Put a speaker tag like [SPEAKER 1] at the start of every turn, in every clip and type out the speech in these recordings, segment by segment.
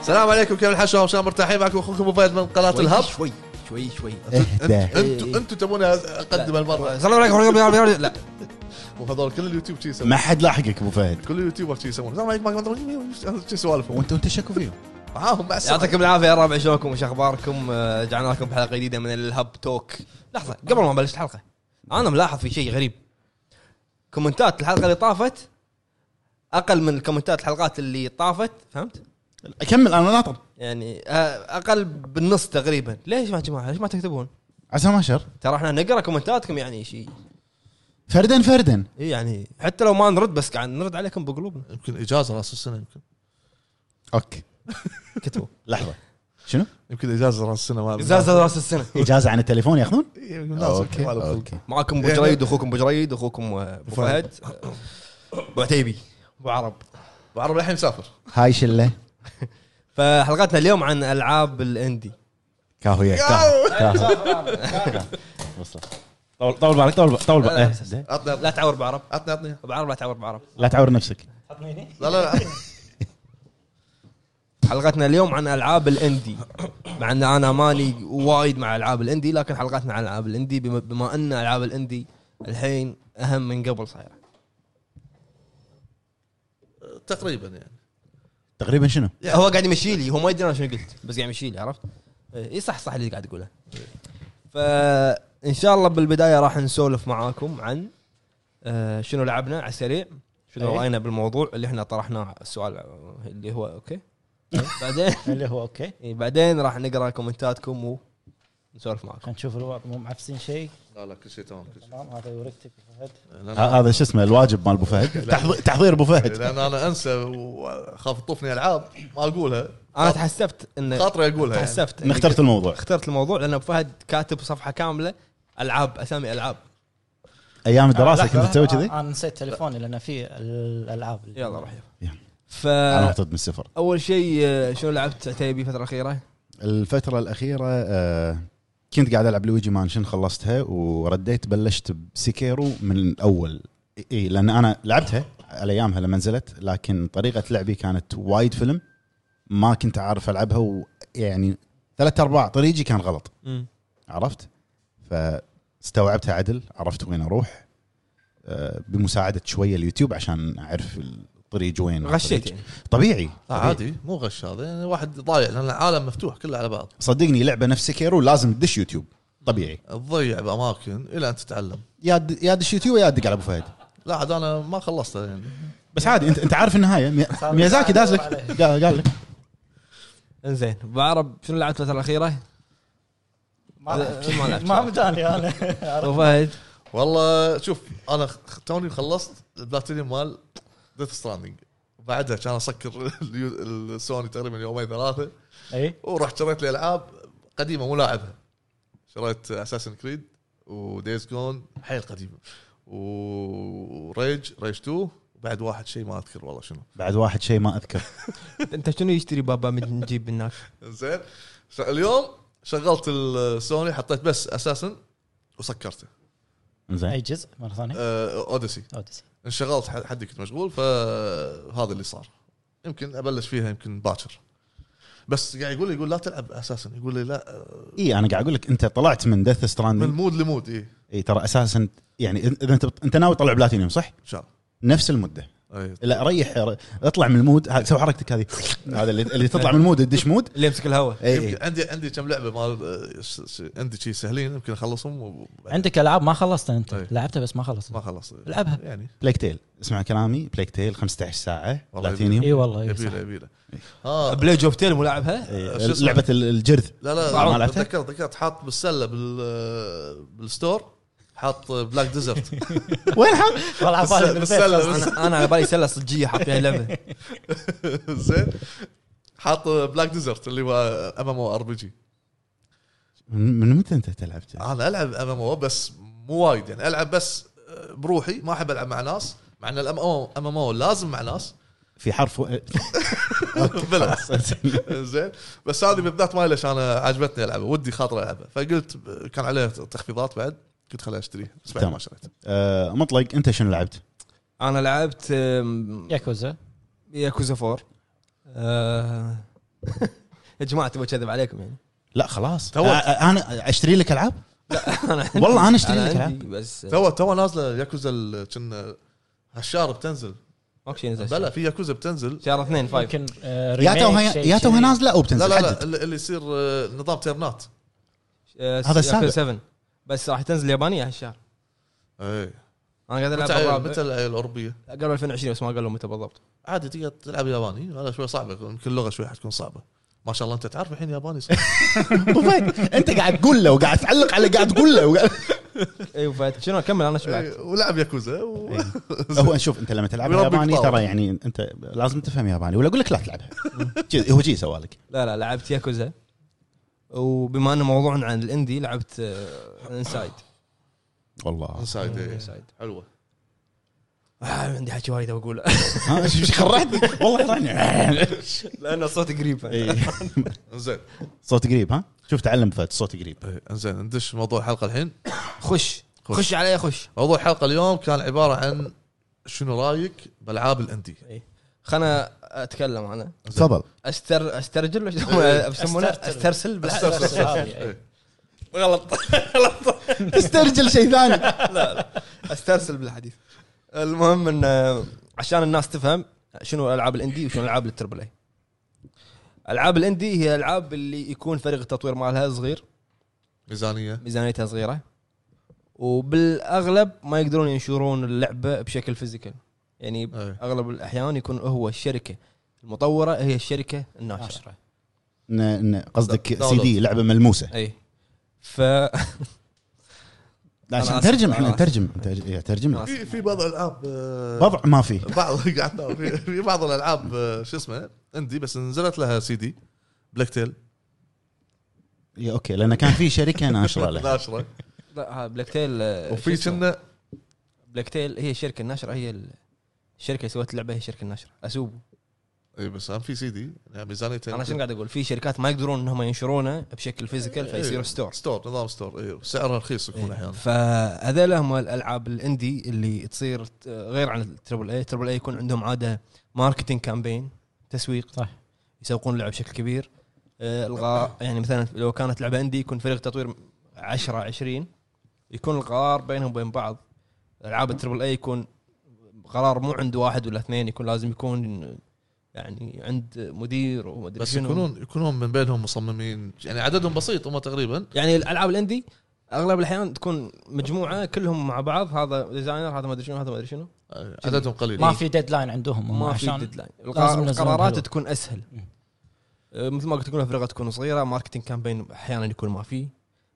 [SPEAKER 1] السلام عليكم كيف الحال شباب ان شاء الله مرتاحين معكم اخوكم ابو فهد من قناه الهب
[SPEAKER 2] شوي شوي شوي
[SPEAKER 3] اهدى
[SPEAKER 1] انتم انتم تبوني اقدم هالمره
[SPEAKER 2] السلام عليكم لا
[SPEAKER 1] وهذول كل اليوتيوب شي يسوون
[SPEAKER 3] ما حد لاحقك ابو فهد كل-
[SPEAKER 1] كل اليوتيوبر شي يسوون السلام عليكم ما أدري شي سوالفهم
[SPEAKER 3] وانت وانت شكو فيهم
[SPEAKER 1] معاهم مع السلامه
[SPEAKER 2] يعطيكم العافيه يا ربع شلونكم وش اخباركم آه، رجعنا لكم بحلقه جديده من الهب توك لحظه قبل ما بلشت الحلقه انا ملاحظ في شيء غريب كومنتات الحلقه اللي طافت اقل من كومنتات الحلقات اللي طافت فهمت
[SPEAKER 3] اكمل انا ناطر
[SPEAKER 2] يعني آه، اقل بالنص تقريبا ليش يا جماعه ليش ما تكتبون
[SPEAKER 3] عسى ما شر
[SPEAKER 2] ترى احنا نقرا كومنتاتكم يعني شيء
[SPEAKER 3] فردا فردا
[SPEAKER 2] إيه يعني حتى لو ما نرد بس قاعد نرد عليكم بقلوبنا
[SPEAKER 1] يمكن اجازه راس السنه يمكن
[SPEAKER 3] اوكي
[SPEAKER 2] كتبوا
[SPEAKER 3] لحظه شنو؟
[SPEAKER 1] يمكن اجازه راس السنه ما
[SPEAKER 2] زازة راس السنه
[SPEAKER 3] اجازه عن التليفون ياخذون؟
[SPEAKER 1] اوكي اوكي
[SPEAKER 2] معاكم ابو جريد اخوكم ابو جريد اخوكم ابو يعني فهد ابو عتيبي ابو عرب
[SPEAKER 1] بعرف الحين مسافر
[SPEAKER 3] هاي شله
[SPEAKER 2] فحلقتنا اليوم عن العاب الاندي
[SPEAKER 3] كاهوية كاهو كاهو. وصل. طول طول بالك طول بالك- طول بالك
[SPEAKER 2] لا، لا،
[SPEAKER 3] إيه،
[SPEAKER 2] بس-
[SPEAKER 3] زين.
[SPEAKER 1] عطني عطني
[SPEAKER 2] لا تعور بعرب
[SPEAKER 1] عطني عطني
[SPEAKER 2] ابو عرب لا تعور بعرب
[SPEAKER 3] لا تعور نفسك
[SPEAKER 1] لا لا لا
[SPEAKER 2] حلقتنا اليوم عن العاب الاندي مع ان انا ماني وايد مع العاب الاندي لكن حلقتنا عن العاب الاندي بما- بما ان العاب الاندي الحين اهم من قبل صايره
[SPEAKER 1] تقريبا يعني
[SPEAKER 3] تقريبا شنو؟
[SPEAKER 2] هو قاعد يمشي لي هو ما يدري انا شنو قلت بس قاعد يمشي لي عرفت؟ اي صح صح اللي قاعد اقوله. فان شاء الله بالبدايه راح نسولف معاكم عن آه، شنو لعبنا على السريع شنو
[SPEAKER 3] إيه.
[SPEAKER 2] راينا بالموضوع اللي احنا طرحناه السؤال اللي هو اوكي بعدين
[SPEAKER 4] اللي هو اوكي
[SPEAKER 2] إيه، بعدين راح نقرا كومنتاتكم ونسولف معاكم
[SPEAKER 4] خلينا نشوف الوضع مو معفسين شيء
[SPEAKER 1] لا لا كل شيء تمام كل شيء
[SPEAKER 4] تمام هذا يوركتك يا فهد
[SPEAKER 1] لا، لا.
[SPEAKER 3] ه- هذا شو اسمه الواجب مال ابو فهد تحض- تحضير ابو فهد
[SPEAKER 1] لان انا انسى واخاف تطوفني العاب ما اقولها
[SPEAKER 2] انا تحسفت ان
[SPEAKER 1] خاطري اقولها يعني.
[SPEAKER 2] تحسفت
[SPEAKER 3] إن اخترت الموضوع
[SPEAKER 2] اخترت الموضوع لان أبو فهد كاتب صفحه كامله العاب اسامي العاب
[SPEAKER 3] ايام الدراسه
[SPEAKER 4] لحظة،
[SPEAKER 3] كنت تسوي
[SPEAKER 4] آه، أنا-
[SPEAKER 3] كذي
[SPEAKER 4] انا نسيت تليفوني لان في الالعاب اللي-
[SPEAKER 2] يلا روح
[SPEAKER 3] يلا.
[SPEAKER 2] ف
[SPEAKER 3] انا محطوط من الصفر
[SPEAKER 2] اول شيء آه، شنو لعبت عتيبي الفتره الاخيره؟
[SPEAKER 3] الفترة الأخيرة آه، كنت قاعد ألعب لويجي مانشن خلصتها ورديت بلشت بسيكيرو من الأول إي لأن أنا لعبتها على أيامها لما نزلت لكن طريقة لعبي كانت وايد فيلم ما كنت عارف ألعبها ويعني ثلاث أرباع طريقي كان غلط عرفت فاستوعبتها عدل عرفت وين أروح آه، بمساعدة شوية اليوتيوب عشان أعرف الطريق وين
[SPEAKER 2] غشيت يعني
[SPEAKER 3] طبيعي
[SPEAKER 1] لا عادي مو غش هذا يعني واحد ضايع لان العالم مفتوح كله على بعض
[SPEAKER 3] صدقني لعبة نفس سيكيرو لازم تدش يوتيوب طبيعي
[SPEAKER 1] تضيع باماكن الى ان تتعلم
[SPEAKER 3] يا د- يا دش يوتيوب يا دق على ابو فهد
[SPEAKER 1] لا عاد انا ما خلصت يعني
[SPEAKER 3] بس عادي انت انت عارف النهايه مي- ميازاكي داز لك قال قال لك
[SPEAKER 2] انزين بعرب شنو لعبت الفتره الاخيره؟
[SPEAKER 4] ما
[SPEAKER 2] آه، ما لعبت.
[SPEAKER 4] ما بداني انا
[SPEAKER 2] ابو فهد
[SPEAKER 1] والله شوف انا خ- توني خلصت البلاتينيوم مال ديث ستراندنج بعدها كان اسكر اليو- السوني تقريبا يومين ثلاثه
[SPEAKER 4] اي
[SPEAKER 3] إيه.
[SPEAKER 1] ورحت شريت لي العاب قديمه مو لاعبها شريت اساسن كريد ودايز جون حيل قديمه وريج ريج 2 وبعد واحد شيء ما اذكر والله شنو
[SPEAKER 3] بعد واحد شيء ما اذكر
[SPEAKER 2] انت شنو يشتري بابا من نجيب من هناك؟
[SPEAKER 1] زين ش- اليوم شغلت السوني حطيت بس اساسا وسكرته
[SPEAKER 3] زين
[SPEAKER 4] اي جزء مره ثانيه
[SPEAKER 1] أه اوديسي
[SPEAKER 4] اوديسي
[SPEAKER 1] انشغلت ح- حدي كنت مشغول فهذا اللي صار يمكن ابلش فيها يمكن باكر بس قاعد يقول لي يقول لا تلعب اساسا يقول لي لا آه،
[SPEAKER 3] اي انا قاعد اقول لك انت طلعت من ديث
[SPEAKER 1] من
[SPEAKER 3] ستراندنج
[SPEAKER 1] مود لمود إيه، اي ان
[SPEAKER 3] اي ترى اساسا يعني إذ- اذا انت بت- انت ناوي تطلع بلاتينيوم صح؟
[SPEAKER 1] شاء الله
[SPEAKER 3] نفس المده
[SPEAKER 1] أي.
[SPEAKER 3] لا ريح ر- اطلع من المود ها- سوي حركتك هذه هذا اللي, اللي تطلع من المود تدش مود
[SPEAKER 2] اللي يمسك الهواء
[SPEAKER 3] اي اي
[SPEAKER 1] يمكن عندي عندي كم لعبه مال آه، س- س- عندي شي سهلين يمكن اخلصهم وبعد
[SPEAKER 4] عندك العاب ما خلصتها انت
[SPEAKER 1] أي.
[SPEAKER 4] لعبتها بس ما خلصت
[SPEAKER 1] طيب. ما خلص
[SPEAKER 4] العبها.
[SPEAKER 1] يعني
[SPEAKER 3] بليك تيل اسمع كلامي بليك تيل 15 ساعه
[SPEAKER 1] والله
[SPEAKER 4] اي
[SPEAKER 3] بلاتينيوم
[SPEAKER 4] والله إي، طيب، صح.
[SPEAKER 1] يبيله يبيله اه
[SPEAKER 2] بليج اوف تيل مو لعبها؟
[SPEAKER 3] إي،
[SPEAKER 1] شو اسمه؟
[SPEAKER 3] لعبه ال- الجرذ
[SPEAKER 1] لا
[SPEAKER 3] ما
[SPEAKER 1] لا
[SPEAKER 3] لعبتها؟
[SPEAKER 1] تذكرت تذكرت حاط بالسله بال بالستور حاط بلاك ديزرت
[SPEAKER 3] وين حال؟
[SPEAKER 4] والله على بالي بالبيت.
[SPEAKER 1] بالسله
[SPEAKER 2] انا انا على بالي سله صجيه حاط فيها لعبه
[SPEAKER 1] زين حاط بلاك ديزرت اللي هو ام ام او ار بي جي
[SPEAKER 3] من من متى انت تلعب كذي؟
[SPEAKER 1] انا العب ام ام او بس مو وايد يعني العب بس بروحي ما احب العب مع ناس مع ان الام ام او لازم مع ناس
[SPEAKER 3] في حرف و...
[SPEAKER 1] بلا زين بس هذه بالذات ما ليش انا عجبتني العبها ودي خاطر العبها فقلت ب- كان عليها تخفيضات بعد قلت خليني اشتريها بس بعد ما
[SPEAKER 3] تمام.
[SPEAKER 1] شريت
[SPEAKER 3] آه، مطلق انت شنو لعبت؟
[SPEAKER 2] انا لعبت أم،
[SPEAKER 4] ياكوزا
[SPEAKER 2] ياكوزا 4 آه، يا جماعه تبغى اكذب عليكم يعني
[SPEAKER 3] لا خلاص
[SPEAKER 1] تو-
[SPEAKER 3] آه، آه، انا اشتري لك العاب والله انا اشتري لك
[SPEAKER 2] انا
[SPEAKER 3] العاب
[SPEAKER 2] عندي بس
[SPEAKER 1] تو تو نازله ياكوزا ال- كنا هالشهر بتنزل
[SPEAKER 2] ماكو شيء نزل
[SPEAKER 1] بلا في ياكوزا بتنزل
[SPEAKER 2] شهر اثنين
[SPEAKER 1] طيب.
[SPEAKER 2] فايف
[SPEAKER 4] يمكن آه،
[SPEAKER 3] يا
[SPEAKER 4] ريميك،
[SPEAKER 3] توها
[SPEAKER 4] شيء-
[SPEAKER 3] يا توها
[SPEAKER 4] شيء.
[SPEAKER 3] نازله او
[SPEAKER 1] لا
[SPEAKER 3] بتنزل
[SPEAKER 1] لا
[SPEAKER 3] حدد.
[SPEAKER 1] لا اللي اللي يصير آه، نظام تيرنات
[SPEAKER 3] هذا السابع.
[SPEAKER 2] 7 آه، بس راح تنزل يابانيه هالشهر
[SPEAKER 1] اي
[SPEAKER 3] إيه.
[SPEAKER 2] انا قاعد العب
[SPEAKER 1] متى
[SPEAKER 2] بالرابع.
[SPEAKER 1] متى الاوروبيه
[SPEAKER 2] قبل 2020 بس ما قالوا متى بالضبط
[SPEAKER 1] عادي تقدر تلعب ياباني هذا شوي صعبه يمكن اللغه شوي حتكون صعبه ما شاء الله انت تعرف الحين ياباني صعب.
[SPEAKER 3] وفهد، انت طيب. قاعد تقول له وقاعد تعلق على قاعد تقول له وقاعد-
[SPEAKER 2] ايوه فشنو كمل انا شو لعبت
[SPEAKER 1] إيه، ولعب ياكوزا و...
[SPEAKER 3] هو شوف انت لما تلعب
[SPEAKER 1] ويربك
[SPEAKER 3] ياباني
[SPEAKER 1] طاولة.
[SPEAKER 3] ترى يعني انت لازم تفهم ياباني ولا اقول لك لا تلعبها جي- هو جي سوالك
[SPEAKER 2] لا لا لعبت ياكوزا وبما انه موضوعنا عن الاندي لعبت آه، انسايد
[SPEAKER 3] والله
[SPEAKER 1] انسايد إيه.
[SPEAKER 2] انسايد
[SPEAKER 1] حلوه
[SPEAKER 2] آه، عندي حكي وايد اقوله
[SPEAKER 3] ها ايش خرعت والله خرعني.
[SPEAKER 2] لان الصوت قريب
[SPEAKER 3] إيه.
[SPEAKER 1] انزين
[SPEAKER 3] صوت قريب ها شوف تعلم فهد صوت قريب
[SPEAKER 1] إيه، انزين ندش موضوع الحلقه الحين
[SPEAKER 2] خش
[SPEAKER 1] خش.
[SPEAKER 2] خش علي خش
[SPEAKER 1] موضوع الحلقه اليوم كان عباره عن شنو رايك بالعاب الاندي
[SPEAKER 2] خلنا اتكلم انا
[SPEAKER 3] تفضل
[SPEAKER 2] استر استرجل وش
[SPEAKER 1] إيه.
[SPEAKER 2] يسمونه
[SPEAKER 4] أسترسل.
[SPEAKER 2] استرسل بس
[SPEAKER 1] استرسل.
[SPEAKER 4] هذه،
[SPEAKER 2] غلط غلط
[SPEAKER 3] تسترجل شيء ثاني
[SPEAKER 2] لا لا استرسل بالحديث المهم ان آه، عشان الناس تفهم شنو العاب الاندي وشنو العاب التربل اي العاب الاندي هي العاب اللي يكون فريق التطوير مالها صغير
[SPEAKER 1] ميزانيه
[SPEAKER 2] ميزانيتها صغيره وبالاغلب ما يقدرون ينشرون اللعبه بشكل فيزيكال يعني
[SPEAKER 1] إيه.
[SPEAKER 2] اغلب الاحيان يكون هو الشركه المطوره هي الشركه الناشره
[SPEAKER 4] عشرة.
[SPEAKER 3] ن- ن- قصدك سي
[SPEAKER 1] داونلود.
[SPEAKER 3] دي لعبه ملموسه
[SPEAKER 2] اي ف
[SPEAKER 3] لا، عشان
[SPEAKER 2] خلاص.
[SPEAKER 3] ترجم احنا
[SPEAKER 2] خلاص.
[SPEAKER 3] نترجم ترج- إيه، ترجم لك.
[SPEAKER 2] خلاص.
[SPEAKER 1] في في بعض الالعاب آه،
[SPEAKER 3] وضع ما في
[SPEAKER 1] بعض قعدنا في- في بعض الالعاب آه، شو اسمه اندي بس نزلت لها سي دي بلاك تيل
[SPEAKER 3] إيه، اوكي لان كان في شركه ناشره له
[SPEAKER 1] ناشره
[SPEAKER 2] لا ها، بلاك تيل آه،
[SPEAKER 1] وفي
[SPEAKER 2] شو اسمه؟
[SPEAKER 1] كنا
[SPEAKER 2] بلاك تيل هي الشركه الناشره هي ال- الشركه اللي سوت اللعبه هي الشركه الناشره اسوبو
[SPEAKER 1] اي إيه، بس انا في سي دي يعني ميزانيته
[SPEAKER 2] انا شنو قاعد اقول في شركات ما يقدرون انهم ينشرونه بشكل فيزيكال فيصير ستور
[SPEAKER 1] ستور نظام ستور اي إيه، سعرها رخيص
[SPEAKER 2] إيه.
[SPEAKER 1] يكون احيانا
[SPEAKER 2] فهذول هم الالعاب الاندي اللي تصير ت- غير عن التربل اي التربل اي يكون عندهم عاده ماركتينج كامبين تسويق
[SPEAKER 4] صح.
[SPEAKER 2] يسوقون اللعب بشكل كبير آه، الغاء يعني مثلا لو كانت لعبه اندي يكون فريق تطوير 10 20 يكون القرار بينهم وبين بعض العاب التربل اي يكون قرار مو عند واحد ولا اثنين يكون لازم يكون آه، يعني عند مدير ومدري
[SPEAKER 1] بس
[SPEAKER 2] شنو.
[SPEAKER 1] يكونون يكونون من بينهم مصممين يعني عددهم بسيط هم تقريبا
[SPEAKER 2] يعني الالعاب الاندي اغلب الاحيان تكون مجموعه كلهم مع بعض هذا ديزاينر هذا ما ادري شنو هذا ما ادري شنو
[SPEAKER 1] آه، عددهم قليل
[SPEAKER 4] ما في ديدلاين عندهم هم
[SPEAKER 2] ما في
[SPEAKER 4] عشان
[SPEAKER 2] ديدلاين
[SPEAKER 4] لازم
[SPEAKER 2] القرار-
[SPEAKER 4] ينزلون
[SPEAKER 2] القرارات
[SPEAKER 4] حلوة.
[SPEAKER 2] تكون اسهل
[SPEAKER 4] مم.
[SPEAKER 2] آه، مثل ما قلت تكون الفرقه تكون صغيره ماركتينج كامبين احيانا يكون ما فيه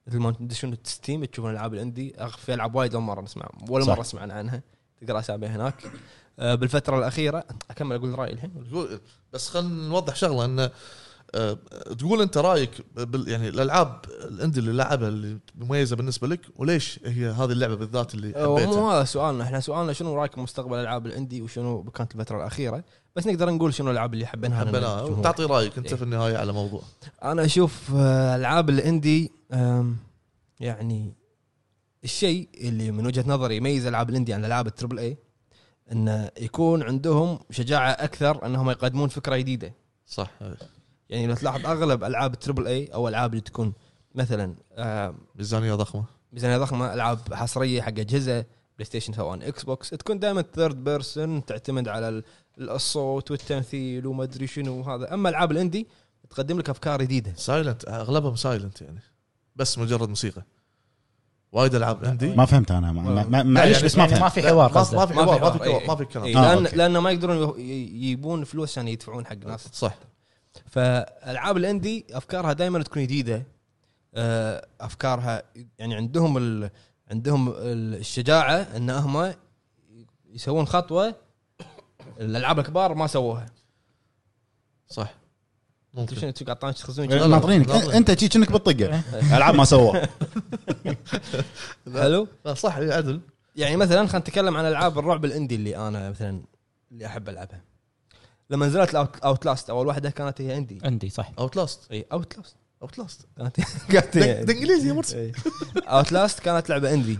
[SPEAKER 2] مثل ما تدشون ستيم تشوفون العاب الاندي أغ- في العاب وايد اول مره نسمع ولا
[SPEAKER 3] صح.
[SPEAKER 2] مره سمعنا عنها تقرا اساميها هناك آه، بالفتره الاخيره اكمل اقول رايي الحين
[SPEAKER 1] تقول- بس خلينا نوضح شغله انه آه، تقول انت رايك بال يعني الالعاب الاندي اللي لعبها اللي مميزه بالنسبه لك وليش هي هذه اللعبه بالذات اللي حبيتها؟
[SPEAKER 2] مو أه، هذا سؤالنا احنا سؤالنا شنو رايك مستقبل الالعاب الاندي وشنو كانت الفتره الاخيره بس نقدر نقول شنو الالعاب اللي حبيناها أنا
[SPEAKER 1] حبيناها
[SPEAKER 2] الجمهور.
[SPEAKER 1] وتعطي رايك انت
[SPEAKER 2] إيه.
[SPEAKER 1] في النهايه على موضوع
[SPEAKER 2] انا اشوف آه، العاب الاندي آم، يعني الشيء اللي من وجهه نظري يميز العاب الاندي عن العاب التربل اي انه يكون عندهم شجاعه اكثر انهم يقدمون فكره جديده
[SPEAKER 1] صح إيه.
[SPEAKER 2] يعني لو تلاحظ اغلب العاب التربل اي او العاب اللي تكون مثلا آم،
[SPEAKER 1] ميزانيه ضخمه
[SPEAKER 2] ميزانيه ضخمه العاب حصريه حق اجهزه بلاي ستيشن سواء اكس بوكس تكون دائما ثيرد بيرسون تعتمد على ال- الصوت والتمثيل وما ادري شنو وهذا اما العاب الاندي تقدم لك افكار جديده
[SPEAKER 1] سايلنت اغلبهم سايلنت يعني بس مجرد موسيقى وايد العاب اندي
[SPEAKER 3] ما فهمت انا ما- ما- ما- معليش
[SPEAKER 1] يعني-
[SPEAKER 3] بس ما
[SPEAKER 4] يعني ما
[SPEAKER 3] فهمت
[SPEAKER 4] في
[SPEAKER 1] لا،
[SPEAKER 4] حوار
[SPEAKER 1] ما
[SPEAKER 4] قصدك.
[SPEAKER 1] ما في حوار ما في
[SPEAKER 2] حوار،
[SPEAKER 1] كلام
[SPEAKER 2] إيه.
[SPEAKER 1] ما في كلام
[SPEAKER 2] إيه،
[SPEAKER 3] آه،
[SPEAKER 2] لان
[SPEAKER 3] أوكي.
[SPEAKER 2] لان ما يقدرون يجيبون فلوس عشان يدفعون حق ناس
[SPEAKER 1] صح
[SPEAKER 2] فالعاب الاندي افكارها دائما تكون جديده آه، افكارها يعني عندهم ال... عندهم ال- الشجاعه ان هم يسوون خطوه الالعاب الكبار ما سووها
[SPEAKER 1] صح
[SPEAKER 2] انتم
[SPEAKER 1] ممكن
[SPEAKER 2] شنو أنتم قاعد
[SPEAKER 1] لا، لا.
[SPEAKER 2] تخزون
[SPEAKER 3] ناطرينك
[SPEAKER 1] ناطرين.
[SPEAKER 3] انت شي كأنك بالطقه العاب ما سووها
[SPEAKER 1] إيه.
[SPEAKER 2] حلو
[SPEAKER 1] لا، صح يا عدل
[SPEAKER 2] يعني مثلا خلينا نتكلم عن العاب الرعب الاندي اللي انا مثلا اللي احب العبها لما نزلت اوت لاست اول واحده كانت هي إيه، اندي
[SPEAKER 4] عندي صح
[SPEAKER 1] اوت لاست
[SPEAKER 2] اي اوت لاست
[SPEAKER 1] اوت لاست
[SPEAKER 2] كانت كانت هي إيه. إندي.
[SPEAKER 1] انجليزي يا مرسي
[SPEAKER 2] اوت لاست كانت لعبه اندي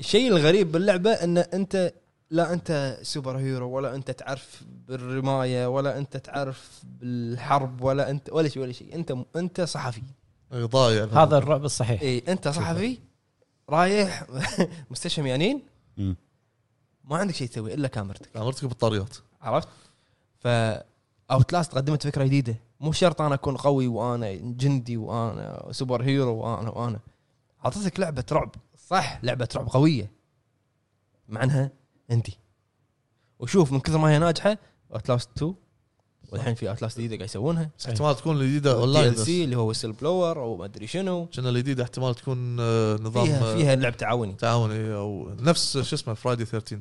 [SPEAKER 2] الشيء الغريب باللعبه ان انت لا انت سوبر هيرو ولا انت تعرف بالرمايه ولا انت تعرف بالحرب ولا انت ولا شيء ولا شيء انت انت صحفي
[SPEAKER 1] إي، ضايع
[SPEAKER 4] هذا الرعب الصحيح
[SPEAKER 2] اي انت صحفي رايح مستشفى ميانين
[SPEAKER 3] مم.
[SPEAKER 2] ما عندك شيء تسوي الا كاميرتك
[SPEAKER 1] لا، مرتكب الطريات
[SPEAKER 2] عرفت؟ ف اوتلاست قدمت فكره جديده مو شرط انا اكون قوي وانا جندي وانا سوبر هيرو وانا وانا اعطتك لعبه رعب صح لعبه رعب قويه مع انها اندي وشوف من كثر ما هي ناجحه اوتلاست 2 والحين في اوتلاست جديده قاعد يسوونها
[SPEAKER 4] إيه.
[SPEAKER 1] بس احتمال تكون الجديده اونلاين
[SPEAKER 2] ال
[SPEAKER 1] بس
[SPEAKER 2] سي اللي هو ويسل بلور او ما ادري شنو
[SPEAKER 1] كنا الجديده احتمال تكون آه، نظام
[SPEAKER 2] فيها
[SPEAKER 1] آه،
[SPEAKER 2] فيها لعب تعاوني
[SPEAKER 1] تعاوني او نفس شو اسمه فرايدي 13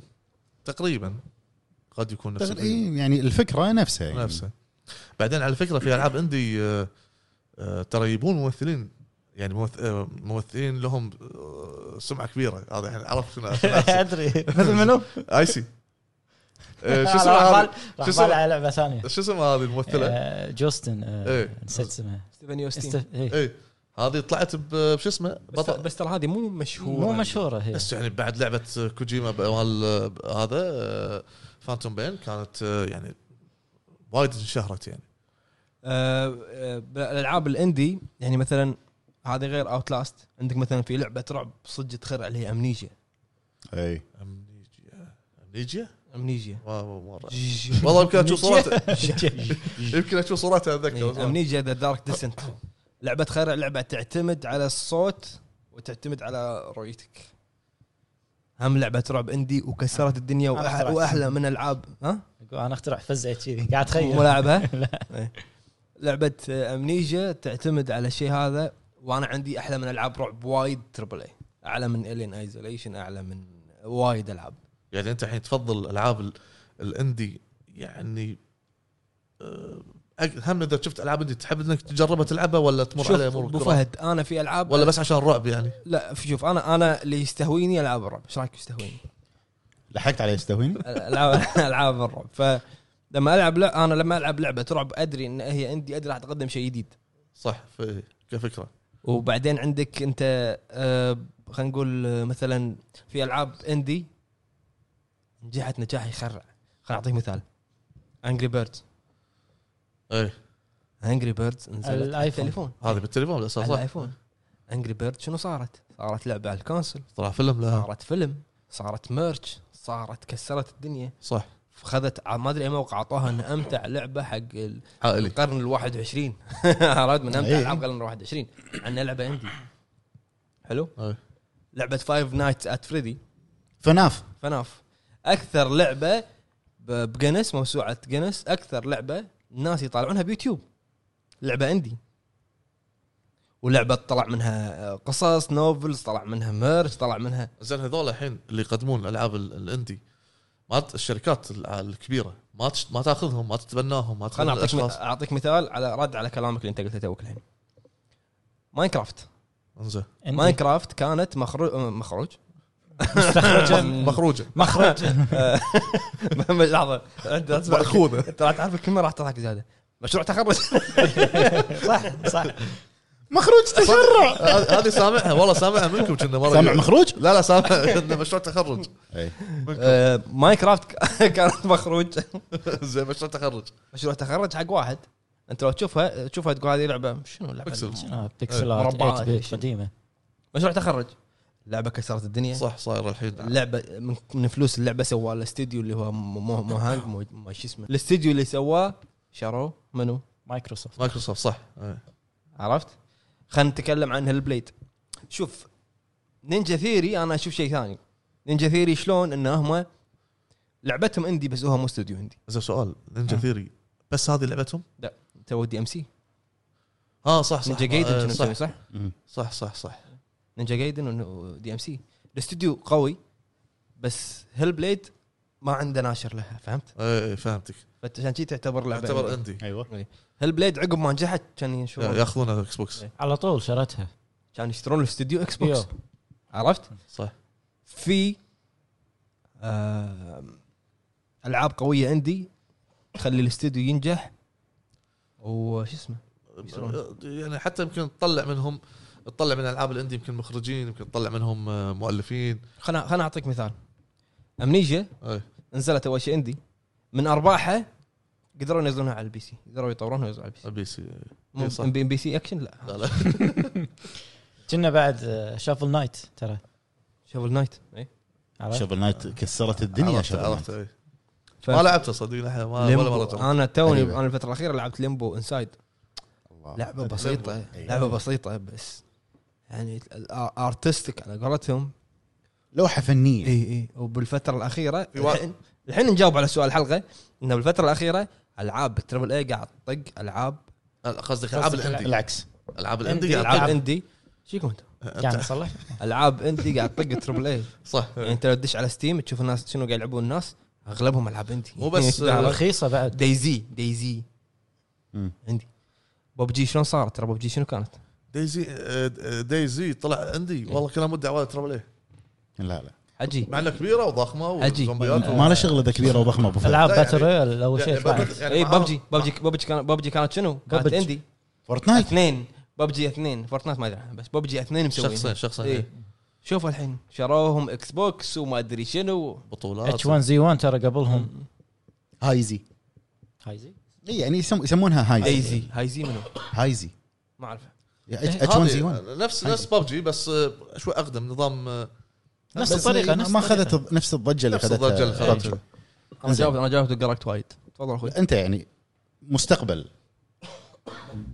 [SPEAKER 1] تقريبا قد يكون نفس
[SPEAKER 3] تغ-
[SPEAKER 1] الفكرة.
[SPEAKER 3] إيه، يعني الفكره نفسها يعني
[SPEAKER 1] نفسه بعدين على فكره في العاب اندي آه، آه، ترى يبون ممثلين يعني ممث- آه، ممثلين لهم آه، سمعه كبيره هذا الحين عرفت شنو عشان
[SPEAKER 4] ادري
[SPEAKER 2] مثل منو؟
[SPEAKER 1] اي سي آه، شو
[SPEAKER 4] راح
[SPEAKER 1] اسمه
[SPEAKER 4] بال-
[SPEAKER 1] هذا-
[SPEAKER 4] راح
[SPEAKER 1] شو اسمه؟
[SPEAKER 4] بال على لعبه ثانيه
[SPEAKER 1] شو اسمه هذه الممثله؟
[SPEAKER 4] آه، جوستن آه،
[SPEAKER 1] إيه.
[SPEAKER 4] نسيت اسمها
[SPEAKER 2] ستيفن يوستين
[SPEAKER 4] استف- إيه.
[SPEAKER 1] اي هذه طلعت ب- بشو اسمه؟
[SPEAKER 2] بس,
[SPEAKER 1] بطل
[SPEAKER 2] بس ترى هذه مو مشهوره
[SPEAKER 4] مو مشهوره هي
[SPEAKER 1] بس يعني بعد لعبه كوجيما ب- مال ب- هذا فانتوم بين كانت آه، يعني وايد انشهرت يعني
[SPEAKER 2] آه، آه، بالالعاب الاندي يعني مثلا هذه غير اوتلاست عندك مثلا في لعبه رعب صدق تخرع اللي هي امنيجيا
[SPEAKER 3] اي
[SPEAKER 1] امنيجيا امنيجيا؟
[SPEAKER 2] امنيجيا
[SPEAKER 1] ما- ما- ما- والله يمكن اشوف صورتها
[SPEAKER 4] إيه.
[SPEAKER 1] يمكن اشوف صورتها
[SPEAKER 2] إيه،
[SPEAKER 1] اتذكر
[SPEAKER 2] امنيجيا ذا دارك ديسنت لعبه تخرع لعبه تعتمد على الصوت وتعتمد على رؤيتك هم لعبه رعب اندي وكسرت الدنيا
[SPEAKER 4] أنا
[SPEAKER 2] وأح-
[SPEAKER 4] اخترعت.
[SPEAKER 2] واحلى من العاب ها
[SPEAKER 4] أقول انا اخترع فزه كذي قاعد اتخيل
[SPEAKER 2] مو لاعبها
[SPEAKER 4] لا
[SPEAKER 2] لعبه آه، امنيجيا تعتمد على الشيء هذا وانا عندي احلى من العاب رعب وايد تربل اي اعلى من الين ايزوليشن اعلى من وايد العاب
[SPEAKER 1] يعني انت الحين تفضل العاب ال- الاندي يعني آه، أك- هم اذا شفت العاب اندي تحب انك تجربها تلعبها ولا تمر عليها
[SPEAKER 2] شوف
[SPEAKER 1] امور
[SPEAKER 2] ابو
[SPEAKER 1] كرة؟
[SPEAKER 2] فهد انا في العاب
[SPEAKER 1] ولا بس عشان الرعب يعني
[SPEAKER 2] لا شوف انا انا اللي يستهويني العاب الرعب ايش رايك يستهويني؟
[SPEAKER 3] لحقت على يستهويني
[SPEAKER 2] العاب العاب الرعب فلما العب لا انا لما العب لعبه رعب ادري ان هي عندي ادري راح تقدم شيء جديد
[SPEAKER 1] صح في- كفكره
[SPEAKER 2] وبعدين عندك انت آه، خلينا نقول آه، مثلا في العاب اندي نجحت نجاح يخرع خليني اعطيك مثال انجري بيردز
[SPEAKER 1] اي
[SPEAKER 2] انجري بيردز نزلت على
[SPEAKER 4] الآيفون.
[SPEAKER 2] التليفون
[SPEAKER 1] هذه بالتليفون بالاساس
[SPEAKER 2] إيه. على
[SPEAKER 1] صح
[SPEAKER 2] الايفون انجري بيرد شنو صارت؟ صارت لعبه على الكونسل
[SPEAKER 1] طلع فيلم لا
[SPEAKER 2] صارت فيلم صارت ميرش صارت كسرت الدنيا
[SPEAKER 1] صح
[SPEAKER 2] خذت ع- ما ادري اي موقع اعطوها ان امتع لعبه حق ال-
[SPEAKER 1] عائلي
[SPEAKER 2] القرن ال 21 عرفت من امتع
[SPEAKER 3] إيه.
[SPEAKER 2] العاب القرن ال 21 عندنا لعبه عندي حلو
[SPEAKER 1] إيه.
[SPEAKER 2] لعبه فايف نايتس ات فريدي
[SPEAKER 3] فناف
[SPEAKER 2] فناف اكثر لعبه ب- بجنس موسوعه جنس اكثر لعبه الناس يطالعونها بيوتيوب لعبه عندي ولعبه طلع منها آه، قصص نوفلز طلع منها ميرش طلع منها
[SPEAKER 1] زين هذول الحين اللي يقدمون الالعاب ال- الاندي ما ت- الشركات ال- الكبيره ما تش- ما تاخذهم ما تتبناهم ما
[SPEAKER 2] خلنا
[SPEAKER 1] تاخذ
[SPEAKER 2] اعطيك م-
[SPEAKER 1] الاشخاص
[SPEAKER 2] اعطيك مثال على رد على كلامك اللي انت قلته توك الحين ماينكرافت
[SPEAKER 1] انزين
[SPEAKER 2] ماينكرافت كانت مخرو... آه، مخرج
[SPEAKER 1] مخروجه
[SPEAKER 4] مخرج
[SPEAKER 2] آه، لحظه انت لا تسمع-
[SPEAKER 1] مأخوذة.
[SPEAKER 2] انت لا تعرف الكلمه راح تضحك زياده مشروع تخرج
[SPEAKER 4] صح صح
[SPEAKER 3] مخروج تشرع
[SPEAKER 1] آه، هذه هذه سامعها والله سامعها منكم كنا مره
[SPEAKER 3] سامع مخروج؟
[SPEAKER 1] لا لا سامع كنا مشروع تخرج
[SPEAKER 3] اي
[SPEAKER 2] آه، ماينكرافت ك- كانت مخرج
[SPEAKER 1] زين مشروع تخرج
[SPEAKER 2] مشروع تخرج حق واحد انت لو تشوفها تشوفها تقول هذه لعبه شنو اللعبه
[SPEAKER 1] Pixel.
[SPEAKER 2] هذه؟
[SPEAKER 4] شنو آه، بيكسلات
[SPEAKER 2] مربعات.
[SPEAKER 4] 8 بت قديمه
[SPEAKER 2] مشروع تخرج لعبه كسرت الدنيا
[SPEAKER 1] صح صاير الحين
[SPEAKER 2] اللعبه من- من فلوس اللعبه سواه الاستديو اللي هو مو مو- مو هانج مو مو شو اسمه الاستديو اللي سواه شروه منو
[SPEAKER 4] مايكروسوفت
[SPEAKER 1] مايكروسوفت صح إيه.
[SPEAKER 2] عرفت؟ خلينا نتكلم عن هالبليد شوف نينجا ثيري انا اشوف شيء ثاني نينجا ثيري شلون ان هم لعبتهم اندي بس هو مو استوديو اندي
[SPEAKER 1] زين سؤال نينجا ثيري بس هذه لعبتهم؟
[SPEAKER 2] لا سووا دي ام سي
[SPEAKER 1] اه صح صح
[SPEAKER 2] نينجا
[SPEAKER 1] آه،
[SPEAKER 2] جايدن
[SPEAKER 1] صح
[SPEAKER 2] صح, صح؟
[SPEAKER 1] صح صح صح
[SPEAKER 2] نينجا جايدن ودي ام سي الاستوديو قوي بس هيل بليد ما عنده ناشر لها فهمت؟
[SPEAKER 1] ايه فهمتك
[SPEAKER 2] فعشان شي تعتبر لعبه
[SPEAKER 1] يعتبر اندي
[SPEAKER 3] ايوه
[SPEAKER 2] هيل بليد عقب ما نجحت كان ينشرون
[SPEAKER 1] ياخذونها اكس بوكس
[SPEAKER 2] إيه.
[SPEAKER 4] على طول شرتها
[SPEAKER 2] كان يشترون الاستوديو اكس بوكس
[SPEAKER 4] يو.
[SPEAKER 2] عرفت؟
[SPEAKER 1] صح
[SPEAKER 2] في آه العاب قويه عندي تخلي الاستوديو ينجح وش اسمه يسوون.
[SPEAKER 1] يعني حتى يمكن تطلع منهم تطلع من العاب الاندي يمكن مخرجين يمكن تطلع منهم آه، مؤلفين
[SPEAKER 2] خلنا خلنا اعطيك مثال امنيجا
[SPEAKER 1] إيه.
[SPEAKER 2] نزلت اول شيء عندي من ارباحها قدروا ينزلونها على البي سي قدروا يطورونها وينزلونها على
[SPEAKER 1] البي سي إي
[SPEAKER 2] البي
[SPEAKER 1] صح.
[SPEAKER 2] سي ام بي سي اكشن لا
[SPEAKER 1] لا لا
[SPEAKER 4] كنا بعد شافل نايت ترى
[SPEAKER 2] شوفل نايت اي
[SPEAKER 1] إيه.
[SPEAKER 4] عرفت؟
[SPEAKER 3] شوفل نايت كسرت الدنيا
[SPEAKER 1] عرفت
[SPEAKER 3] شوفل نايت
[SPEAKER 1] عرفت إيه.
[SPEAKER 2] ف-
[SPEAKER 1] ما لعبته صدق لحين، ما- ولا
[SPEAKER 2] ليمبو. آه.
[SPEAKER 1] مره ترى.
[SPEAKER 2] انا توني
[SPEAKER 3] غريبة.
[SPEAKER 2] انا الفتره الاخيره لعبت ليمبو انسايد
[SPEAKER 3] الله.
[SPEAKER 2] لعبه بسيطه
[SPEAKER 3] أي.
[SPEAKER 2] لعبه بسيطه بس يعني ارتستيك على قولتهم
[SPEAKER 3] لوحه فنيه
[SPEAKER 2] اي اي وبالفتره الاخيره
[SPEAKER 1] إيه. في واحد-
[SPEAKER 2] إيه. الحين, الحين نجاوب على سؤال الحلقه انه بالفتره الاخيره العاب التربل اي إيه قاعد تطق العاب
[SPEAKER 1] لا، قصدك العاب
[SPEAKER 4] قصدك
[SPEAKER 1] الاندي
[SPEAKER 3] العكس
[SPEAKER 1] العاب
[SPEAKER 4] عندي
[SPEAKER 1] الاندي قاعد
[SPEAKER 2] العاب
[SPEAKER 4] ألعاب.
[SPEAKER 2] اندي شيكم انت
[SPEAKER 4] قاعد نصلح
[SPEAKER 2] العاب اندي قاعد تطق تربل اي
[SPEAKER 1] صح
[SPEAKER 2] يعني انت لو تدش على ستيم تشوف الناس شنو قاعد يلعبون الناس اغلبهم العاب اندي
[SPEAKER 1] مو بس-
[SPEAKER 4] رخيصه بعد
[SPEAKER 2] دايزي دايزي
[SPEAKER 3] مم.
[SPEAKER 2] عندي ببجي شلون صارت ترى ببجي شنو كانت؟
[SPEAKER 1] دايزي آه، آه، دايزي طلع عندي
[SPEAKER 2] إيه.
[SPEAKER 1] والله كلام مدعي على ترابل ايه
[SPEAKER 3] لا لا
[SPEAKER 2] عجيب
[SPEAKER 1] مع انها كبيره وضخمه
[SPEAKER 2] عجيب.
[SPEAKER 1] وزومبيات و-
[SPEAKER 3] ما له شغله ذا كبيره وضخمه ابو فهد
[SPEAKER 4] العاب
[SPEAKER 1] لا، يعني-
[SPEAKER 4] باتل رويال اول شيء
[SPEAKER 1] يعني
[SPEAKER 4] طلعت.
[SPEAKER 1] يعني
[SPEAKER 2] اي
[SPEAKER 1] معاهم-
[SPEAKER 2] إيه، ببجي ببجي ببجي كانت ببجي كانت شنو؟ كانت
[SPEAKER 4] ببجي.
[SPEAKER 2] اندي
[SPEAKER 3] فورتنايت
[SPEAKER 2] اثنين ببجي اثنين فورتنايت ما ادري عنها، بس ببجي اثنين مسوين
[SPEAKER 1] شخصين شخصين
[SPEAKER 2] إيه.
[SPEAKER 1] إيه.
[SPEAKER 2] شوف الحين شروهم اكس بوكس وما ادري شنو
[SPEAKER 1] بطولات
[SPEAKER 4] اتش 1 زي 1 ترى قبلهم
[SPEAKER 3] هايزي
[SPEAKER 4] هايزي
[SPEAKER 3] اي يعني يسم- يسمونها هايزي
[SPEAKER 2] دايزي هايزي منو؟
[SPEAKER 3] هايزي
[SPEAKER 2] ما اعرف
[SPEAKER 3] اتش 1 زي 1
[SPEAKER 1] هذه نفس نفس ببجي بس آه، شوي اقدم نظام آه،
[SPEAKER 4] نفس الطريقه نفس
[SPEAKER 3] طيب، ما
[SPEAKER 4] الطريقة.
[SPEAKER 3] اخذت الض- نفس الضجه اللي
[SPEAKER 1] نفس الضجه اللي
[SPEAKER 3] اخذتها
[SPEAKER 1] خذتها
[SPEAKER 2] انا
[SPEAKER 3] زين.
[SPEAKER 2] جاوبت انا جاوبت قرقت وايد تفضل اخوي
[SPEAKER 3] انت يعني مستقبل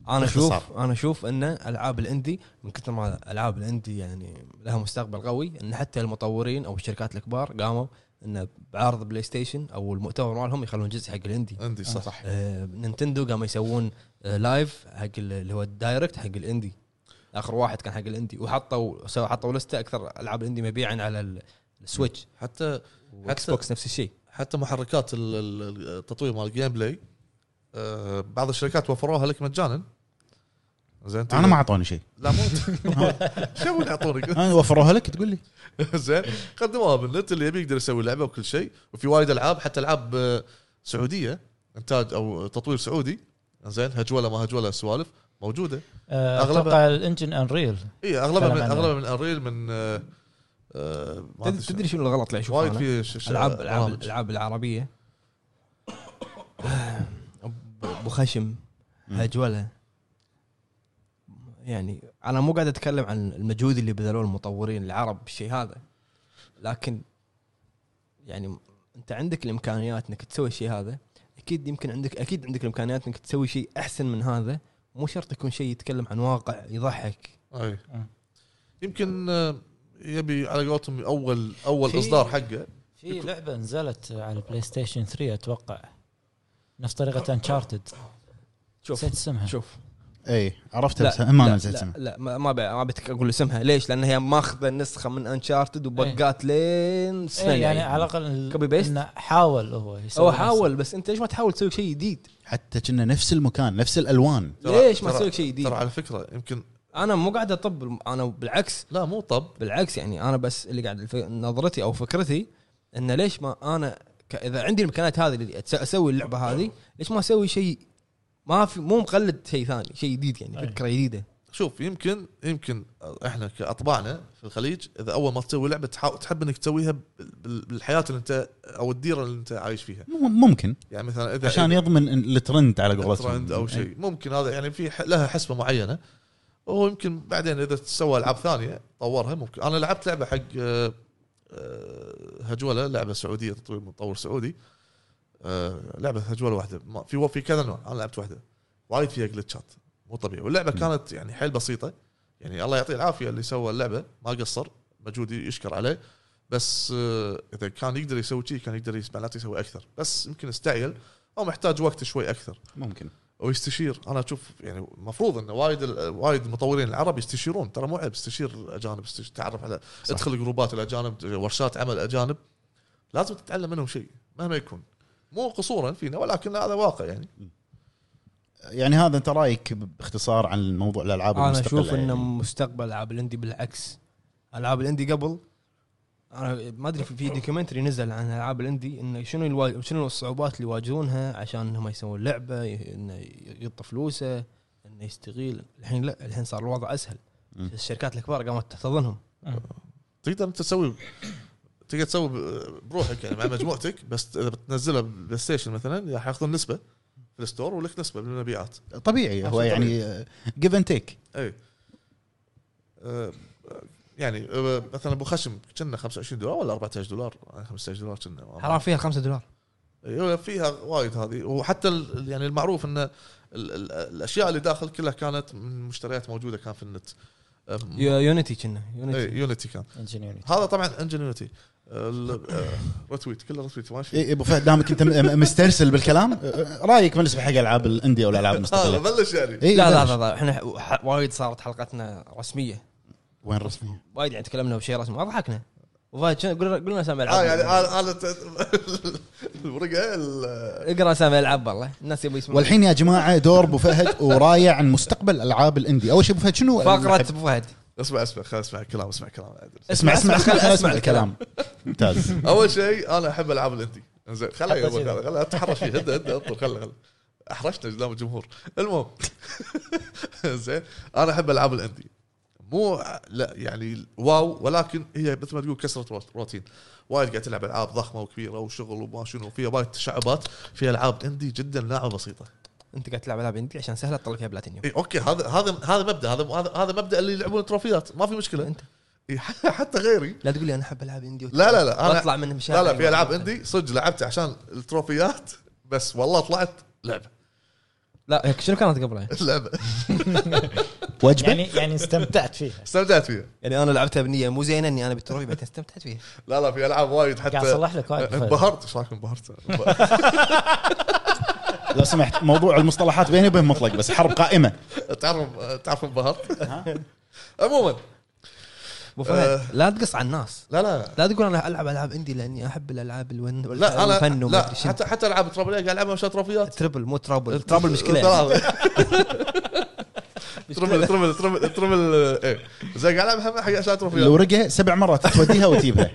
[SPEAKER 2] انا اشوف
[SPEAKER 3] باختصار.
[SPEAKER 2] انا اشوف ان العاب الاندي من كثر ما العاب الاندي يعني لها مستقبل قوي ان حتى المطورين او الشركات الكبار قاموا ان بعرض بلاي ستيشن او المؤتمر مالهم يخلون جزء حق الاندي
[SPEAKER 1] عندي صح صح
[SPEAKER 2] آه، نينتندو قاموا يسوون آه، لايف حق ال- اللي هو الدايركت حق الاندي اخر واحد كان حق الاندي وحطوا سو حطوا لسته اكثر العاب الاندي مبيعا على ال- السويتش
[SPEAKER 1] حتى
[SPEAKER 2] واكس بوكس نفس الشيء
[SPEAKER 1] حتى محركات ال- ال- التطوير مال الجيم بلاي آه، بعض الشركات وفروها لك مجانا زين
[SPEAKER 3] انا ما اعطوني شيء
[SPEAKER 1] لا مو شو يعطونك
[SPEAKER 3] انا وفروها لك تقول لي
[SPEAKER 1] زين قدموها بالنت اللي يبي يقدر يسوي لعبه وكل شيء وفي وايد العاب حتى العاب آه، سعوديه انتاج او تطوير سعودي زين هجوله ما هجوله سوالف موجوده
[SPEAKER 4] آه،
[SPEAKER 1] أغلبها-
[SPEAKER 4] اتوقع الانجن انريل
[SPEAKER 1] اي اغلبها من
[SPEAKER 4] كلام عنها.
[SPEAKER 1] اغلبها من انريل من آه، آه، ما
[SPEAKER 2] تد-
[SPEAKER 1] أدري
[SPEAKER 2] تدري شنو الغلط اللي
[SPEAKER 1] شو-
[SPEAKER 2] اشوفه
[SPEAKER 1] وايد
[SPEAKER 2] أنا؟
[SPEAKER 1] في ش- ش-
[SPEAKER 2] العاب العاب
[SPEAKER 1] برامج.
[SPEAKER 2] العاب العربيه ابو خشم هجوله يعني انا مو قاعد اتكلم عن المجهود اللي بذلوه المطورين العرب بالشيء هذا لكن يعني انت عندك الامكانيات انك تسوي الشيء هذا اكيد يمكن عندك اكيد عندك الامكانيات انك تسوي شيء احسن من هذا مو شرط يكون شيء يتكلم عن واقع يضحك
[SPEAKER 1] أي.
[SPEAKER 4] آه.
[SPEAKER 1] يمكن آه، يبي على قولتهم اول اول
[SPEAKER 4] في-
[SPEAKER 1] اصدار حقه
[SPEAKER 4] في لعبه نزلت على البلاي ستيشن 3 اتوقع نفس طريقه
[SPEAKER 1] أه.
[SPEAKER 4] انشارتد
[SPEAKER 2] شوف
[SPEAKER 4] نسيت اسمها
[SPEAKER 2] شوف
[SPEAKER 3] اي عرفتها
[SPEAKER 2] لا،
[SPEAKER 3] إيه، بس ما
[SPEAKER 2] لا،
[SPEAKER 3] نزلت
[SPEAKER 2] لا,
[SPEAKER 3] اسمها
[SPEAKER 2] لا ما ما بي- ما بتك اقول اسمها ليش؟ لان هي ماخذه نسخه من انشارتد وبقات لين سنه
[SPEAKER 4] إيه يعني على الاقل ال-
[SPEAKER 2] Copy paste؟
[SPEAKER 4] إنه حاول هو يسوي
[SPEAKER 2] هو
[SPEAKER 4] نفس-
[SPEAKER 2] حاول بس انت ليش ما تحاول تسوي شيء جديد؟
[SPEAKER 3] حتى كنا نفس المكان نفس الالوان
[SPEAKER 1] ترى-
[SPEAKER 2] ليش ما
[SPEAKER 1] ترى-
[SPEAKER 2] تسوي شيء جديد؟
[SPEAKER 1] ترى على فكره يمكن
[SPEAKER 2] انا مو قاعد اطب انا بالعكس
[SPEAKER 1] لا مو طب
[SPEAKER 2] بالعكس يعني انا بس اللي قاعد الف- نظرتي او فكرتي انه ليش ما انا ك... اذا عندي الامكانيات هذه اللي أتس- اسوي اللعبه هذه ليش ما اسوي شيء ما في مو مقلد شيء ثاني شيء جديد يعني
[SPEAKER 4] أي.
[SPEAKER 2] فكره جديده
[SPEAKER 1] شوف يمكن يمكن احنا كاطباعنا في الخليج اذا اول ما تسوي لعبه تحا- تحب انك تسويها بال- بال- بالحياه اللي انت او الديره اللي انت عايش فيها
[SPEAKER 3] مم- ممكن
[SPEAKER 1] يعني مثلا اذا
[SPEAKER 3] عشان يضمن إن الترند على قولتهم إيه،
[SPEAKER 1] ترند او شيء ممكن هذا يعني في ح- لها حسبه معينه ويمكن بعدين اذا تسوى العاب ثانيه طورها ممكن انا لعبت لعبه حق آه، آه، هجوله لعبه سعوديه تطوير مطور سعودي آه، لعبه هجوله واحده ما- في في كذا نوع انا لعبت واحده وايد فيها جلتشات مو طبيعي واللعبه كانت يعني حيل بسيطه يعني الله يعطيه العافيه اللي سوى اللعبه ما قصر مجهودي يشكر عليه بس آه، اذا كان يقدر يسوي شيء كان يقدر يس- معناته يسوي اكثر بس يمكن استعجل او محتاج وقت شوي اكثر
[SPEAKER 3] ممكن
[SPEAKER 1] ويستشير انا اشوف يعني المفروض انه وايد وايد المطورين العرب يستشيرون ترى مو عيب استشير اجانب استشير تعرف على
[SPEAKER 3] صح.
[SPEAKER 1] ادخل جروبات الاجانب ورشات عمل اجانب لازم تتعلم منهم شيء مهما يكون مو قصورا فينا ولكن هذا واقع يعني
[SPEAKER 3] يعني هذا انت رايك باختصار عن موضوع الالعاب
[SPEAKER 2] انا
[SPEAKER 3] المستقلة
[SPEAKER 2] اشوف
[SPEAKER 3] يعني.
[SPEAKER 2] ان مستقبل العاب الاندي بالعكس العاب الاندي قبل انا ما ادري في- في دوكيومنتري نزل عن العاب الاندي انه شنو الوا... شنو الصعوبات اللي يواجهونها عشان انهم يسوون لعبه ي- انه يقط فلوسه انه يستغل الحين لا الحين صار الوضع اسهل
[SPEAKER 3] مم.
[SPEAKER 2] الشركات الكبار قامت تحتضنهم
[SPEAKER 1] تقدر انت تسوي تقدر تسوي ب- بروحك يعني مع مجموعتك بس اذا بتنزلها بلاي ستيشن مثلا راح ياخذون نسبه في الستور ولك نسبه من المبيعات
[SPEAKER 3] طبيعي هو
[SPEAKER 1] طبيعي.
[SPEAKER 3] يعني جيف اند تيك
[SPEAKER 1] اي آه، إيه. يعني آه، مثلا ابو خشم كنا 25 دولار ولا 14 دولار 15 دولار كنا
[SPEAKER 2] حرام فيها 5 دولار
[SPEAKER 1] ايوه فيها وايد هذه وحتى ال- يعني المعروف ان ال- ال- الاشياء اللي داخل كلها كانت من مشتريات موجوده كان في النت أم-
[SPEAKER 2] يونيتي كنا
[SPEAKER 1] إيه،
[SPEAKER 2] يونيتي
[SPEAKER 1] يونيتي كان
[SPEAKER 4] انجنيونيتي
[SPEAKER 1] هذا طبعا انجنيوتي رتويت أه، كله رتويت ماشي
[SPEAKER 3] إيه، ابو فهد دامك انت م- م- مسترسل بالكلام آه، رايك بالنسبه حق العاب الانديه والالعاب
[SPEAKER 1] هذا
[SPEAKER 3] المستقله
[SPEAKER 1] بلش يعني
[SPEAKER 3] إيه،
[SPEAKER 2] لا لا
[SPEAKER 3] بلش.
[SPEAKER 2] لا لا احنا ح- وايد صارت حلقتنا رسميه
[SPEAKER 3] وين رسمي
[SPEAKER 2] وايد يعني تكلمنا بشيء رسمي ضحكنا وفايد شنو- قلنا قلنا اسامي العاب
[SPEAKER 1] اه
[SPEAKER 3] آه،
[SPEAKER 1] يعني آه، انا أنا ت- الورقه ال-
[SPEAKER 2] اقرا اسامي العاب والله الناس يبوا يسمعون
[SPEAKER 3] والحين يا جماعه دور ابو فهد ورايه عن مستقبل العاب الاندي اول شيء ابو فهد شنو
[SPEAKER 2] فقره ابو فهد
[SPEAKER 1] اسمع اسمع خل اسمع الكلام اسمع الكلام
[SPEAKER 3] اسمع اسمع
[SPEAKER 2] اسمع-
[SPEAKER 3] اسمع
[SPEAKER 2] اسمع
[SPEAKER 3] اسمع الكلام ممتاز
[SPEAKER 1] اول شيء انا احب العاب الاندي زين خلها يا
[SPEAKER 2] حبيت
[SPEAKER 1] أبو- خلها اتحرش فيه هد هد اطول خلها خلها احرشنا قدام الجمهور المهم زين انا احب العاب الاندي مو لا يعني واو ولكن هي مثل ما تقول كسرت روت- روتين وايد قاعد تلعب العاب ضخمه وكبيره وشغل وما شنو فيها وايد تشعبات في العاب اندي جدا لعبه بسيطه
[SPEAKER 2] انت قاعد تلعب العاب اندي عشان سهله تطلع فيها بلاتينيوم
[SPEAKER 1] اي اوكي هذا هذا هذا مبدا هذا هذا- هذا مبدا اللي يلعبون التروفيات ما في مشكله
[SPEAKER 2] انت
[SPEAKER 1] إي، حتى غيري
[SPEAKER 2] لا تقول لي انا احب العاب اندي
[SPEAKER 1] لا لا لا انا
[SPEAKER 2] اطلع من مشاعر
[SPEAKER 1] لا لا في العاب عندي صدق لعبت عشان التروفيات بس والله طلعت لعبه
[SPEAKER 2] لا هيك شنو كانت قبلها؟
[SPEAKER 1] لعبه
[SPEAKER 3] وجبه
[SPEAKER 4] يعني يعني استمتعت فيها
[SPEAKER 1] استمتعت فيها
[SPEAKER 2] يعني انا لعبتها بنيه مو زينه اني انا بالتروفي بعدين استمتعت فيها
[SPEAKER 1] لا لا في العاب وايد
[SPEAKER 4] قاعد
[SPEAKER 1] حتى
[SPEAKER 4] اصلح لك وايد فهد.
[SPEAKER 1] انبهرت ايش رايك انبهرت؟
[SPEAKER 3] لو سمحت موضوع المصطلحات بيني وبين مطلق بس حرب قائمه
[SPEAKER 1] تعرف تعرف انبهرت؟ عموما
[SPEAKER 2] ابو
[SPEAKER 1] آه.
[SPEAKER 2] فهد لا تقص على الناس
[SPEAKER 1] لا لا
[SPEAKER 2] لا تقول انا العب العاب اندي لاني احب الالعاب الون
[SPEAKER 1] لا انا
[SPEAKER 2] الفن وما
[SPEAKER 1] لا
[SPEAKER 2] أدري شنو.
[SPEAKER 1] حتى إيه، حتى العاب التروفي قاعد العبها عشان تروفيات
[SPEAKER 2] تربل مو ترابل ترابل مشكله يعني.
[SPEAKER 1] ترابل تربل
[SPEAKER 2] مشكلة.
[SPEAKER 1] تربل تربل تربل ايه زين قاعد العبها حق عشان تروفيات
[SPEAKER 3] الورقه سبع مرات توديها وتجيبها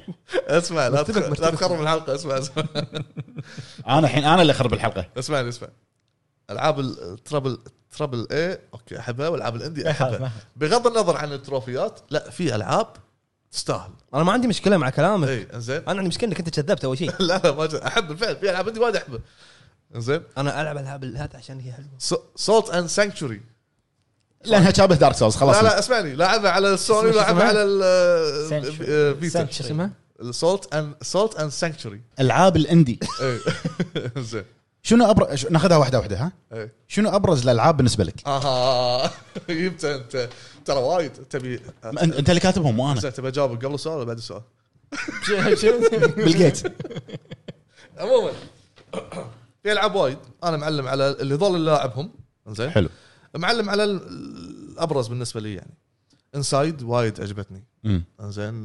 [SPEAKER 1] اسمع لا تخ-
[SPEAKER 2] مرتبك- مرتبك.
[SPEAKER 1] لا تخرب الحلقه اسمع اسمع
[SPEAKER 3] انا الحين انا اللي اخرب الحلقه
[SPEAKER 1] اسمعني اسمع العاب التربل تربل اي اوكي احبها والعاب الاندي
[SPEAKER 4] ما يخالف، ما
[SPEAKER 1] احبها
[SPEAKER 4] يخالف.
[SPEAKER 1] بغض النظر عن التروفيات لا في العاب تستاهل
[SPEAKER 2] انا ما عندي مشكله مع كلامك
[SPEAKER 1] اي انزين
[SPEAKER 2] انا عندي مشكله انك انت كذبت اول شيء
[SPEAKER 1] لا لا ما ج- احب بالفعل في العاب اندي وايد احبها انزين
[SPEAKER 2] انا العب العاب هذا عشان هي حلوه
[SPEAKER 1] سولت اند سانكتوري
[SPEAKER 3] لانها شابه دارك سولز خلاص
[SPEAKER 1] لا لا اسمعني لعبها على السوني
[SPEAKER 2] اسمه شو
[SPEAKER 1] لعبها
[SPEAKER 2] اسمها؟
[SPEAKER 1] على آه،
[SPEAKER 4] Sanctuary.
[SPEAKER 1] الفيتا
[SPEAKER 4] Sanctuary.
[SPEAKER 2] شو اسمها؟
[SPEAKER 1] سولت اند سولت اند سانكتوري
[SPEAKER 3] العاب الاندي
[SPEAKER 1] إيه. انزين
[SPEAKER 3] شنو ابرز ناخذها واحده واحده ها
[SPEAKER 1] إي.
[SPEAKER 3] شنو ابرز الالعاب بالنسبه لك؟
[SPEAKER 1] اها جبت انت ترى وايد تبي
[SPEAKER 3] ما أن- انت اللي كاتبهم مو انا
[SPEAKER 1] زين تبي اجاوبك قبل السؤال ولا بعد السؤال؟
[SPEAKER 3] بيل جيتس
[SPEAKER 1] عموما في العاب وايد انا معلم على اللي ظل اللي لاعبهم زين
[SPEAKER 3] حلو
[SPEAKER 1] معلم على ال- الابرز بالنسبه لي يعني انسايد وايد عجبتني
[SPEAKER 3] مم.
[SPEAKER 1] زين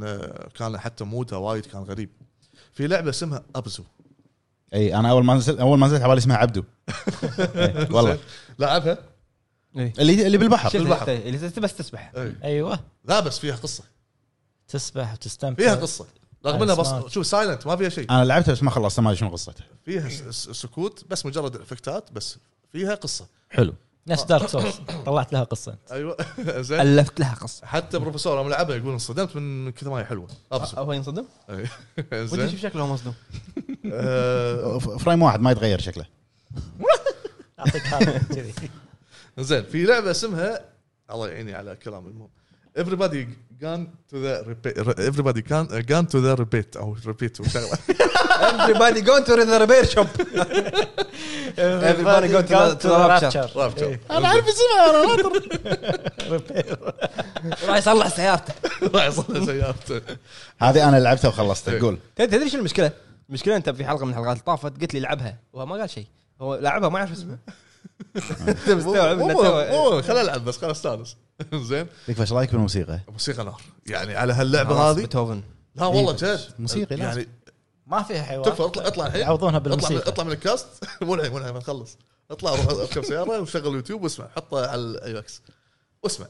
[SPEAKER 1] كان حتى مودها وايد كان غريب في لعبه اسمها ابزو
[SPEAKER 3] اي انا اول ما نزلت اول ما نزلت على بالي اسمها عبدو إي، والله
[SPEAKER 1] زين، لعبها
[SPEAKER 2] إيه.
[SPEAKER 3] اللي اللي بالبحر
[SPEAKER 1] بالبحر.
[SPEAKER 2] اللي طيب، تبي بس تسبح
[SPEAKER 1] إي.
[SPEAKER 4] ايوه
[SPEAKER 1] لا بس فيها قصه
[SPEAKER 4] تسبح وتستمتع
[SPEAKER 1] فيها قصه رغم انها بس
[SPEAKER 4] سمعت.
[SPEAKER 1] شوف سايلنت ما فيها شيء
[SPEAKER 3] انا لعبتها بس ما خلصتها ما ادري شنو قصتها
[SPEAKER 1] فيها س- س- سكوت بس مجرد افكتات بس فيها قصه
[SPEAKER 3] حلو
[SPEAKER 4] نفس دارك سولز طلعت لها قصه انت
[SPEAKER 1] ايوه زين
[SPEAKER 2] الفت لها قصه
[SPEAKER 1] حتى بروفيسور لما لعبها يقول انصدمت من كثر ما هي حلوه ابزو
[SPEAKER 2] هو ينصدم؟
[SPEAKER 1] إي.
[SPEAKER 2] ودي
[SPEAKER 1] زين
[SPEAKER 2] اشوف شكله هو مصدوم
[SPEAKER 1] آه،
[SPEAKER 3] ف- فريم واحد ما يتغير شكله
[SPEAKER 4] اعطيك هذا كذي
[SPEAKER 1] زين في لعبه اسمها الله يعيني على كلام المهم everybody gone to the repeat everybody can gone to the repeat او repeat وشغله
[SPEAKER 2] everybody going to the repair shop Everybody go to the- to the rapture.
[SPEAKER 1] رابطه
[SPEAKER 3] انا اعرف اسمها
[SPEAKER 2] راح يصلح سيارته
[SPEAKER 1] راح يصلح سيارته
[SPEAKER 3] هذه انا لعبتها وخلصتها
[SPEAKER 1] إي.
[SPEAKER 3] قول
[SPEAKER 2] تدري تدري شنو المشكله؟ المشكله انت في حلقه من الحلقات اللي طافت قلت لي لعبها وهو ما قال شيء هو لعبها ما يعرف اسمها انت مستوعب
[SPEAKER 1] مو
[SPEAKER 2] انه تو-
[SPEAKER 1] مو خلينا نلعب بس خلينا استانس زين
[SPEAKER 3] ليك ايش رايك بالموسيقى؟
[SPEAKER 1] موسيقى نار يعني على هاللعبه
[SPEAKER 2] خلاص، إيه،
[SPEAKER 1] هذه
[SPEAKER 2] بيتهوفن
[SPEAKER 1] لا والله جد
[SPEAKER 3] موسيقي لازم.
[SPEAKER 1] يعني
[SPEAKER 4] ما فيها حيوان
[SPEAKER 1] تكفى اطلع اطلع الحين
[SPEAKER 4] يعوضونها
[SPEAKER 1] اطلع من
[SPEAKER 4] بالموسيقى
[SPEAKER 1] اطلع من الكاست مو الحين مو الحين ما نخلص اطلع روح اركب سياره وشغل يوتيوب واسمع حطه على الاي اكس واسمع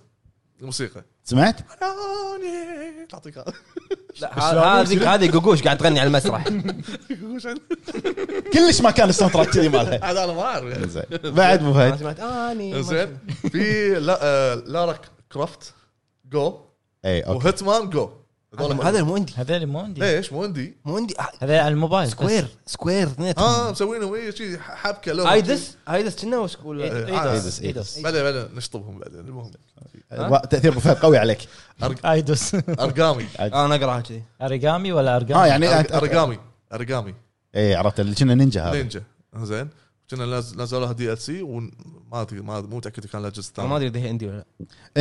[SPEAKER 1] الموسيقى
[SPEAKER 3] سمعت؟
[SPEAKER 1] تعطيك
[SPEAKER 2] لا ه- هذيك هذه قوقوش قاعد تغني على المسرح
[SPEAKER 3] كلش ما كان الساوند تراك كذي مالها
[SPEAKER 1] هذا انا ما اعرف يعني.
[SPEAKER 3] زين بعد ابو
[SPEAKER 2] أنا
[SPEAKER 3] فهد
[SPEAKER 2] سمعت اني ما
[SPEAKER 1] زين في لا آه، لارا كرافت جو
[SPEAKER 3] اي اوكي
[SPEAKER 1] وهيتمان جو هذول
[SPEAKER 2] هذا مو عندي
[SPEAKER 4] هذول مو
[SPEAKER 2] إيه.
[SPEAKER 4] عندي
[SPEAKER 1] ليش مو عندي
[SPEAKER 2] مو عندي آه،
[SPEAKER 4] هذول على الموبايل بس.
[SPEAKER 2] سكوير سكوير اثنيناتهم
[SPEAKER 1] اه مسوينهم اي شيء حبكه لهم
[SPEAKER 2] ايدس ايدس كنا وسكول
[SPEAKER 1] إيه، عادي.
[SPEAKER 4] ايدوس
[SPEAKER 2] آه.
[SPEAKER 4] ايدوس
[SPEAKER 1] بعدين بعدين نشطبهم بعدين المهم
[SPEAKER 3] وا- تاثير ابو فهد قوي عليك
[SPEAKER 4] ايدوس
[SPEAKER 1] ارقامي
[SPEAKER 2] انا اقراها آه، كذي
[SPEAKER 4] اريجامي ولا
[SPEAKER 2] آه،
[SPEAKER 3] اه
[SPEAKER 4] ارقام
[SPEAKER 3] يعني
[SPEAKER 1] ارقامي ارقامي
[SPEAKER 3] اي عرفت اللي كنا نينجا هذا
[SPEAKER 1] نينجا زين كنا نز- نزلوها دي ال سي وما ادري ما مو متاكد كان لها جزء
[SPEAKER 2] أنا ما
[SPEAKER 1] ثاني
[SPEAKER 2] ادري اذا هي عندي ولا لا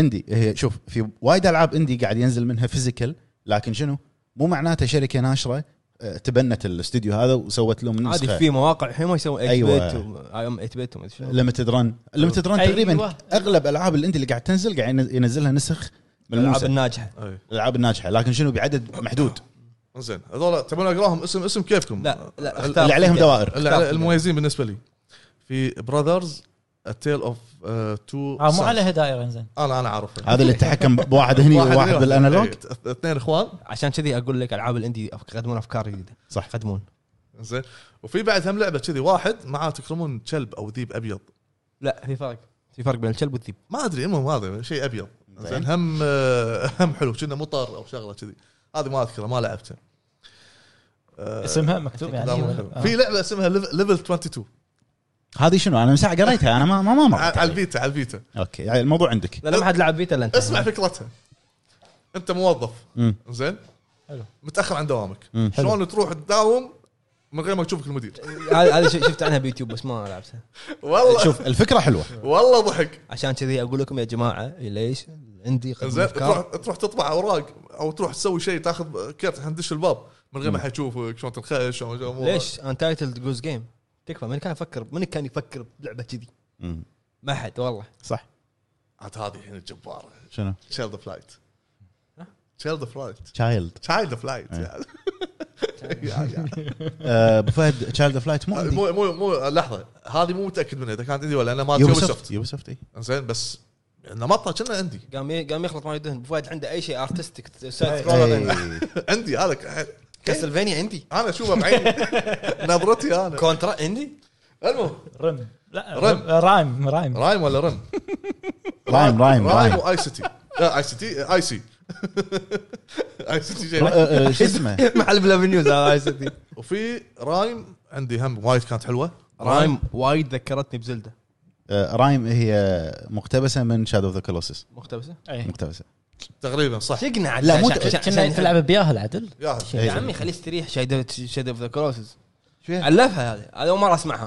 [SPEAKER 3] اندي هي شوف في وايد العاب اندي قاعد ينزل منها فيزيكال لكن شنو مو معناته شركه ناشره آه، تبنت الاستوديو هذا وسوت له من
[SPEAKER 2] عادي
[SPEAKER 3] نسخه
[SPEAKER 2] في مواقع الحين ما يسوون 8
[SPEAKER 3] أيوة.
[SPEAKER 2] بت و 8 بت وما ادري شنو.
[SPEAKER 3] ليمتد رن ليمتد رن تقريبا
[SPEAKER 4] أيوة.
[SPEAKER 3] اغلب العاب الاندي اللي قاعد تنزل قاعد ينز- ينزلها نسخ
[SPEAKER 2] الالعاب
[SPEAKER 3] ملموسه
[SPEAKER 2] الناجحه
[SPEAKER 1] اي
[SPEAKER 3] الالعاب الناجحه لكن شنو بعدد محدود
[SPEAKER 1] إيه. زين هذول تبون اقراهم اسم اسم كيفكم
[SPEAKER 2] لا لا اختار
[SPEAKER 3] آه، اللي عليهم دوائر
[SPEAKER 1] اللي
[SPEAKER 2] اختار
[SPEAKER 1] على-
[SPEAKER 2] كذا.
[SPEAKER 1] المميزين بالنسبه لي في براذرز تيل اوف تو
[SPEAKER 2] آه،
[SPEAKER 4] اه مو عليها دائره زين
[SPEAKER 1] انا انا عارفه
[SPEAKER 3] هذا اللي تحكم ب- بواحد هني وواحد بالانالوج
[SPEAKER 1] إيه، اثنين اخوان
[SPEAKER 2] عشان كذي اقول لك العاب الاندي يقدمون افكار جديده
[SPEAKER 3] صح
[SPEAKER 2] يقدمون
[SPEAKER 1] زين وفي بعد هم لعبه كذي واحد معاه تكرمون كلب او ذيب ابيض
[SPEAKER 2] لا في فرق في فرق بين الكلب والذيب
[SPEAKER 1] ما ادري المهم هذا شيء ابيض
[SPEAKER 3] زين.
[SPEAKER 1] زين هم آه، هم حلو كنا مطر او شغله كذي هذه ما اذكرها ما لعبتها آه،
[SPEAKER 4] اسمها مكتوب
[SPEAKER 1] لا،
[SPEAKER 4] يعني
[SPEAKER 1] مو
[SPEAKER 4] ولا-
[SPEAKER 1] حلو.
[SPEAKER 4] آه.
[SPEAKER 1] في لعبه اسمها ليفل 22
[SPEAKER 3] هذه شنو انا من ساعه قريتها انا ما ما ما مرت
[SPEAKER 1] على على
[SPEAKER 3] علي.
[SPEAKER 1] البيتا على البيتا
[SPEAKER 3] اوكي يعني الموضوع عندك
[SPEAKER 2] لا ما حد لعب بيتا الا انت
[SPEAKER 1] اسمع فكرتها انت موظف
[SPEAKER 3] مم.
[SPEAKER 1] زين
[SPEAKER 4] حلو.
[SPEAKER 1] متاخر عن دوامك
[SPEAKER 3] مم.
[SPEAKER 1] شلون تروح تداوم من غير ما يشوفك المدير
[SPEAKER 2] هذا هذا شفت عنها بيوتيوب بس ما لعبتها
[SPEAKER 1] والله
[SPEAKER 3] شوف الفكره حلوه
[SPEAKER 1] والله ضحك
[SPEAKER 2] عشان كذي اقول لكم يا جماعه ليش عندي يقدمون
[SPEAKER 1] زين تروح
[SPEAKER 2] افكار
[SPEAKER 1] تروح تطبع اوراق او تروح تسوي شيء تاخذ كرت عشان تدش الباب من غير ما حد يشوفك شلون تنخش شلون الأمور.
[SPEAKER 2] ليش انتايتلد جوز جيم تكفى من كان يفكر من كان يفكر بلعبه كذي
[SPEAKER 3] مم.
[SPEAKER 2] ما حد والله
[SPEAKER 3] صح
[SPEAKER 1] عاد هذه الحين الجباره
[SPEAKER 3] شنو
[SPEAKER 1] تشايلد فلايت تشايلد فلايت
[SPEAKER 3] تشايلد
[SPEAKER 1] تشايلد فلايت
[SPEAKER 3] إيه.
[SPEAKER 1] يعني
[SPEAKER 3] ابو آه، فهد تشايلد اوف لايت مو عندي
[SPEAKER 1] مو مو مو لحظه هذه مو متاكد منها اذا كانت عندي ولا انا ما
[SPEAKER 3] يوبي
[SPEAKER 1] Ubisoft.
[SPEAKER 3] سوفت يوبي سوفت اي
[SPEAKER 1] زين بس نمطها كنا عندي
[SPEAKER 2] قام ي- قام يخلط ما يدهن فهد عنده اي شيء ارتستيك
[SPEAKER 3] إيه.
[SPEAKER 1] عندي هذا ك-
[SPEAKER 2] كاسلفينيا عندي
[SPEAKER 1] انا اشوفه بعيني نظرتي انا
[SPEAKER 2] كونترا عندي
[SPEAKER 1] المهم
[SPEAKER 4] رم لا
[SPEAKER 1] رم.
[SPEAKER 4] رم رايم رايم
[SPEAKER 1] رايم ولا رم؟
[SPEAKER 3] رايم
[SPEAKER 1] رايم
[SPEAKER 3] رايم رايم
[SPEAKER 1] واي سيتي لا اي سيتي اي سي اي سيتي
[SPEAKER 3] را-
[SPEAKER 1] جاي
[SPEAKER 3] آه، آه، شو اسمه
[SPEAKER 2] محل بلافنيوز
[SPEAKER 3] آه،
[SPEAKER 2] هذا اي سي
[SPEAKER 1] وفي رايم عندي هم وايد كانت حلوه
[SPEAKER 2] رايم وايد ذكرتني بزلده
[SPEAKER 3] آه، رايم هي مقتبسه من شادو اوف ذا كولوسس
[SPEAKER 2] مقتبسه
[SPEAKER 4] أي.
[SPEAKER 3] مقتبسه
[SPEAKER 1] تقريبا صح
[SPEAKER 2] شقنا
[SPEAKER 3] لا، مو-
[SPEAKER 4] كنا تلعب بياهل عدل
[SPEAKER 1] يا أخي.
[SPEAKER 3] إيه.
[SPEAKER 2] يا عمي خليه يستريح شايد شايد اوف ذا كروسز
[SPEAKER 3] شو فيها؟
[SPEAKER 2] الفها هذه هذا اول مره اسمعها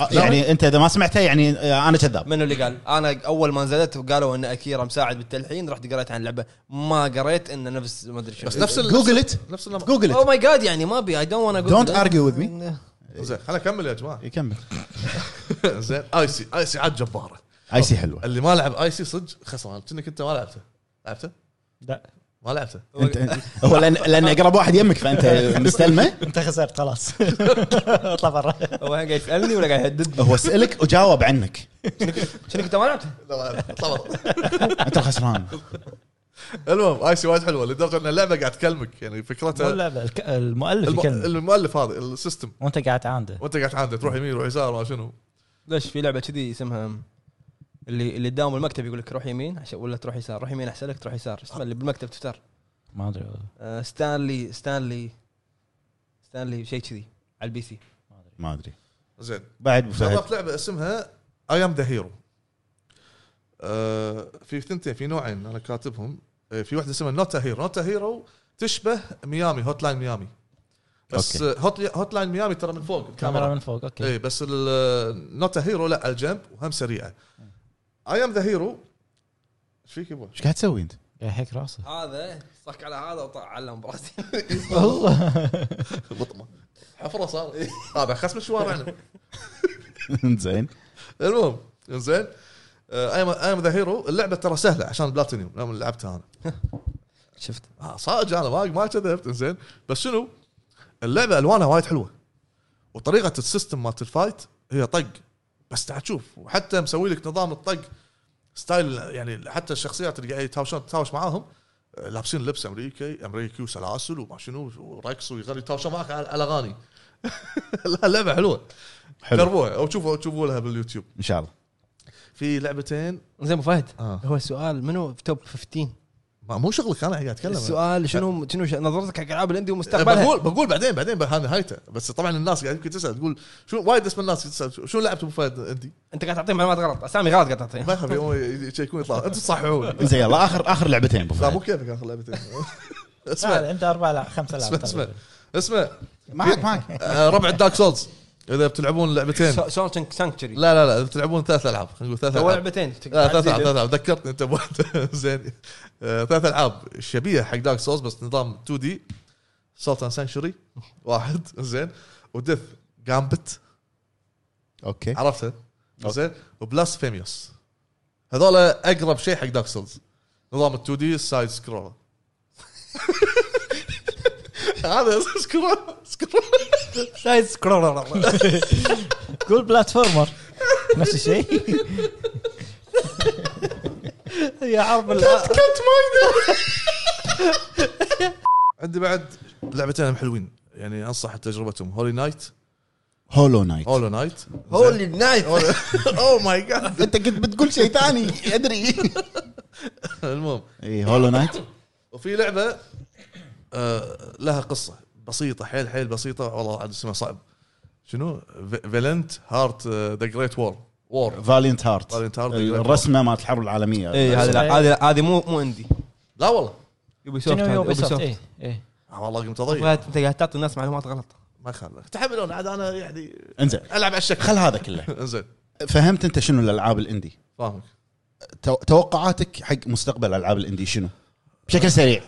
[SPEAKER 2] انا
[SPEAKER 3] آه، يعني انت اذا ما سمعتها يعني آه، انا كذاب
[SPEAKER 2] منو اللي قال؟ انا اول ما نزلت وقالوا ان اكيرا مساعد بالتلحين رحت قريت عن اللعبه ما قريت انه نفس ما ادري شنو
[SPEAKER 1] بس نفس ال-
[SPEAKER 3] جوجل ات
[SPEAKER 1] إيه. نفس النمط
[SPEAKER 3] جوجل
[SPEAKER 2] او
[SPEAKER 3] ات
[SPEAKER 2] ماي جاد يعني ما ابي اي دونت وانا
[SPEAKER 3] Don't argue with me.
[SPEAKER 1] آه، زين خليني اكمل يا جماعه
[SPEAKER 3] يكمل
[SPEAKER 1] زين اي سي اي سي عاد جباره
[SPEAKER 3] اي سي حلوه
[SPEAKER 1] اللي ما لعب اي سي صدق خسران كأنك انت ما لعبته لعبته؟
[SPEAKER 4] لا
[SPEAKER 1] ما لعبته
[SPEAKER 3] انت هو لان لان اقرب واحد يمك فانت مستلمه
[SPEAKER 4] انت خسرت خلاص اطلع برا
[SPEAKER 2] هو قاعد يسالني ولا قاعد يهددني
[SPEAKER 3] هو اسالك وجاوب عنك
[SPEAKER 2] شنو كنت ما لعبته؟
[SPEAKER 1] لا ما لعبته. طبعا
[SPEAKER 3] انت الخسران
[SPEAKER 1] المهم اي سي وايد حلوه لدرجه ان اللعبه قاعد تكلمك يعني
[SPEAKER 4] مو
[SPEAKER 1] فكرتها
[SPEAKER 4] اللعبه الك- المؤلف
[SPEAKER 1] الم-
[SPEAKER 4] يكلم
[SPEAKER 1] المؤلف هذا السيستم
[SPEAKER 4] وانت قاعد تعانده
[SPEAKER 1] وانت قاعد تعاند تروح يمين تروح يسار ما شنو
[SPEAKER 2] ليش في لعبه كذي اسمها اللي اللي داوم المكتب يقول لك روح يمين عشان ولا تروح يسار روح يمين احسن لك تروح يسار اسمها اللي بالمكتب تفتر
[SPEAKER 4] ما ادري
[SPEAKER 2] آه، ستانلي ستانلي ستانلي شيء كذي على البي سي
[SPEAKER 3] ما ادري
[SPEAKER 1] زين
[SPEAKER 3] بعد ابو فهد
[SPEAKER 1] جربت لعبه اسمها اي ام ذا هيرو آه، في ثنتين في نوعين انا كاتبهم آه، في واحده اسمها نوتا هيرو نوتا هيرو تشبه ميامي هوت لاين ميامي بس
[SPEAKER 3] أوكي.
[SPEAKER 1] آه، هوت هوت لاين ميامي ترى من فوق
[SPEAKER 4] كاميرا
[SPEAKER 1] الكاميرا
[SPEAKER 4] من فوق اوكي
[SPEAKER 1] اي بس النوتا هيرو لا على الجنب وهم سريعه اي ام ذا هيرو ايش فيك يبا؟
[SPEAKER 3] ايش قاعد تسوي انت؟
[SPEAKER 4] قاعد يحك راسه
[SPEAKER 2] هذا صك على هذا وطع علم براسي
[SPEAKER 4] والله
[SPEAKER 1] بطمه حفره صار هذا خصم شوارعنا
[SPEAKER 3] زين
[SPEAKER 1] المهم آه، زين اي ام ذا هيرو اللعبه ترى سهله عشان بلاتينيوم لما لعبتها انا
[SPEAKER 2] شفت
[SPEAKER 1] آه، صادق انا ما ما كذبت زين بس شنو اللعبه الوانها وايد حلوه وطريقه السيستم مالت الفايت هي طق بس تعال تشوف وحتى مسوي لك نظام الطق ستايل يعني حتى الشخصيات اللي قاعد يتهاوشون تتهاوش معاهم آه، لابسين لبس امريكي امريكي وسلاسل وما شنو ورقص ويغني يتهاوشون معك على على اغاني لا لعبه حلوه
[SPEAKER 3] حلو.
[SPEAKER 1] جربوها او شوفوا شوفوا لها باليوتيوب
[SPEAKER 3] ان شاء الله
[SPEAKER 1] في لعبتين
[SPEAKER 2] زين ابو فهد
[SPEAKER 1] آه.
[SPEAKER 2] هو السؤال منو في توب 15
[SPEAKER 1] ما مو شغلك انا قاعد اتكلم
[SPEAKER 2] السؤال شنو شنو ش- نظرتك حق العاب الاندي ومستقبلها
[SPEAKER 1] بقول بقول بعدين بعدين هذا نهايته بس طبعا الناس قاعد يمكن تسال تقول شو وايد اسم الناس تسال شو- شو لعبت ابو فهد انت؟
[SPEAKER 2] انت قاعد تعطيهم معلومات غلط اسامي غلط قاعد تعطيهم
[SPEAKER 1] ما يخاف يوم يشيكون يطلع انتم تصححون
[SPEAKER 3] زين يلا اخر اخر لعبتين ابو
[SPEAKER 1] لا
[SPEAKER 3] فهد
[SPEAKER 1] مو كيفك اخر لعبتين
[SPEAKER 4] لا،
[SPEAKER 1] اسمع
[SPEAKER 4] عنده اربع لا طيب. خمس العاب
[SPEAKER 1] اسمع اسمع
[SPEAKER 4] تقريباً.
[SPEAKER 1] اسمع
[SPEAKER 3] معك معك
[SPEAKER 1] آه، ربع الدارك سولز اذا بتلعبون لعبتين
[SPEAKER 2] سولتنج سانكتشري
[SPEAKER 1] لا لا لا اذا بتلعبون ثلاث العاب خلينا نقول ثلاث
[SPEAKER 2] تو
[SPEAKER 1] العاب
[SPEAKER 2] لعبتين
[SPEAKER 1] لا ثلاث العاب ثلاث العاب ذكرتني انت بواحده زين آه، ثلاث العاب شبيهه حق دارك سولز بس نظام 2 دي سلطان سانكشوري واحد زين وديث جامبت
[SPEAKER 3] اوكي
[SPEAKER 1] عرفتها زين وبلاس فيميوس هذول اقرب شيء حق دارك سولز نظام ال 2 دي سايد سكرول هذا سكرول سكرول
[SPEAKER 2] سايد سكرولر
[SPEAKER 4] قول بلاتفورمر نفس الشيء
[SPEAKER 2] يا عرب
[SPEAKER 1] عندي بعد لعبتين حلوين يعني انصح بتجربتهم هولي نايت
[SPEAKER 3] هولو نايت
[SPEAKER 1] هولو نايت
[SPEAKER 2] هولي نايت
[SPEAKER 1] اوه ماي جاد
[SPEAKER 3] انت كنت بتقول شيء ثاني إيه، ادري
[SPEAKER 1] المهم
[SPEAKER 3] اي هولو نايت
[SPEAKER 1] وفي لعبه آه لها قصه بسيطه حيل حيل بسيطه والله عاد اسمها صعب شنو فيلنت هارت ذا جريت وور وور
[SPEAKER 3] فالينت هارت
[SPEAKER 1] Valiant Heart. أيوة. إيه،
[SPEAKER 3] الرسمه مالت الحرب العالميه
[SPEAKER 2] اي إيه، هذه لا هذه هذه مو مو عندي
[SPEAKER 1] لا والله
[SPEAKER 2] يوبي سوفت
[SPEAKER 4] شنو إيه.
[SPEAKER 2] هذه،
[SPEAKER 4] يوبي
[SPEAKER 2] يوبي
[SPEAKER 4] سوفت
[SPEAKER 2] سوفت
[SPEAKER 4] اي اي
[SPEAKER 1] آه والله قمت اضيع
[SPEAKER 2] فهد، انت قاعد تعطي الناس معلومات غلط
[SPEAKER 1] ما يخالف تحملون عاد انا يعني
[SPEAKER 3] انزين
[SPEAKER 1] العب على الشكل
[SPEAKER 3] خل هذا كله
[SPEAKER 1] انزين
[SPEAKER 3] فهمت انت شنو الالعاب الاندي
[SPEAKER 1] فاهمك
[SPEAKER 3] تو- توقعاتك حق مستقبل الالعاب الاندي شنو بشكل سريع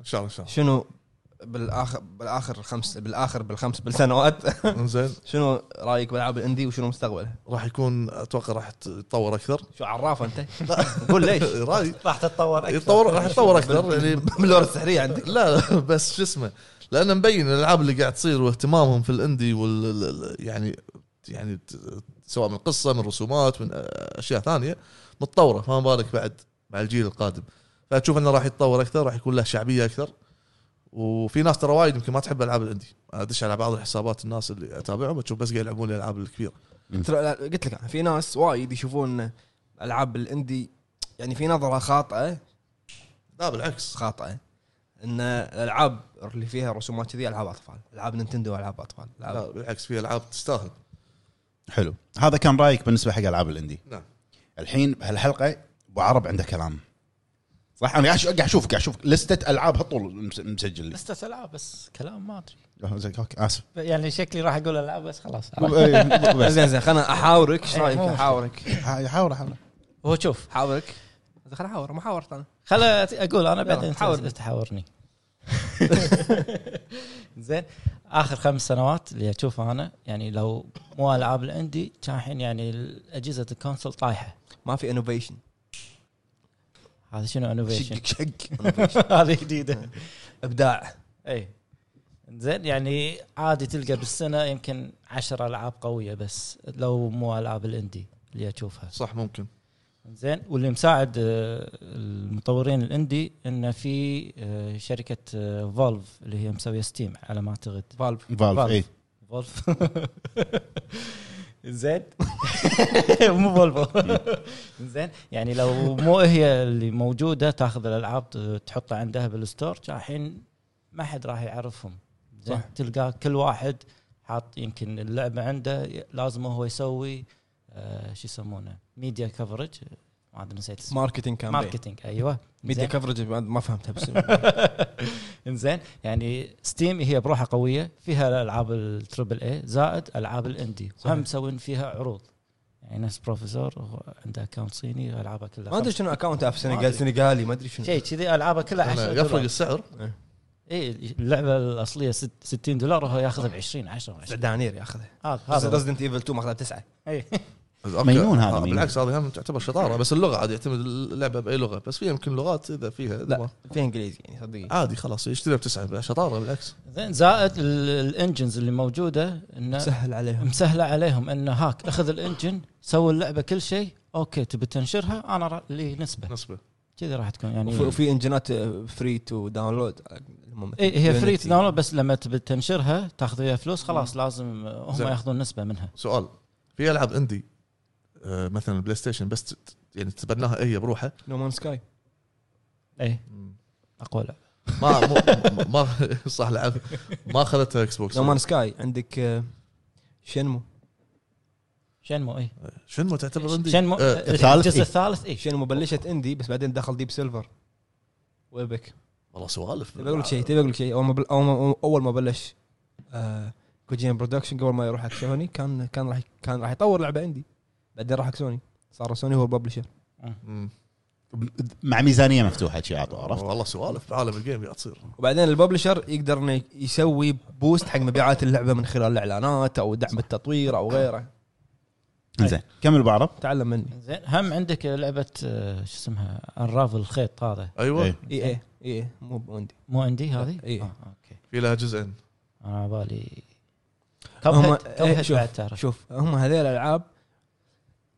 [SPEAKER 1] ان شاء الله ان شاء
[SPEAKER 2] شنو بالاخر بالاخر خمس بالاخر بالخمس بالسنوات
[SPEAKER 1] الله انزين
[SPEAKER 2] شنو رايك بالالعاب الاندي وشنو مستقبلها؟
[SPEAKER 1] راح يكون اتوقع راح تتطور اكثر
[SPEAKER 2] شو عراف انت؟ قول ليش؟
[SPEAKER 1] راي
[SPEAKER 4] راح تتطور اكثر
[SPEAKER 1] يتطور راح يتطور اكثر يعني
[SPEAKER 2] من الورا السحريه عندك
[SPEAKER 1] لا لا، بس شو اسمه لان مبين الالعاب اللي قاعد تصير واهتمامهم في الاندي وال ال- ال- يعني يعني ت- سواء من قصه من رسومات من آه، اشياء ثانيه متطوره فما بالك بعد مع الجيل القادم فاشوف انه راح يتطور اكثر راح يكون له شعبيه اكثر وفي ناس ترى وايد يمكن ما تحب العاب الاندي ادش على بعض الحسابات الناس اللي اتابعهم تشوف بس قاعد يلعبون الالعاب الكبيره
[SPEAKER 2] ترى لا، قلت لك أنا، في ناس وايد يشوفون العاب الاندي يعني في نظره خاطئه
[SPEAKER 1] لا بالعكس
[SPEAKER 2] خاطئه ان الالعاب اللي فيها رسومات كذي العاب اطفال العاب نينتندو العاب اطفال ألعاب-
[SPEAKER 1] لا بالعكس في العاب تستاهل
[SPEAKER 3] حلو هذا كان رايك بالنسبه حق العاب الاندي
[SPEAKER 1] نعم.
[SPEAKER 3] الحين بهالحلقه ابو عرب عنده كلام صح انا قاعد أش- قاعد اشوف قاعد اشوف لسته العاب هالطول مس- مسجل لي
[SPEAKER 4] لسته العاب بس كلام ما ادري
[SPEAKER 3] آه، زين، إيه، اوكي اسف
[SPEAKER 4] يعني شكلي راح اقول العاب بس خلاص
[SPEAKER 3] بس.
[SPEAKER 2] زين زين خلنا احاورك ايش
[SPEAKER 4] إيه،
[SPEAKER 2] رايك
[SPEAKER 4] مو مشكلة.
[SPEAKER 2] احاورك
[SPEAKER 3] ح- حاول حاول
[SPEAKER 4] هو شوف
[SPEAKER 2] احاورك زين خلنا احاور ما حاورت انا
[SPEAKER 4] خلا اقول
[SPEAKER 2] يلا،
[SPEAKER 4] انا بعدين
[SPEAKER 2] حاورني.
[SPEAKER 4] تحاورني تحاورني زين اخر خمس سنوات اللي اشوفها انا يعني لو مو العاب الاندي كان الحين يعني اجهزه الكونسول طايحه
[SPEAKER 2] ما في انوفيشن
[SPEAKER 4] هذا شنو انوفيشن
[SPEAKER 2] شق شق
[SPEAKER 4] هذه جديده
[SPEAKER 2] ابداع
[SPEAKER 4] اي زين يعني عادي تلقى بالسنه يمكن عشر العاب قويه بس لو مو العاب الاندي اللي اشوفها
[SPEAKER 1] صح ممكن
[SPEAKER 4] زين واللي مساعد آه، المطورين الاندي انه في آه، شركه فولف اللي هي مسويه ستيم على ما اعتقد
[SPEAKER 2] فالف
[SPEAKER 3] فالف
[SPEAKER 4] Valve.
[SPEAKER 3] اي
[SPEAKER 4] فولف زين مو فولفو زين يعني لو مو هي اللي موجوده تاخذ الالعاب ت- تحطها عندها بالستور كان الحين ما حد راح يعرفهم زين
[SPEAKER 2] صح.
[SPEAKER 4] تلقى كل واحد حاط يمكن اللعبه عنده ي- لازم هو يسوي آه، شو يسمونه ميديا كفرج ما ادري نسيت اسمه
[SPEAKER 2] ماركتنج كامبين
[SPEAKER 4] ماركتينج ايوه
[SPEAKER 2] ميديا
[SPEAKER 4] زين.
[SPEAKER 2] كفرج ما- ما فهمتها بس
[SPEAKER 4] انزين يعني ستيم هي بروحها قويه فيها العاب التربل اي زائد العاب الاندي
[SPEAKER 2] صحيح.
[SPEAKER 4] هم مسوين فيها عروض يعني نفس بروفيسور هو عنده اكونت صيني العابه كلها
[SPEAKER 2] ما ادري شنو اكونت اب
[SPEAKER 4] ما أدري.
[SPEAKER 2] سنغال سنغالي ما ادري شنو
[SPEAKER 4] شيء كذي العابه كلها 10
[SPEAKER 1] يفرق
[SPEAKER 4] دولار
[SPEAKER 1] السعر
[SPEAKER 4] اي اللعبه الاصليه ست- 60 دولار وهو ياخذها ب 20 10 20
[SPEAKER 2] دنانير ياخذها
[SPEAKER 4] هذا هذا إيه.
[SPEAKER 2] ريزدنت ايفل 2 ماخذها بتسعه
[SPEAKER 4] إي.
[SPEAKER 1] أوكي.
[SPEAKER 3] مينون هذا
[SPEAKER 1] آه،
[SPEAKER 3] مينون.
[SPEAKER 1] بالعكس هذه هم تعتبر شطاره بس اللغه عاد يعتمد اللعبه باي لغه بس في يمكن لغات اذا فيها إذا
[SPEAKER 2] لا
[SPEAKER 1] ما-
[SPEAKER 2] في انجليزي يعني صدقني
[SPEAKER 1] عادي خلاص يشتريها بتسعه شطاره بالعكس
[SPEAKER 4] زين زائد ال- الانجنز اللي موجوده انه
[SPEAKER 2] سهل عليهم
[SPEAKER 4] مسهله عليهم انه هاك اخذ الانجن سوي اللعبه كل شيء اوكي تبي تنشرها انا را- لي نسبه
[SPEAKER 1] نسبه
[SPEAKER 4] كذي راح تكون يعني
[SPEAKER 2] نعم. وفي- آه، وفي انجنات فري تو داونلود
[SPEAKER 4] اي إيه، هي فري تداونلود بس لما تبي تنشرها تاخذ وياها فلوس خلاص لازم هم
[SPEAKER 1] زين.
[SPEAKER 4] ياخذون نسبه منها
[SPEAKER 1] سؤال في العاب اندي آه، مثلا البلاي ستيشن بس ت- يعني تبناها هي بروحها
[SPEAKER 2] نو مان سكاي
[SPEAKER 4] اي اقوى لعبه
[SPEAKER 1] ما مو- ما صح لعب ما اخذتها اكس بوكس
[SPEAKER 2] لو مان سكاي عندك آه، شنمو
[SPEAKER 4] شنمو اي
[SPEAKER 1] شنو تعتبر عندي؟
[SPEAKER 4] شنمو
[SPEAKER 1] آه،
[SPEAKER 3] الثالث
[SPEAKER 4] الجزء
[SPEAKER 3] إيه.
[SPEAKER 4] الثالث اي
[SPEAKER 2] شنمو بلشت اندي بس بعدين دخل ديب سيلفر ويبك
[SPEAKER 1] والله سوالف
[SPEAKER 2] تبي اقول لك شيء تبي اقول لك شيء اول ما بل- أول ما- اول ما بلش آه، كوجيما برودكشن قبل ما يروح حق سوني كان كان راح كان راح يطور لعبه اندي بعدين راح حق سوني صار سوني هو الببلشر
[SPEAKER 1] مم.
[SPEAKER 3] مع ميزانيه مفتوحه شي عطوا عرفت
[SPEAKER 1] والله سوالف بعالم الجيم قاعد تصير
[SPEAKER 2] وبعدين الببلشر يقدر انه يسوي بوست حق مبيعات اللعبه من خلال الاعلانات او دعم التطوير او غيره
[SPEAKER 3] زين كمل بعرب
[SPEAKER 2] تعلم مني
[SPEAKER 4] زين هم عندك لعبه آه، شو اسمها انراف الخيط هذا
[SPEAKER 1] ايوه
[SPEAKER 3] إيه.
[SPEAKER 2] اي اي اي مو بوندي
[SPEAKER 4] مو عندي هذه؟
[SPEAKER 2] إيه.
[SPEAKER 4] آه، اوكي
[SPEAKER 1] في لها جزئين
[SPEAKER 4] انا على بالي
[SPEAKER 2] هم-
[SPEAKER 4] كم
[SPEAKER 2] إيه،
[SPEAKER 4] كم
[SPEAKER 2] شوف.
[SPEAKER 4] بعد تعرف
[SPEAKER 2] شوف هم هذيل الالعاب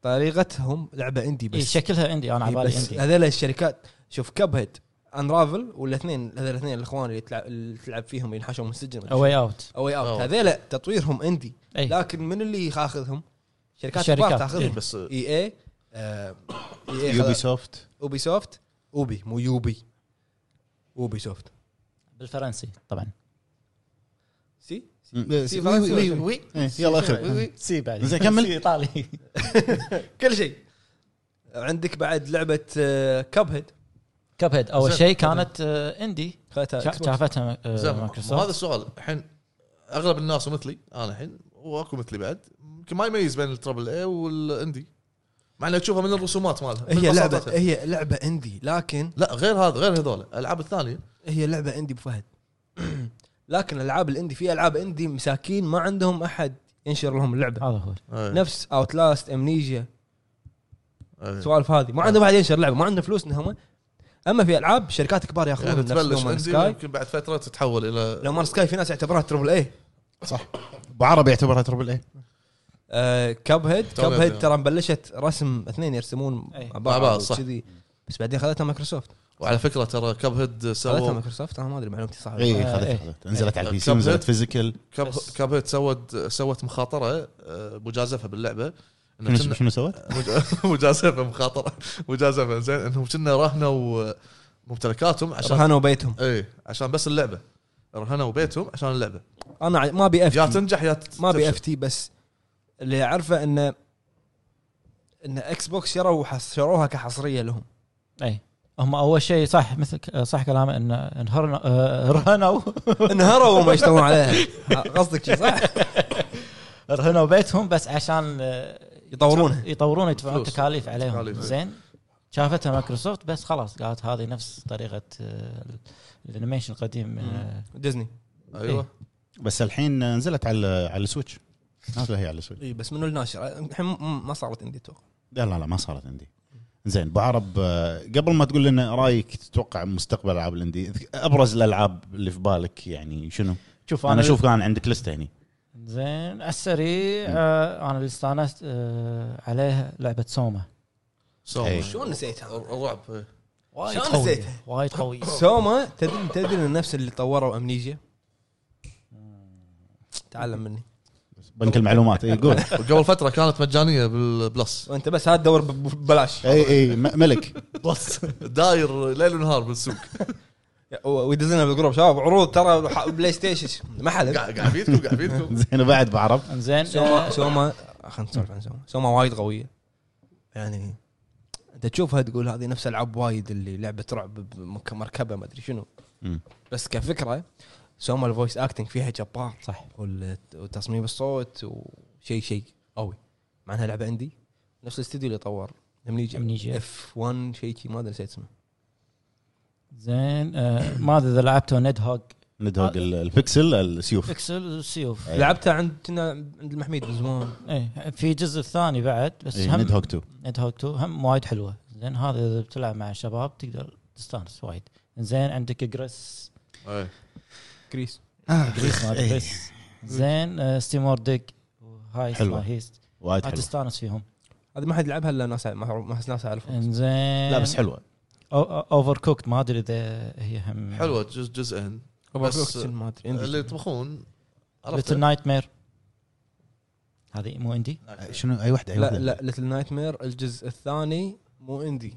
[SPEAKER 2] طريقتهم لعبه اندي
[SPEAKER 4] إيه،
[SPEAKER 2] بس
[SPEAKER 4] شكلها عندي انا على
[SPEAKER 2] إيه،
[SPEAKER 4] بالي
[SPEAKER 2] بس
[SPEAKER 4] عندي
[SPEAKER 2] هذيل الشركات شوف كب هيد انرافل والاثنين هذول الاثنين الاخوان اللي تلعب, اللي تلعب فيهم ينحشوا من السجن
[SPEAKER 4] اواي اوت
[SPEAKER 2] اواي اوت
[SPEAKER 1] أوه.
[SPEAKER 2] هذيل تطويرهم اندي
[SPEAKER 4] اي
[SPEAKER 2] لكن من اللي ياخذهم شركات
[SPEAKER 4] إيه. الشركات.
[SPEAKER 2] كبار
[SPEAKER 1] إيه،
[SPEAKER 2] تاخذهم آه،
[SPEAKER 1] بس آه،
[SPEAKER 2] اي اي اي
[SPEAKER 3] يوبي
[SPEAKER 2] اي
[SPEAKER 3] سوفت
[SPEAKER 2] اوبي سوفت اوبي مو يوبي اوبي سوفت
[SPEAKER 4] بالفرنسي طبعا
[SPEAKER 2] سي Uh,
[SPEAKER 3] وي-
[SPEAKER 2] فرنسي
[SPEAKER 3] وي-
[SPEAKER 2] ولا
[SPEAKER 3] وي- إيه، يلا اخرب
[SPEAKER 2] وي-
[SPEAKER 4] سي بعد
[SPEAKER 3] زين، كمل.
[SPEAKER 4] ايطالي
[SPEAKER 2] كل شيء عندك بعد uh, لعبه كاب هيد
[SPEAKER 4] كب هيد اول
[SPEAKER 1] زين.
[SPEAKER 4] شيء كانت آه، عندي شا- شافتها آه،
[SPEAKER 1] زين ما هذا
[SPEAKER 4] مايكروسوفت
[SPEAKER 1] السؤال الحين اغلب الناس مثلي انا الحين واكو مثلي بعد يمكن ما يميز بين التربل اي والاندي مع انك تشوفها من الرسومات مالها من
[SPEAKER 2] هي لعبه
[SPEAKER 1] بساطتها.
[SPEAKER 2] هي لعبه اندي لكن
[SPEAKER 1] لا غير هذا غير هذول الالعاب الثانيه
[SPEAKER 2] هي لعبه اندي بفهد لكن الالعاب الاندي في العاب اندي مساكين ما عندهم احد ينشر لهم اللعبه
[SPEAKER 4] هذا هو
[SPEAKER 1] أي.
[SPEAKER 2] نفس اوتلاست امنيجيا
[SPEAKER 1] أي.
[SPEAKER 2] السوالف هذه ما عندهم احد ينشر لعبه ما عندهم فلوس انهم اما في العاب شركات كبار
[SPEAKER 1] يعني
[SPEAKER 2] ياخذون
[SPEAKER 1] تبلش
[SPEAKER 2] نفس
[SPEAKER 1] عندي
[SPEAKER 2] سكاي
[SPEAKER 1] يمكن بعد فتره تتحول الى
[SPEAKER 2] لو مان سكاي في ناس يعتبرها تربل اي
[SPEAKER 3] صح بعرب يعتبرها تربل اي
[SPEAKER 2] آه كاب هيد كاب
[SPEAKER 1] تولد،
[SPEAKER 2] هيد
[SPEAKER 1] نعم.
[SPEAKER 2] ترى بلشت رسم اثنين يرسمون
[SPEAKER 4] أي.
[SPEAKER 2] مع
[SPEAKER 1] مع بعض،
[SPEAKER 2] بعض
[SPEAKER 1] صح.
[SPEAKER 2] وكذي بس بعدين خذتها مايكروسوفت
[SPEAKER 1] وعلى فكره ترى كاب هيد
[SPEAKER 2] خذتها
[SPEAKER 1] سووا
[SPEAKER 2] مايكروسوفت انا ما ادري معلومتي صح ولا لا.
[SPEAKER 3] اي
[SPEAKER 4] آه، إيه.
[SPEAKER 3] خذت نزلت على البي سي
[SPEAKER 1] كم
[SPEAKER 3] نزلت
[SPEAKER 1] هيد؟
[SPEAKER 3] فيزيكال
[SPEAKER 1] كاب
[SPEAKER 4] بس.
[SPEAKER 1] كاب هيد سوت سوت مخاطره آه، مجازفه باللعبه إن
[SPEAKER 3] شنو-
[SPEAKER 1] كنا-
[SPEAKER 3] شنو سوت؟
[SPEAKER 1] مج- مجازفه مخاطره مجازفه زين انهم كنا راهنوا ممتلكاتهم عشان
[SPEAKER 2] رهنوا بيتهم
[SPEAKER 1] اي إيه، عشان بس اللعبه رهنوا بيتهم عشان اللعبه
[SPEAKER 2] انا ع- ما ابي
[SPEAKER 1] يا
[SPEAKER 2] افتي
[SPEAKER 1] تنجح يا تفشل.
[SPEAKER 2] ما ابي افتي بس اللي اعرفه انه ان اكس بوكس شروا حص- شروها كحصريه لهم
[SPEAKER 4] اي إيه. هم اول شيء صح مثل ك- صح كلامه ان انهرنا آه، رهنوا
[SPEAKER 2] انهروا وما يشتغلون عليها ها، قصدك شي صح؟
[SPEAKER 4] رهنوا بيتهم بس عشان آه،
[SPEAKER 2] يطورونها.
[SPEAKER 4] يطورون يدفعون
[SPEAKER 1] فلوس.
[SPEAKER 4] تكاليف عليهم
[SPEAKER 1] تكاليف.
[SPEAKER 4] زين شافتها مايكروسوفت بس خلاص قالت هذه نفس طريقه آه، الانيميشن القديم آه،
[SPEAKER 2] ديزني
[SPEAKER 1] ايوه
[SPEAKER 3] بس الحين نزلت على على السويتش نازله هي على السويتش
[SPEAKER 2] اي إيه، بس منو الناشر الحين م- م- ما صارت عندي اتوقع
[SPEAKER 3] لا لا لا ما صارت عندي زين ابو عرب آه، قبل ما تقول لنا رايك تتوقع مستقبل العاب الاندي ابرز الالعاب اللي في بالك يعني شنو؟
[SPEAKER 4] شوف
[SPEAKER 3] انا اشوف كان عندك لسته هني
[SPEAKER 4] زين على السريع آه، انا اللي استانست آه، عليها لعبه سوما
[SPEAKER 1] سوما
[SPEAKER 3] إيه.
[SPEAKER 2] شلون نسيتها؟
[SPEAKER 1] الرعب إيه.
[SPEAKER 4] وايد
[SPEAKER 2] شلون
[SPEAKER 4] قويه
[SPEAKER 2] نسيتها؟
[SPEAKER 4] وايد قويه
[SPEAKER 2] سوما تدري تدري ان نفس اللي طوروا امنيجيا تعلم مني
[SPEAKER 3] بنك المعلومات اي قول
[SPEAKER 1] وقبل فتره كانت مجانيه بالبلس
[SPEAKER 2] وانت بس هات دور ب- ببلاش
[SPEAKER 3] اي اي إيه، م- ملك
[SPEAKER 1] بلس داير ليل ونهار بالسوق
[SPEAKER 2] ويدزلنا بالجروب شباب عروض ترى ح- بلاي ستيشن ما حلب
[SPEAKER 1] قاعد قاعد بيدكم قاعد بيدكم
[SPEAKER 3] زين وبعد ابو عرب
[SPEAKER 4] زين آه،
[SPEAKER 2] سوما سوما خلينا نسولف عن سوما سوما وايد قويه يعني انت تشوفها تقول هذه نفس العاب وايد اللي لعبه رعب بمك- مركبه ما ادري شنو
[SPEAKER 3] مم.
[SPEAKER 2] بس كفكره سوما الفويس اكتنج فيها جبار
[SPEAKER 4] صح
[SPEAKER 2] وال- وتصميم الصوت وشيء شيء قوي مع انها لعبه عندي نفس الاستديو اللي طور امنيجيا
[SPEAKER 4] أمنيجيا.
[SPEAKER 2] اف 1 شيء شيء ما ادري نسيت اسمه
[SPEAKER 4] زين آه، ما ادري اذا لعبته نيد هوج آه.
[SPEAKER 3] ندهوق ال- البكسل السيوف
[SPEAKER 4] اكسل سيوف
[SPEAKER 3] أي.
[SPEAKER 2] لعبتها عند كنا عند المحميد من زمان
[SPEAKER 4] ايه في جزء ثاني بعد بس
[SPEAKER 3] إي،
[SPEAKER 4] هم
[SPEAKER 3] إيه، ندهوق 2
[SPEAKER 4] نيد هوج 2 هم وايد حلوه زين هذا اذا بتلعب مع الشباب تقدر تستانس وايد زين عندك جريس
[SPEAKER 1] إيه.
[SPEAKER 2] كريس
[SPEAKER 4] جريس ما أدري
[SPEAKER 3] إيه.
[SPEAKER 4] جريس زين آه، ستيمور ديج وهايست
[SPEAKER 3] حلوة.
[SPEAKER 4] ما هيست
[SPEAKER 3] وايد
[SPEAKER 4] ما
[SPEAKER 3] حلوة
[SPEAKER 4] تستانس فيهم
[SPEAKER 2] هذه ما حد يلعبها الا ناس ما ما ناس اعرفهم
[SPEAKER 4] زين
[SPEAKER 3] لا بس حلوه
[SPEAKER 4] اوفر كوكت ما ادري اذا هي هم
[SPEAKER 1] حلوه جزء جزئين بس-
[SPEAKER 2] بس ما ادري
[SPEAKER 1] اللي
[SPEAKER 2] عندي.
[SPEAKER 1] يطبخون عرفت؟
[SPEAKER 4] ليتل نايت مير هذه مو عندي
[SPEAKER 3] شنو اي واحده اي
[SPEAKER 2] لا
[SPEAKER 3] واحده
[SPEAKER 2] لا ليتل نايت مير الجزء الثاني مو عندي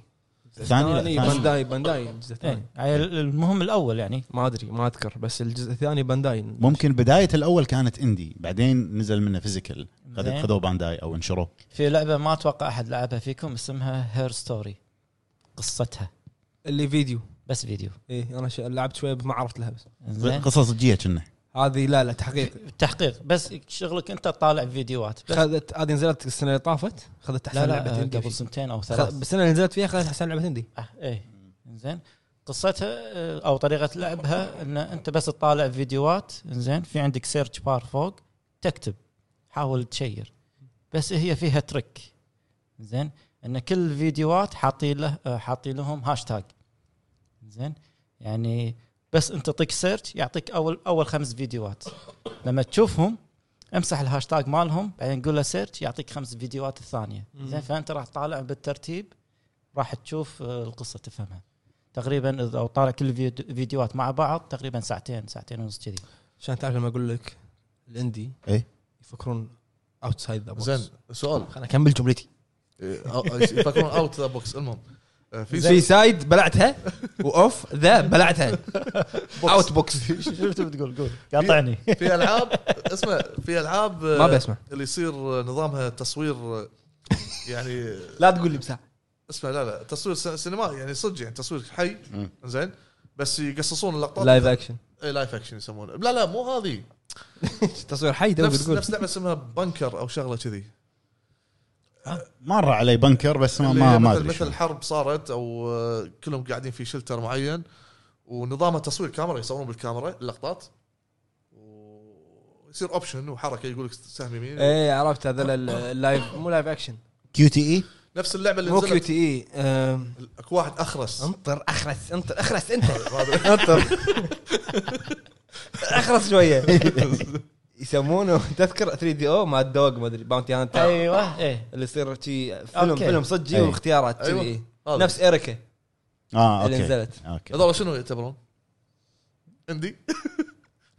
[SPEAKER 3] الثاني لا، الثاني.
[SPEAKER 2] بانداي بانداي الجزء الثاني
[SPEAKER 3] طيب.
[SPEAKER 4] إيه، يعني المهم الاول يعني
[SPEAKER 2] ما ادري ما اذكر بس الجزء الثاني بانداي
[SPEAKER 3] ممكن بدايه الاول كانت اندي بعدين نزل منه فيزيكال
[SPEAKER 4] زين.
[SPEAKER 3] خذوه بانداي او انشروه
[SPEAKER 4] في لعبه ما اتوقع احد لعبها فيكم اسمها هير ستوري قصتها
[SPEAKER 2] اللي فيديو
[SPEAKER 4] بس فيديو
[SPEAKER 2] ايه انا ش- لعبت شويه ما عرفت لها بس
[SPEAKER 4] زين
[SPEAKER 3] قصص جيه كنا
[SPEAKER 2] هذه لا لا تحقيق
[SPEAKER 4] تحقيق بس شغلك انت تطالع فيديوهات بس
[SPEAKER 2] خذت هذه نزلت السنه اللي طافت خذت
[SPEAKER 4] لا
[SPEAKER 2] احسن لعبه
[SPEAKER 4] لا
[SPEAKER 2] هندي
[SPEAKER 4] قبل
[SPEAKER 2] فيه.
[SPEAKER 4] سنتين او ثلاث
[SPEAKER 2] خ- بالسنه اللي نزلت فيها خذت احسن لعبه هندي
[SPEAKER 4] آه، ايه زين قصتها آه، او طريقه لعبها ان انت بس تطالع فيديوهات زين في عندك سيرش بار فوق تكتب حاول تشير بس هي فيها ترك زين ان كل الفيديوهات حاطين له آه، حاطين لهم هاشتاج زين يعني بس انت تعطيك سيرش يعطيك اول اول خمس فيديوهات لما تشوفهم امسح الهاشتاج مالهم بعدين قول له سيرش يعطيك خمس فيديوهات الثانيه زين فانت راح تطالع بالترتيب راح تشوف آه، القصه تفهمها تقريبا اذا او طالع كل الفيديو- فيديوهات مع بعض تقريبا ساعتين ساعتين ونص كذي
[SPEAKER 2] عشان تعرف لما اقول لك الاندي
[SPEAKER 3] إيه.
[SPEAKER 2] يفكرون اوتسايد ذا بوكس
[SPEAKER 1] زين سؤال
[SPEAKER 2] خليني اكمل جملتي
[SPEAKER 1] إيه، أو- يفكرون اوت ذا بوكس المهم آه، في
[SPEAKER 2] في سايد بلعتها واوف ذا بلعتها
[SPEAKER 1] بوكس.
[SPEAKER 2] اوت بوكس
[SPEAKER 4] شفت بتقول قول قاطعني
[SPEAKER 1] في العاب اسمع في العاب آه،
[SPEAKER 2] ما بسمع
[SPEAKER 1] اللي يصير آه، نظامها تصوير آه، يعني آه،
[SPEAKER 2] لا تقول لي بساعه
[SPEAKER 1] اسمع لا لا تصوير سن- سينما يعني صدق يعني تصوير حي
[SPEAKER 3] مم.
[SPEAKER 1] زين بس يقصصون اللقطات
[SPEAKER 2] لايف اكشن
[SPEAKER 1] اي لايف اكشن يسمونه لا لا مو هذه
[SPEAKER 2] تصوير حي تو
[SPEAKER 1] نفس
[SPEAKER 2] بتقول
[SPEAKER 1] نفس لعبه اسمها بنكر او شغله كذي
[SPEAKER 3] مر علي بنكر بس ما
[SPEAKER 1] اللي
[SPEAKER 3] ما,
[SPEAKER 1] هي
[SPEAKER 3] ما
[SPEAKER 1] مثل,
[SPEAKER 3] ادري شنو.
[SPEAKER 1] مثل حرب صارت او آه، كلهم قاعدين في شلتر معين ونظامه تصوير كاميرا يصورون بالكاميرا اللقطات ويصير اوبشن وحركه يقول لك سهم يمين
[SPEAKER 3] إيه.
[SPEAKER 2] ايه عرفت هذا ال- اللايف مو لايف اكشن
[SPEAKER 3] كيو تي اي
[SPEAKER 1] نفس اللعبه اللي
[SPEAKER 2] مو كيو
[SPEAKER 1] نزلت
[SPEAKER 2] تي اي أم،
[SPEAKER 1] اكو واحد اخرس
[SPEAKER 2] انطر اخرس انطر اخرس انت
[SPEAKER 1] ما أدري.
[SPEAKER 2] انطر اخرس شويه يسمونه تذكر 3 دي او ماد دوغ ما ادري باونتي
[SPEAKER 1] أيوه.
[SPEAKER 2] هانتر
[SPEAKER 4] ايوه ايه
[SPEAKER 2] اللي يصير شي فيلم
[SPEAKER 4] أوكي.
[SPEAKER 2] فيلم صجي
[SPEAKER 3] أي.
[SPEAKER 2] واختيارات شي.
[SPEAKER 1] أيوة.
[SPEAKER 2] إيه.
[SPEAKER 1] هذا.
[SPEAKER 2] نفس اريكا
[SPEAKER 3] اه
[SPEAKER 2] اللي
[SPEAKER 3] اوكي
[SPEAKER 2] نزلت
[SPEAKER 3] اوكي
[SPEAKER 1] هذول شنو يعتبرون؟ عندي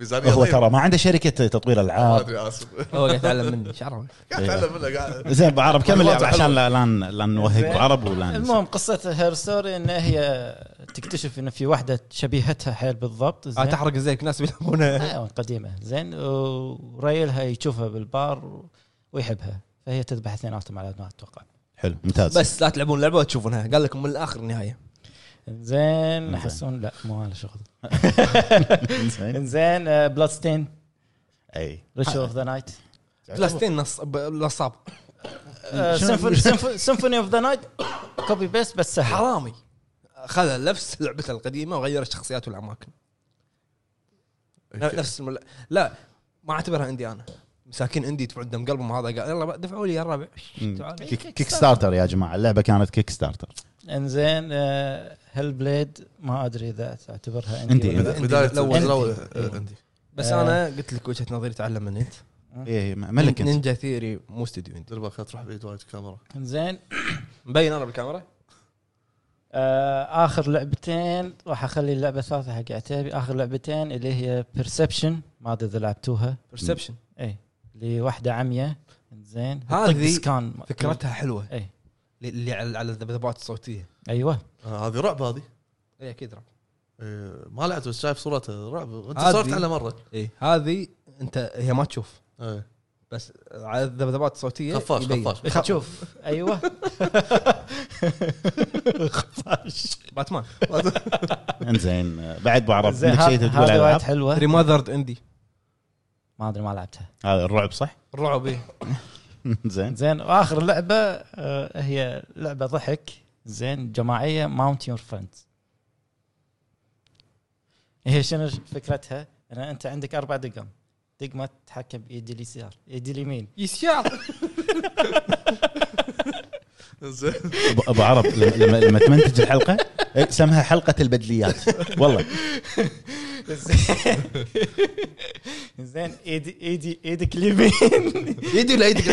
[SPEAKER 1] ميزانيه
[SPEAKER 3] هو
[SPEAKER 1] ضيقة.
[SPEAKER 3] ترى ما عنده شركه تطوير
[SPEAKER 1] ما
[SPEAKER 3] العاب
[SPEAKER 1] ادري اسف
[SPEAKER 2] هو قاعد يتعلم مني شعره
[SPEAKER 1] قاعد اتعلم منه قاعد
[SPEAKER 3] زين ابو عرب كمل
[SPEAKER 1] والله
[SPEAKER 3] يا عرب،
[SPEAKER 1] حلو.
[SPEAKER 3] عشان لا لا ن- لا نوهق
[SPEAKER 4] زين.
[SPEAKER 3] بعرب ولا ننسى.
[SPEAKER 4] المهم قصه هير ستوري ان هي تكتشف ان في واحده شبيهتها حيل بالضبط
[SPEAKER 2] آه،
[SPEAKER 4] زين
[SPEAKER 2] تحرق زيك ناس بيلعبونها
[SPEAKER 4] ايوه قديمه زين وريلها يشوفها بالبار ويحبها فهي تذبح اثنيناتهم على ما اتوقع
[SPEAKER 3] حلو ممتاز
[SPEAKER 2] بس لا تلعبون لعبه وتشوفونها قال لكم من الاخر النهايه
[SPEAKER 4] زين يحسون لا مو على شغل
[SPEAKER 3] زين.
[SPEAKER 4] زين آه، بلاد ستين
[SPEAKER 3] اي
[SPEAKER 4] ريتشر اوف ذا نايت
[SPEAKER 2] بلاستين نص ب- نصاب
[SPEAKER 4] آه، سيمفوني اوف ذا نايت كوبي بيست بس سهل
[SPEAKER 2] حرامي خذ نفس لعبته القديمه وغير الشخصيات والاماكن
[SPEAKER 1] إيه.
[SPEAKER 2] نفس المل... لا ما اعتبرها عندي انا مساكين عندي يدفعون دم قلبهم هذا قال يلا بقى دفعوا لي يا الربع
[SPEAKER 3] مم.
[SPEAKER 2] تعال.
[SPEAKER 3] كيك كيك ستارتر يا جماعه اللعبه كانت كيك ستارتر
[SPEAKER 4] انزين هيل بليد آه، ما ادري اذا تعتبرها
[SPEAKER 3] عندي.
[SPEAKER 4] عندي ولا
[SPEAKER 1] بدا-
[SPEAKER 4] لا.
[SPEAKER 2] عندي.
[SPEAKER 1] بدايه
[SPEAKER 2] لو- إيه.
[SPEAKER 1] الأول إيه.
[SPEAKER 2] عندي.
[SPEAKER 1] عندي
[SPEAKER 2] بس
[SPEAKER 4] آه.
[SPEAKER 2] انا قلت لك وجهه نظري تعلم من انت
[SPEAKER 3] اي ملك انت
[SPEAKER 2] نينجا ثيري مو استوديو انت
[SPEAKER 1] دير بالك لا تروح بعيد وايد الكاميرا
[SPEAKER 4] انزين
[SPEAKER 2] مبين انا بالكاميرا
[SPEAKER 4] آه، اخر لعبتين راح اخلي اللعبه الثالثه حق عتيبي اخر لعبتين اللي هي بيرسبشن ما ادري اذا لعبتوها إيه.
[SPEAKER 2] برسبشن
[SPEAKER 4] اي لواحده عمية زين
[SPEAKER 2] هذه
[SPEAKER 4] سكان
[SPEAKER 2] فكرتها حلوه
[SPEAKER 4] اي
[SPEAKER 2] اللي على على الذبذبات الصوتيه
[SPEAKER 4] ايوه
[SPEAKER 1] آه، هذه رعب هذه
[SPEAKER 2] اي اكيد رعب
[SPEAKER 1] إيه، ما لعبت بس شايف صورتها رعب انت
[SPEAKER 2] هذه-
[SPEAKER 1] صورت على مره
[SPEAKER 2] اي إيه، هذه انت هي ما تشوف
[SPEAKER 1] إيه.
[SPEAKER 2] بس على الذبذبات الصوتيه
[SPEAKER 1] خفاش
[SPEAKER 2] إيه، يبين.
[SPEAKER 1] خفاش
[SPEAKER 4] تشوف ايوه
[SPEAKER 2] باتمان
[SPEAKER 3] انزين آه، بعد ابو عرب
[SPEAKER 4] زين
[SPEAKER 3] عندك شيء تقول على
[SPEAKER 4] هذه وايد
[SPEAKER 3] الالعاب
[SPEAKER 4] حلوه
[SPEAKER 2] ريماذرد اندي
[SPEAKER 4] ما ادري ما لعبتها
[SPEAKER 3] هذا الرعب صح؟
[SPEAKER 2] الرعب ايه
[SPEAKER 3] زين
[SPEAKER 4] زين واخر لعبه آه، هي لعبه ضحك زين جماعيه ماونت يور فريندز هي شنو فكرتها؟ ان انت عندك اربع دقم دقمه تتحكم بايدي اليسار ايدي اليمين
[SPEAKER 2] يسيار
[SPEAKER 1] زين
[SPEAKER 3] أبو- ابو عرب لما- لما لما تمنتج الحلقه آه، سمها حلقه البدليات والله
[SPEAKER 4] زين ايدي ايدي ايدك اليمين
[SPEAKER 2] يدي ولا يدك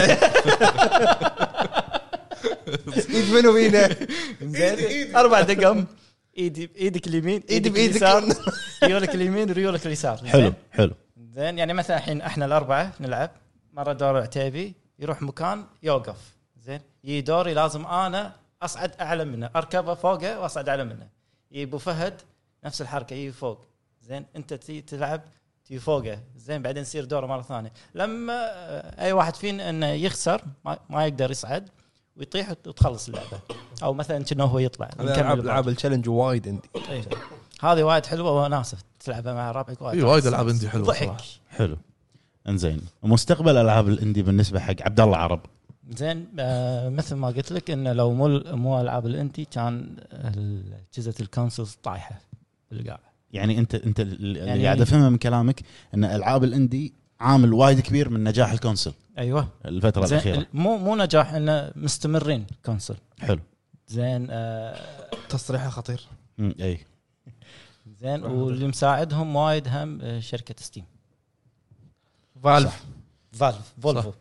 [SPEAKER 2] ايد منو فينا
[SPEAKER 4] زين اربع دقم ايدي ايدك اليمين
[SPEAKER 2] ايدي
[SPEAKER 4] ايدك
[SPEAKER 2] بإيدك.
[SPEAKER 4] اليسار ريولك اليمين ريولك اليسار
[SPEAKER 3] حلو حلو
[SPEAKER 4] زين يعني مثلا الحين احنا الاربعه نلعب مره دور عتيبي يروح مكان يوقف زين يجي دوري لازم انا اصعد اعلى منه اركبه فوقه واصعد اعلى منه يجي ابو فهد نفس الحركه يجي فوق زين انت تي تلعب تي فوقه زين بعدين يصير دوره مره ثانيه لما آه، اي واحد فينا انه يخسر ما, ما يقدر يصعد ويطيح وت- وتخلص اللعبه او مثلا كأنه هو يطلع
[SPEAKER 2] أنا
[SPEAKER 4] يكمل
[SPEAKER 2] العاب
[SPEAKER 4] بعض.
[SPEAKER 2] العاب التشالنج وايد عندي
[SPEAKER 4] إيه. هذه وايد حلوه وناسه تلعبها مع ربعك وايد
[SPEAKER 1] اي إيه، وايد العاب عندي حلوه
[SPEAKER 4] ضحك
[SPEAKER 1] صراحة.
[SPEAKER 3] حلو انزين مستقبل العاب الاندي بالنسبه حق عبد الله عرب
[SPEAKER 4] زين آه مثل ما قلت لك انه لو مو مو العاب الاندي كان اجهزه الكونسولز طايحه بالقاع
[SPEAKER 3] يعني انت انت اللي
[SPEAKER 4] يعني-
[SPEAKER 3] يعني قاعد افهمه من كلامك ان العاب الاندي عامل وايد كبير من نجاح الكونسل
[SPEAKER 4] ايوه
[SPEAKER 3] الفتره
[SPEAKER 4] زين
[SPEAKER 3] الاخيره
[SPEAKER 4] مو مو نجاح انه مستمرين كونسول
[SPEAKER 3] حلو
[SPEAKER 4] زين آه
[SPEAKER 2] تصريحه خطير
[SPEAKER 3] مم، اي
[SPEAKER 4] زين واللي مساعدهم وايد هم آه، شركه ستيم
[SPEAKER 2] فالف
[SPEAKER 4] فالف فولفو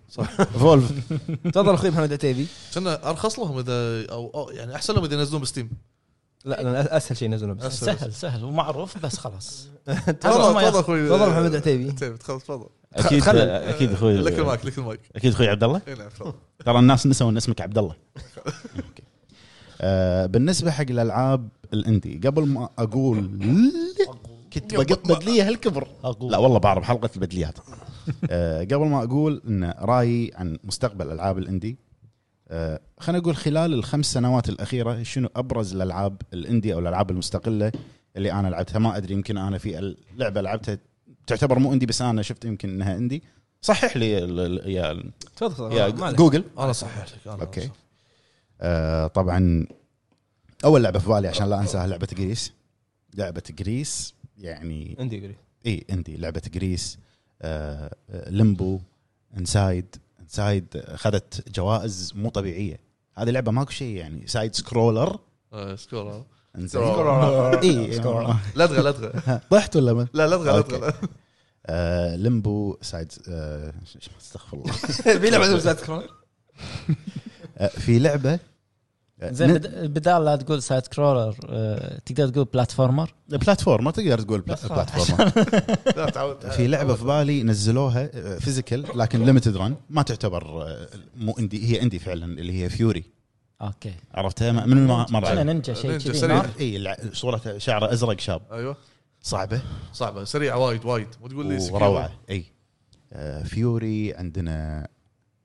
[SPEAKER 3] فولف
[SPEAKER 2] تفضل اخوي محمد عتيبي
[SPEAKER 1] كنا ارخص لهم اذا او أو يعني احسن لهم اذا ينزلون بستيم
[SPEAKER 2] لا لا اسهل شيء نزلوا بس
[SPEAKER 1] أسهل.
[SPEAKER 4] سهل سهل ومعروف بس خلاص
[SPEAKER 1] تفضل
[SPEAKER 4] هم يا-
[SPEAKER 1] تفضل اخوي
[SPEAKER 2] تفضل محمد عتيبي
[SPEAKER 1] عتيبي تفضل تفضل
[SPEAKER 3] اكيد
[SPEAKER 2] خلل.
[SPEAKER 3] اكيد اخوي
[SPEAKER 1] لك المايك لك المايك
[SPEAKER 3] اكيد اخوي عبد الله
[SPEAKER 1] اي نعم تفضل
[SPEAKER 3] ترى الناس نسوا ان اسمك عبد الله أوكي. آه، بالنسبه حق الالعاب الاندي قبل ما اقول كنت بقط بدليه هالكبر
[SPEAKER 4] اقول
[SPEAKER 3] لا والله بعرف حلقه البدليات آه، قبل ما اقول ان رايي عن مستقبل العاب الاندي آه، خلينا نقول خلال الخمس سنوات الاخيره شنو ابرز الالعاب الاندي او الالعاب المستقله اللي انا لعبتها ما ادري يمكن انا في لعبه لعبتها تعتبر مو اندي بس انا شفت يمكن انها اندي صحح لي ال- ال- يا
[SPEAKER 2] تفضل
[SPEAKER 3] يا
[SPEAKER 2] ما عليك.
[SPEAKER 3] جوجل
[SPEAKER 1] انا صحيح لك انا
[SPEAKER 3] اوكي آه طبعا اول لعبه في بالي عشان لا انساها لعبه جريس لعبه جريس يعني
[SPEAKER 2] عندي قري
[SPEAKER 3] اي عندي لعبه جريس آه ليمبو انسايد انسايد آه، خذت جوائز مو طبيعيه هذه لعبه ماكو شيء يعني سايد سكرولر
[SPEAKER 1] آه، سكور آه.
[SPEAKER 3] انسايد
[SPEAKER 1] سكرولر.
[SPEAKER 3] اي
[SPEAKER 1] لا تغى لا تغى
[SPEAKER 3] طحت ولا ما؟
[SPEAKER 1] لا لا تغى لا
[SPEAKER 3] أوكي.
[SPEAKER 1] تغى
[SPEAKER 3] آه ليمبو سايد آه ش- استغفر الله
[SPEAKER 2] في لعبه اسمها سايد سكرول
[SPEAKER 3] آه في لعبه آه،
[SPEAKER 4] زين
[SPEAKER 3] ن-
[SPEAKER 4] بد- بدال لا تقول سايد كرولر آه، تقدر تقول بلاتفورمر
[SPEAKER 3] بلاتفورمر تقدر تقول بلا- بلاتفورمر
[SPEAKER 1] لا تعود
[SPEAKER 3] في لعبه في بالي نزلوها فيزيكال لكن ليمتد رن ما تعتبر آه، مو اندي هي اندي فعلا اللي هي فيوري
[SPEAKER 4] اوكي
[SPEAKER 3] عرفتها ما- من ما ما
[SPEAKER 4] كنا
[SPEAKER 3] بعرف.
[SPEAKER 4] نينجا شيء
[SPEAKER 1] نينجا
[SPEAKER 4] كذي
[SPEAKER 1] سريع.
[SPEAKER 4] نار.
[SPEAKER 3] اي الع- صورته شعره ازرق شاب
[SPEAKER 1] ايوه
[SPEAKER 3] صعبه
[SPEAKER 1] صعبه سريعه وايد وايد مو تقول لي سكيور.
[SPEAKER 3] وروعه اي آه، فيوري عندنا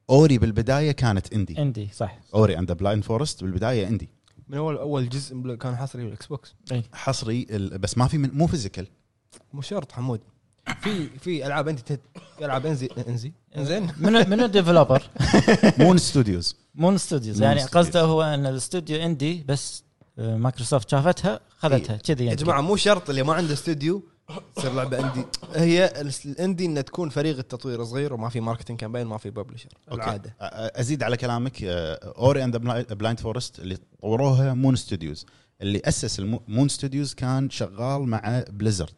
[SPEAKER 3] اوري بالبدايه كانت اندي
[SPEAKER 4] اندي صح
[SPEAKER 3] اوري اند بلايند فورست بالبدايه اندي
[SPEAKER 2] من اول اول جزء كان حصري بالاكس بوكس
[SPEAKER 3] حصري ال- بس ما في من مو فيزيكال
[SPEAKER 2] مو شرط حمود في في العاب انت تت- العاب انزي انزي انزين
[SPEAKER 4] من من الديفلوبر
[SPEAKER 3] مون ستوديوز
[SPEAKER 4] مون ستوديوز
[SPEAKER 3] مون
[SPEAKER 4] يعني
[SPEAKER 3] ستوديوز.
[SPEAKER 4] قصده هو ان الاستوديو اندي بس آه، مايكروسوفت شافتها خذتها كذي
[SPEAKER 2] يا
[SPEAKER 4] يعني
[SPEAKER 2] جماعه مو شرط اللي ما عنده استوديو تصير لعبه اندي هي الس- الاندي انه تكون فريق التطوير صغير وما في ماركتنج كامبين ما في ببلشر العاده
[SPEAKER 3] ازيد على كلامك آه، اوري اند بلايند فورست اللي طوروها مون ستوديوز اللي اسس المو- مون ستوديوز كان شغال مع بليزرد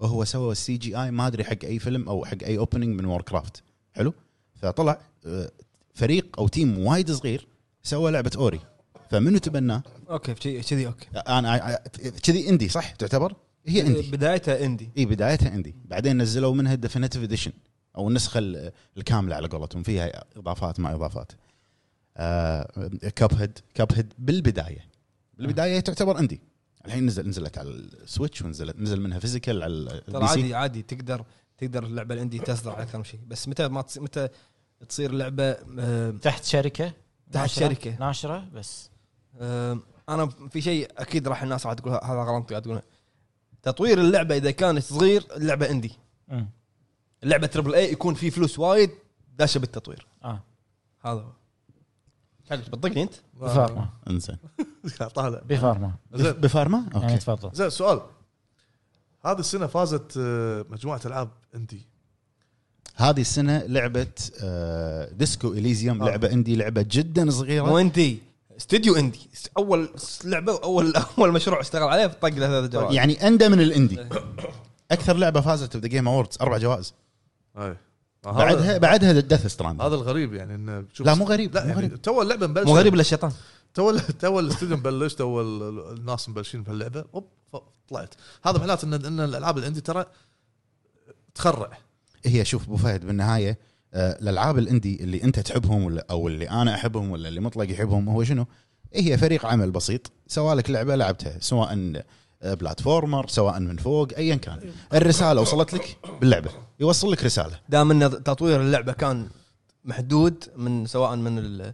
[SPEAKER 3] وهو سوى السي جي اي ما ادري حق اي فيلم او حق اي اوبننج من وور كرافت حلو فطلع آه، فريق او تيم وايد صغير سوى لعبه اوري فمنو تبناه؟ آه،
[SPEAKER 2] اوكي كذي- كذي اوكي
[SPEAKER 3] انا كذي اندي صح تعتبر؟ هي
[SPEAKER 2] إيه،
[SPEAKER 3] اندي
[SPEAKER 2] بدايتها اندي
[SPEAKER 3] اي إيه، بدايتها عندي بعدين نزلوا منها الديفينيتيف اديشن او النسخه ال- الكامله على قولتهم فيها اضافات ما اضافات كاب هيد كاب هيد بالبدايه بالبدايه تعتبر عندي الحين نزل نزلت على السويتش ونزلت نزل منها فيزيكال على
[SPEAKER 2] ترى
[SPEAKER 3] البي سي
[SPEAKER 2] عادي عادي تقدر تقدر اللعبه الاندي تصدر على اكثر من شيء بس متى ما تصير متى تصير آه، لعبه آم،
[SPEAKER 4] تحت شركه
[SPEAKER 2] تحت
[SPEAKER 4] ناشرة-
[SPEAKER 2] شركه
[SPEAKER 4] ناشره بس
[SPEAKER 2] آم، انا آه، في شيء اكيد راح الناس راح تقول هذا غلط قاعد تقوله تطوير اللعبه اذا كانت صغير اللعبه اندي
[SPEAKER 4] مم.
[SPEAKER 2] اللعبه تربل اي يكون في فلوس وايد داشه بالتطوير
[SPEAKER 4] اه
[SPEAKER 2] هذا هو بتطقني انت؟
[SPEAKER 4] بفارما
[SPEAKER 3] انزين
[SPEAKER 1] طالع
[SPEAKER 4] بفارما
[SPEAKER 1] زين
[SPEAKER 3] بفارما
[SPEAKER 4] يعني
[SPEAKER 3] اوكي
[SPEAKER 4] تفضل
[SPEAKER 1] زين سؤال هذه السنه فازت آه، مجموعه العاب اندي
[SPEAKER 3] هذه السنه لعبه آه، ديسكو اليزيوم لعبه عندي لعبه جدا
[SPEAKER 2] مو
[SPEAKER 3] صغيره
[SPEAKER 2] اندي استديو اندي س- اول س- لعبه واول اول مشروع اشتغل عليه طق له ثلاث جوائز يعني
[SPEAKER 3] يعني اندى من الاندي اكثر لعبه فازت بذا جيم اووردز اربع جوائز
[SPEAKER 1] اي
[SPEAKER 3] بعدها بعدها ديث ستراند
[SPEAKER 1] آه، هذا الغريب يعني انه تشوف-
[SPEAKER 3] لا مو غريب
[SPEAKER 1] لا
[SPEAKER 3] مو
[SPEAKER 1] يعني
[SPEAKER 3] غريب
[SPEAKER 1] تو اللعبه مبلشه
[SPEAKER 2] مو غريب الا الشيطان
[SPEAKER 1] تو تو الاستوديو مبلش تو ال- الناس مبلشين بهاللعبه اوب ف- طلعت هذا معناته ان ان الالعاب الاندي ترى تخرع
[SPEAKER 3] هي شوف ابو فهد بالنهايه آه، الالعاب الاندي اللي انت تحبهم ولا او اللي انا احبهم ولا اللي مطلق يحبهم هو شنو؟ هي فريق عمل بسيط سوى لك لعبه لعبتها سواء آه، بلاتفورمر سواء من فوق ايا كان الرساله وصلت لك باللعبه يوصل لك رساله
[SPEAKER 2] دام ان تطوير اللعبه كان محدود من سواء من ال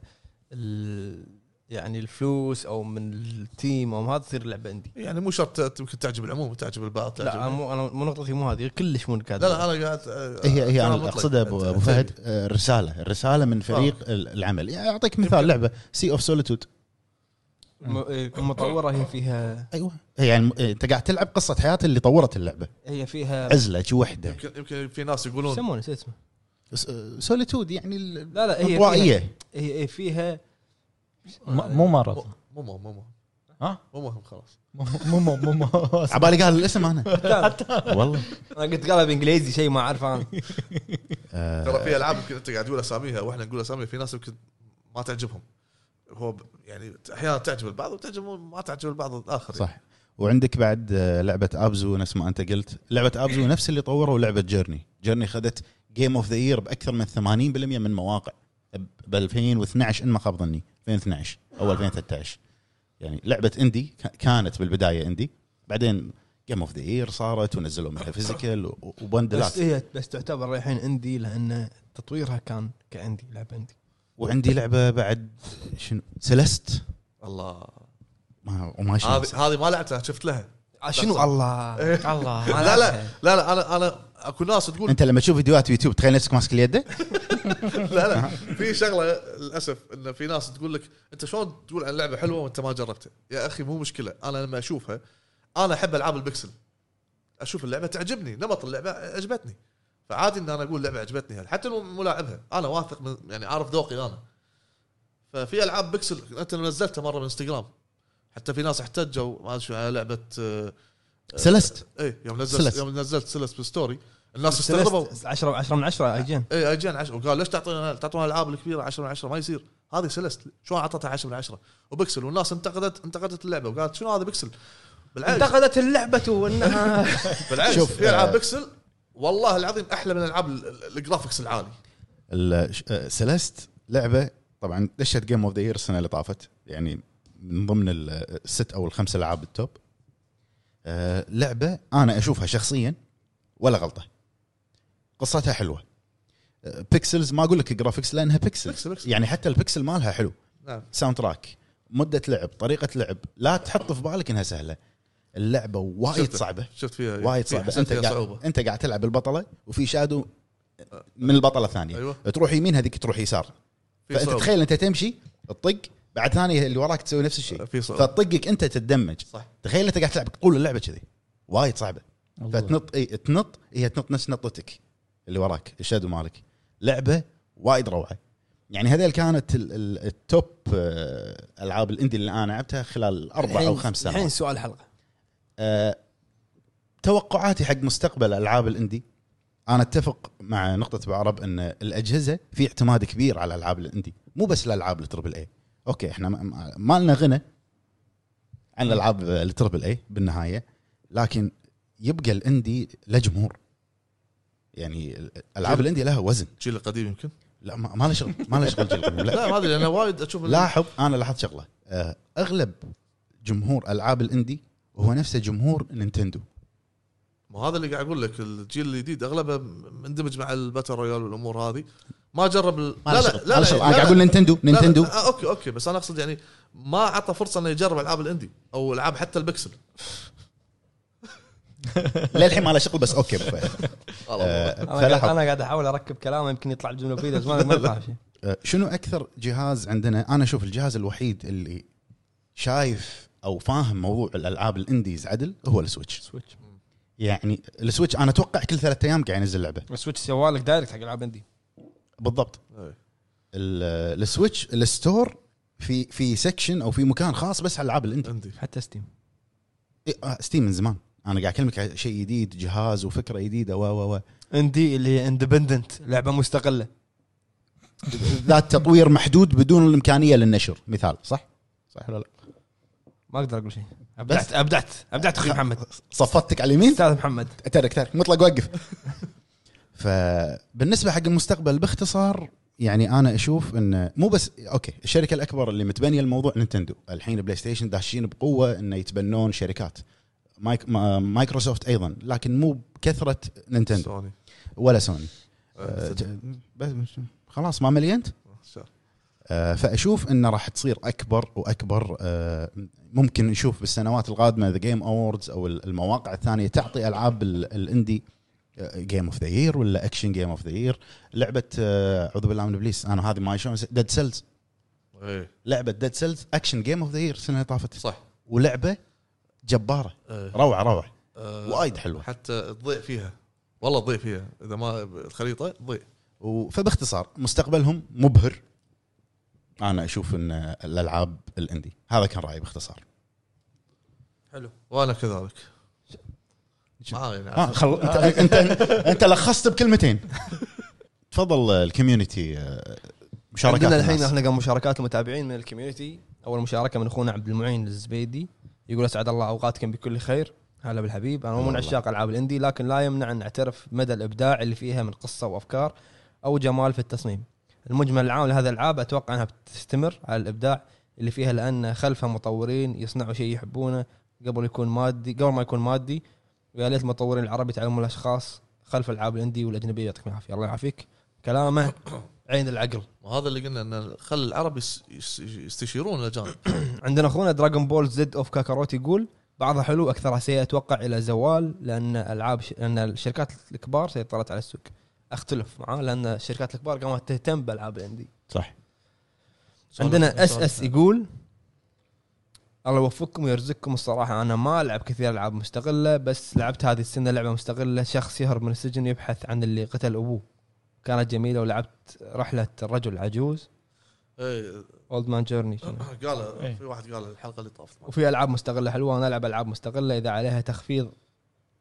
[SPEAKER 2] ال يعني الفلوس او من التيم او هذا تصير اللعبه عندي
[SPEAKER 1] يعني مو شرط ت- يمكن تعجب العموم تعجب البعض
[SPEAKER 2] لا
[SPEAKER 1] تعجب
[SPEAKER 2] أنا مو انا مو نقطتي مو هذه كلش مو قاعد
[SPEAKER 1] لا لا انا قاعد آه،
[SPEAKER 3] هي هي
[SPEAKER 1] كلام
[SPEAKER 3] انا
[SPEAKER 1] مطلق.
[SPEAKER 3] اقصدها ابو أبو
[SPEAKER 1] أنت-
[SPEAKER 3] فهد آه، الرساله الرساله من فريق
[SPEAKER 1] آه.
[SPEAKER 3] ال- العمل يعني اعطيك مثال لعبه سي اوف سوليتود
[SPEAKER 2] م- إيه، مطوره هي فيها
[SPEAKER 3] ايوه هي يعني م- انت قاعد تلعب قصه حياه اللي طورت اللعبه
[SPEAKER 2] هي فيها
[SPEAKER 3] عزله شي وحده
[SPEAKER 1] يمكن يمكن في ناس يقولون
[SPEAKER 2] يسمونه شو اسمه
[SPEAKER 3] سوليتود يعني ال-
[SPEAKER 2] لا لا هي فيها
[SPEAKER 3] انطوائيه
[SPEAKER 2] هي هي فيها
[SPEAKER 4] م- مو مرض
[SPEAKER 1] مو مهم مو مهم
[SPEAKER 4] ها؟
[SPEAKER 1] مو مهم خلاص
[SPEAKER 4] مو مو مو مو
[SPEAKER 3] عبالي قال الاسم انا والله
[SPEAKER 2] انا قلت قالها بانجليزي شيء ما اعرفه انا
[SPEAKER 3] آه،
[SPEAKER 1] ترى في العاب يمكن انت قاعد تقول اساميها واحنا نقول اساميها في ناس يمكن ما تعجبهم هو ب- يعني احيانا تعجب البعض وتعجب ما تعجب البعض الاخر
[SPEAKER 3] صح وعندك بعد آه، لعبه ابزو نفس ما انت قلت لعبه ابزو نفس اللي طوروا لعبه جيرني جيرني خذت جيم اوف ذا يير باكثر من 80% من مواقع ب 2012 ان ما خاب ظني 2012 او 2013 يعني لعبه اندي ك- كانت بالبدايه اندي بعدين جيم اوف ذا يير صارت ونزلوا منها فيزيكال وبندلات
[SPEAKER 2] بس هي بس تعتبر الحين عندي لان تطويرها كان كعندي لعبه عندي
[SPEAKER 3] وعندي لعبه بعد شنو سلست
[SPEAKER 1] الله
[SPEAKER 3] ما وما شنو
[SPEAKER 1] هذه هذه ما لعبتها شفت لها
[SPEAKER 2] آه، شنو الله
[SPEAKER 4] الله
[SPEAKER 1] لا لا لا لا انا انا اكو ناس تقول
[SPEAKER 3] انت لما تشوف فيديوهات يوتيوب تخيل نفسك ماسك اليد
[SPEAKER 1] لا لا في شغله للاسف ان في ناس تقول لك انت شلون تقول عن لعبه حلوه وانت ما جربتها؟ يا اخي مو مشكله انا لما اشوفها انا احب العاب البكسل اشوف اللعبه تعجبني نمط اللعبه عجبتني فعادي ان انا اقول لعبه عجبتني هذه حتى لو مو لاعبها انا واثق من يعني عارف ذوقي انا ففي العاب بكسل انت لو نزلتها مره من انستغرام حتى في ناس احتجوا ما ادري شو على لعبه آه،
[SPEAKER 3] سلست
[SPEAKER 1] ايه يوم نزلت
[SPEAKER 3] سلست.
[SPEAKER 1] يوم نزلت سلس بالستوري الناس استغربوا
[SPEAKER 2] 10 10 من 10 اجين
[SPEAKER 1] اي اي جن 10 إيه، وقال ليش تعطونا تعطونا الالعاب الكبيره 10 من 10 ما يصير هذه سلست شلون اعطتها 10 من 10 وبكسل والناس انتقدت انتقدت اللعبه وقالت شنو هذا بكسل بالعكس
[SPEAKER 2] انتقدت اللعبه وانها
[SPEAKER 1] بالعكس
[SPEAKER 3] شوف،
[SPEAKER 1] في العاب
[SPEAKER 3] آه.
[SPEAKER 1] بكسل والله العظيم احلى من العاب ال- ال- الجرافكس العالي
[SPEAKER 3] ال- ش- آه، سلست لعبه طبعا دشت جيم اوف ذا يير السنه اللي طافت يعني من ضمن ال- آه، الست او الخمس العاب التوب آه، لعبه انا اشوفها شخصيا ولا غلطه قصتها حلوه آه، بيكسلز ما اقول لك جرافيكس لانها
[SPEAKER 1] بيكسل-
[SPEAKER 3] بيكسل
[SPEAKER 1] بيكسل.
[SPEAKER 3] يعني حتى البيكسل مالها حلو
[SPEAKER 1] نعم
[SPEAKER 3] ساوند تراك مده لعب طريقه لعب لا تحط في بالك انها سهله اللعبه وايد
[SPEAKER 1] شفتها.
[SPEAKER 3] صعبه
[SPEAKER 1] شفت فيها
[SPEAKER 3] وايد
[SPEAKER 1] فيها-
[SPEAKER 3] صعبه
[SPEAKER 1] حسيت
[SPEAKER 3] انت
[SPEAKER 1] فيها
[SPEAKER 3] قاعد
[SPEAKER 1] صعوبه
[SPEAKER 3] انت قاعد تلعب البطله وفي شادو من البطله الثانيه
[SPEAKER 1] أيوة.
[SPEAKER 3] تروح يمين هذيك تروح يسار
[SPEAKER 1] في
[SPEAKER 3] فانت
[SPEAKER 1] صعوبة.
[SPEAKER 3] تخيل انت تمشي تطق بعد ثانيه اللي وراك تسوي نفس الشيء
[SPEAKER 1] في صعوبة.
[SPEAKER 3] فتطقك انت تتدمج
[SPEAKER 1] صح
[SPEAKER 3] تخيل انت قاعد تلعب طول اللعبه كذي وايد صعبه
[SPEAKER 4] الله.
[SPEAKER 3] فتنط اي تنط هي تنط نفس نطتك اللي وراك الشادو مالك لعبه وايد روعه يعني هذيل كانت ال- ال- التوب آه، العاب الاندي اللي انا لعبتها خلال اربع او خمس سنوات
[SPEAKER 2] الحين سؤال الحلقه
[SPEAKER 3] آه، توقعاتي حق مستقبل العاب الاندي انا اتفق مع نقطه أبو عرب ان الاجهزه في اعتماد كبير على العاب الاندي مو بس الالعاب التربل اي اوكي احنا ما- ما- ما لنا غنى عن الالعاب التربل اي بالنهايه لكن يبقى الاندي له جمهور يعني العاب الاندي لها وزن
[SPEAKER 1] الجيل القديم يمكن
[SPEAKER 3] لا ما ما له شغل ما له شغل جيل قديم.
[SPEAKER 1] لا ما ادري انا وايد اشوف
[SPEAKER 3] لاحظ انا لاحظت شغله آه، اغلب جمهور العاب الاندي هو نفسه جمهور نينتندو
[SPEAKER 1] ما هذا اللي قاعد اقول لك الجيل الجديد اغلبه مندمج مع الباتل رويال والامور هذه ما جرب ال-
[SPEAKER 3] ما له شغل، ما له شغل. انا قاعد اقول نينتندو
[SPEAKER 1] لا، لا،
[SPEAKER 3] نينتندو
[SPEAKER 1] آه، اوكي اوكي بس انا اقصد يعني ما اعطى فرصه انه يجرب العاب الاندي او العاب حتى البكسل
[SPEAKER 3] للحين ما له شغل بس اوكي أبو فهد. آه،
[SPEAKER 2] انا قاعد-
[SPEAKER 3] فلاحظ
[SPEAKER 2] أنا قاعد احاول اركب كلامه يمكن يطلع بجمله مفيده بس ما ما يطلع شيء
[SPEAKER 3] آه، شنو اكثر جهاز عندنا انا اشوف الجهاز الوحيد اللي شايف او فاهم موضوع الالعاب الانديز عدل هو السويتش
[SPEAKER 2] سويتش
[SPEAKER 3] يعني السويتش انا اتوقع كل ثلاثة ايام قاعد ينزل لعبه
[SPEAKER 2] السويتش سوالك دايركت حق العاب عندي
[SPEAKER 3] بالضبط
[SPEAKER 1] إيه.
[SPEAKER 3] ال- السويتش الستور في في سكشن او في مكان خاص بس على العاب الاندي
[SPEAKER 1] اندي
[SPEAKER 2] حتى ستيم
[SPEAKER 3] إيه، آه، ستيم من زمان انا قاعد اكلمك على شيء جديد جهاز وفكره جديده و و و
[SPEAKER 2] عندي اللي هي اندبندنت لعبه مستقله
[SPEAKER 3] ذات تطوير محدود بدون الامكانيه للنشر مثال صح؟ صح ولا لا؟
[SPEAKER 2] ما اقدر اقول شيء ابدعت ابدعت ابدعت اخوي محمد
[SPEAKER 3] صفتك على اليمين
[SPEAKER 2] استاذ محمد
[SPEAKER 3] ترك ترك مطلق وقف فبالنسبه حق المستقبل باختصار يعني انا اشوف انه مو بس اوكي الشركه الاكبر اللي متبنيه الموضوع نينتندو الحين بلاي ستيشن داشين بقوه انه يتبنون شركات مايك ما- مايكروسوفت ايضا لكن مو بكثره نينتندو
[SPEAKER 1] سوني
[SPEAKER 3] ولا سوني
[SPEAKER 1] آه،
[SPEAKER 3] أه، بس خلاص ما مليانت
[SPEAKER 1] شر.
[SPEAKER 3] آه، فاشوف انه راح تصير اكبر واكبر آه، ممكن نشوف بالسنوات القادمه ذا جيم اووردز او المواقع الثانيه تعطي العاب ال- آه، الاندي جيم اوف ذا يير ولا اكشن جيم اوف ذا يير لعبه آه، اعوذ بالله من ابليس انا هذه ما شلون ديد سيلز
[SPEAKER 1] ايه
[SPEAKER 3] لعبه ديد سيلز اكشن جيم اوف ذا يير السنه اللي طافت
[SPEAKER 1] صح
[SPEAKER 3] ولعبه جباره
[SPEAKER 1] إيه.
[SPEAKER 3] روعه روعه
[SPEAKER 1] آه،
[SPEAKER 3] وايد حلوه
[SPEAKER 1] حتى تضيع فيها والله تضيع فيها اذا ما الخريطه تضيع
[SPEAKER 3] و- فباختصار مستقبلهم مبهر انا اشوف ان آه، الالعاب الاندي هذا كان رايي باختصار
[SPEAKER 1] حلو وانا كذلك معاي يعني
[SPEAKER 3] آه خل... انت انت انت لخصت بكلمتين تفضل آه، الكوميونتي آه، مشاركات
[SPEAKER 2] عندنا الحين
[SPEAKER 3] الحين
[SPEAKER 2] احنا قام مشاركات المتابعين من الكوميونتي اول مشاركه من اخونا عبد المعين الزبيدي يقول اسعد الله اوقاتكم بكل خير هلا بالحبيب انا مو من
[SPEAKER 3] والله.
[SPEAKER 2] عشاق العاب الاندي لكن لا يمنع ان نعترف مدى الابداع اللي فيها من قصه وافكار او جمال في التصميم المجمل العام لهذه الالعاب اتوقع انها بتستمر على الابداع اللي فيها لان خلفها مطورين يصنعوا شيء يحبونه قبل يكون مادي قبل ما يكون مادي ويا ليت المطورين العرب يتعلموا الاشخاص خلف العاب الاندي والاجنبيه يعطيكم العافيه الله يعافيك كلامه عين العقل
[SPEAKER 1] وهذا اللي قلنا ان خل العرب يس- يس- يستشيرون الاجانب
[SPEAKER 2] عندنا اخونا دراغون بول زد اوف كاكاروت يقول بعضها حلو اكثرها سيء اتوقع الى زوال لان العاب ش... لان الشركات الكبار سيطرت على السوق اختلف معاه لان الشركات الكبار قامت تهتم بالعاب الاندي
[SPEAKER 3] صح
[SPEAKER 2] عندنا E اس اس يقول الله يوفقكم ويرزقكم الصراحه انا ما العب كثير العاب مستقله بس لعبت هذه السنه لعبه مستقله شخص يهرب من السجن يبحث عن اللي قتل ابوه كانت جميله ولعبت رحله الرجل العجوز
[SPEAKER 1] إيه،
[SPEAKER 2] اولد مان جيرني شنو
[SPEAKER 1] قال
[SPEAKER 4] إيه.
[SPEAKER 1] في واحد قال الحلقه اللي طافت
[SPEAKER 2] وفي العاب مستقله حلوه انا العب العاب مستقله اذا عليها تخفيض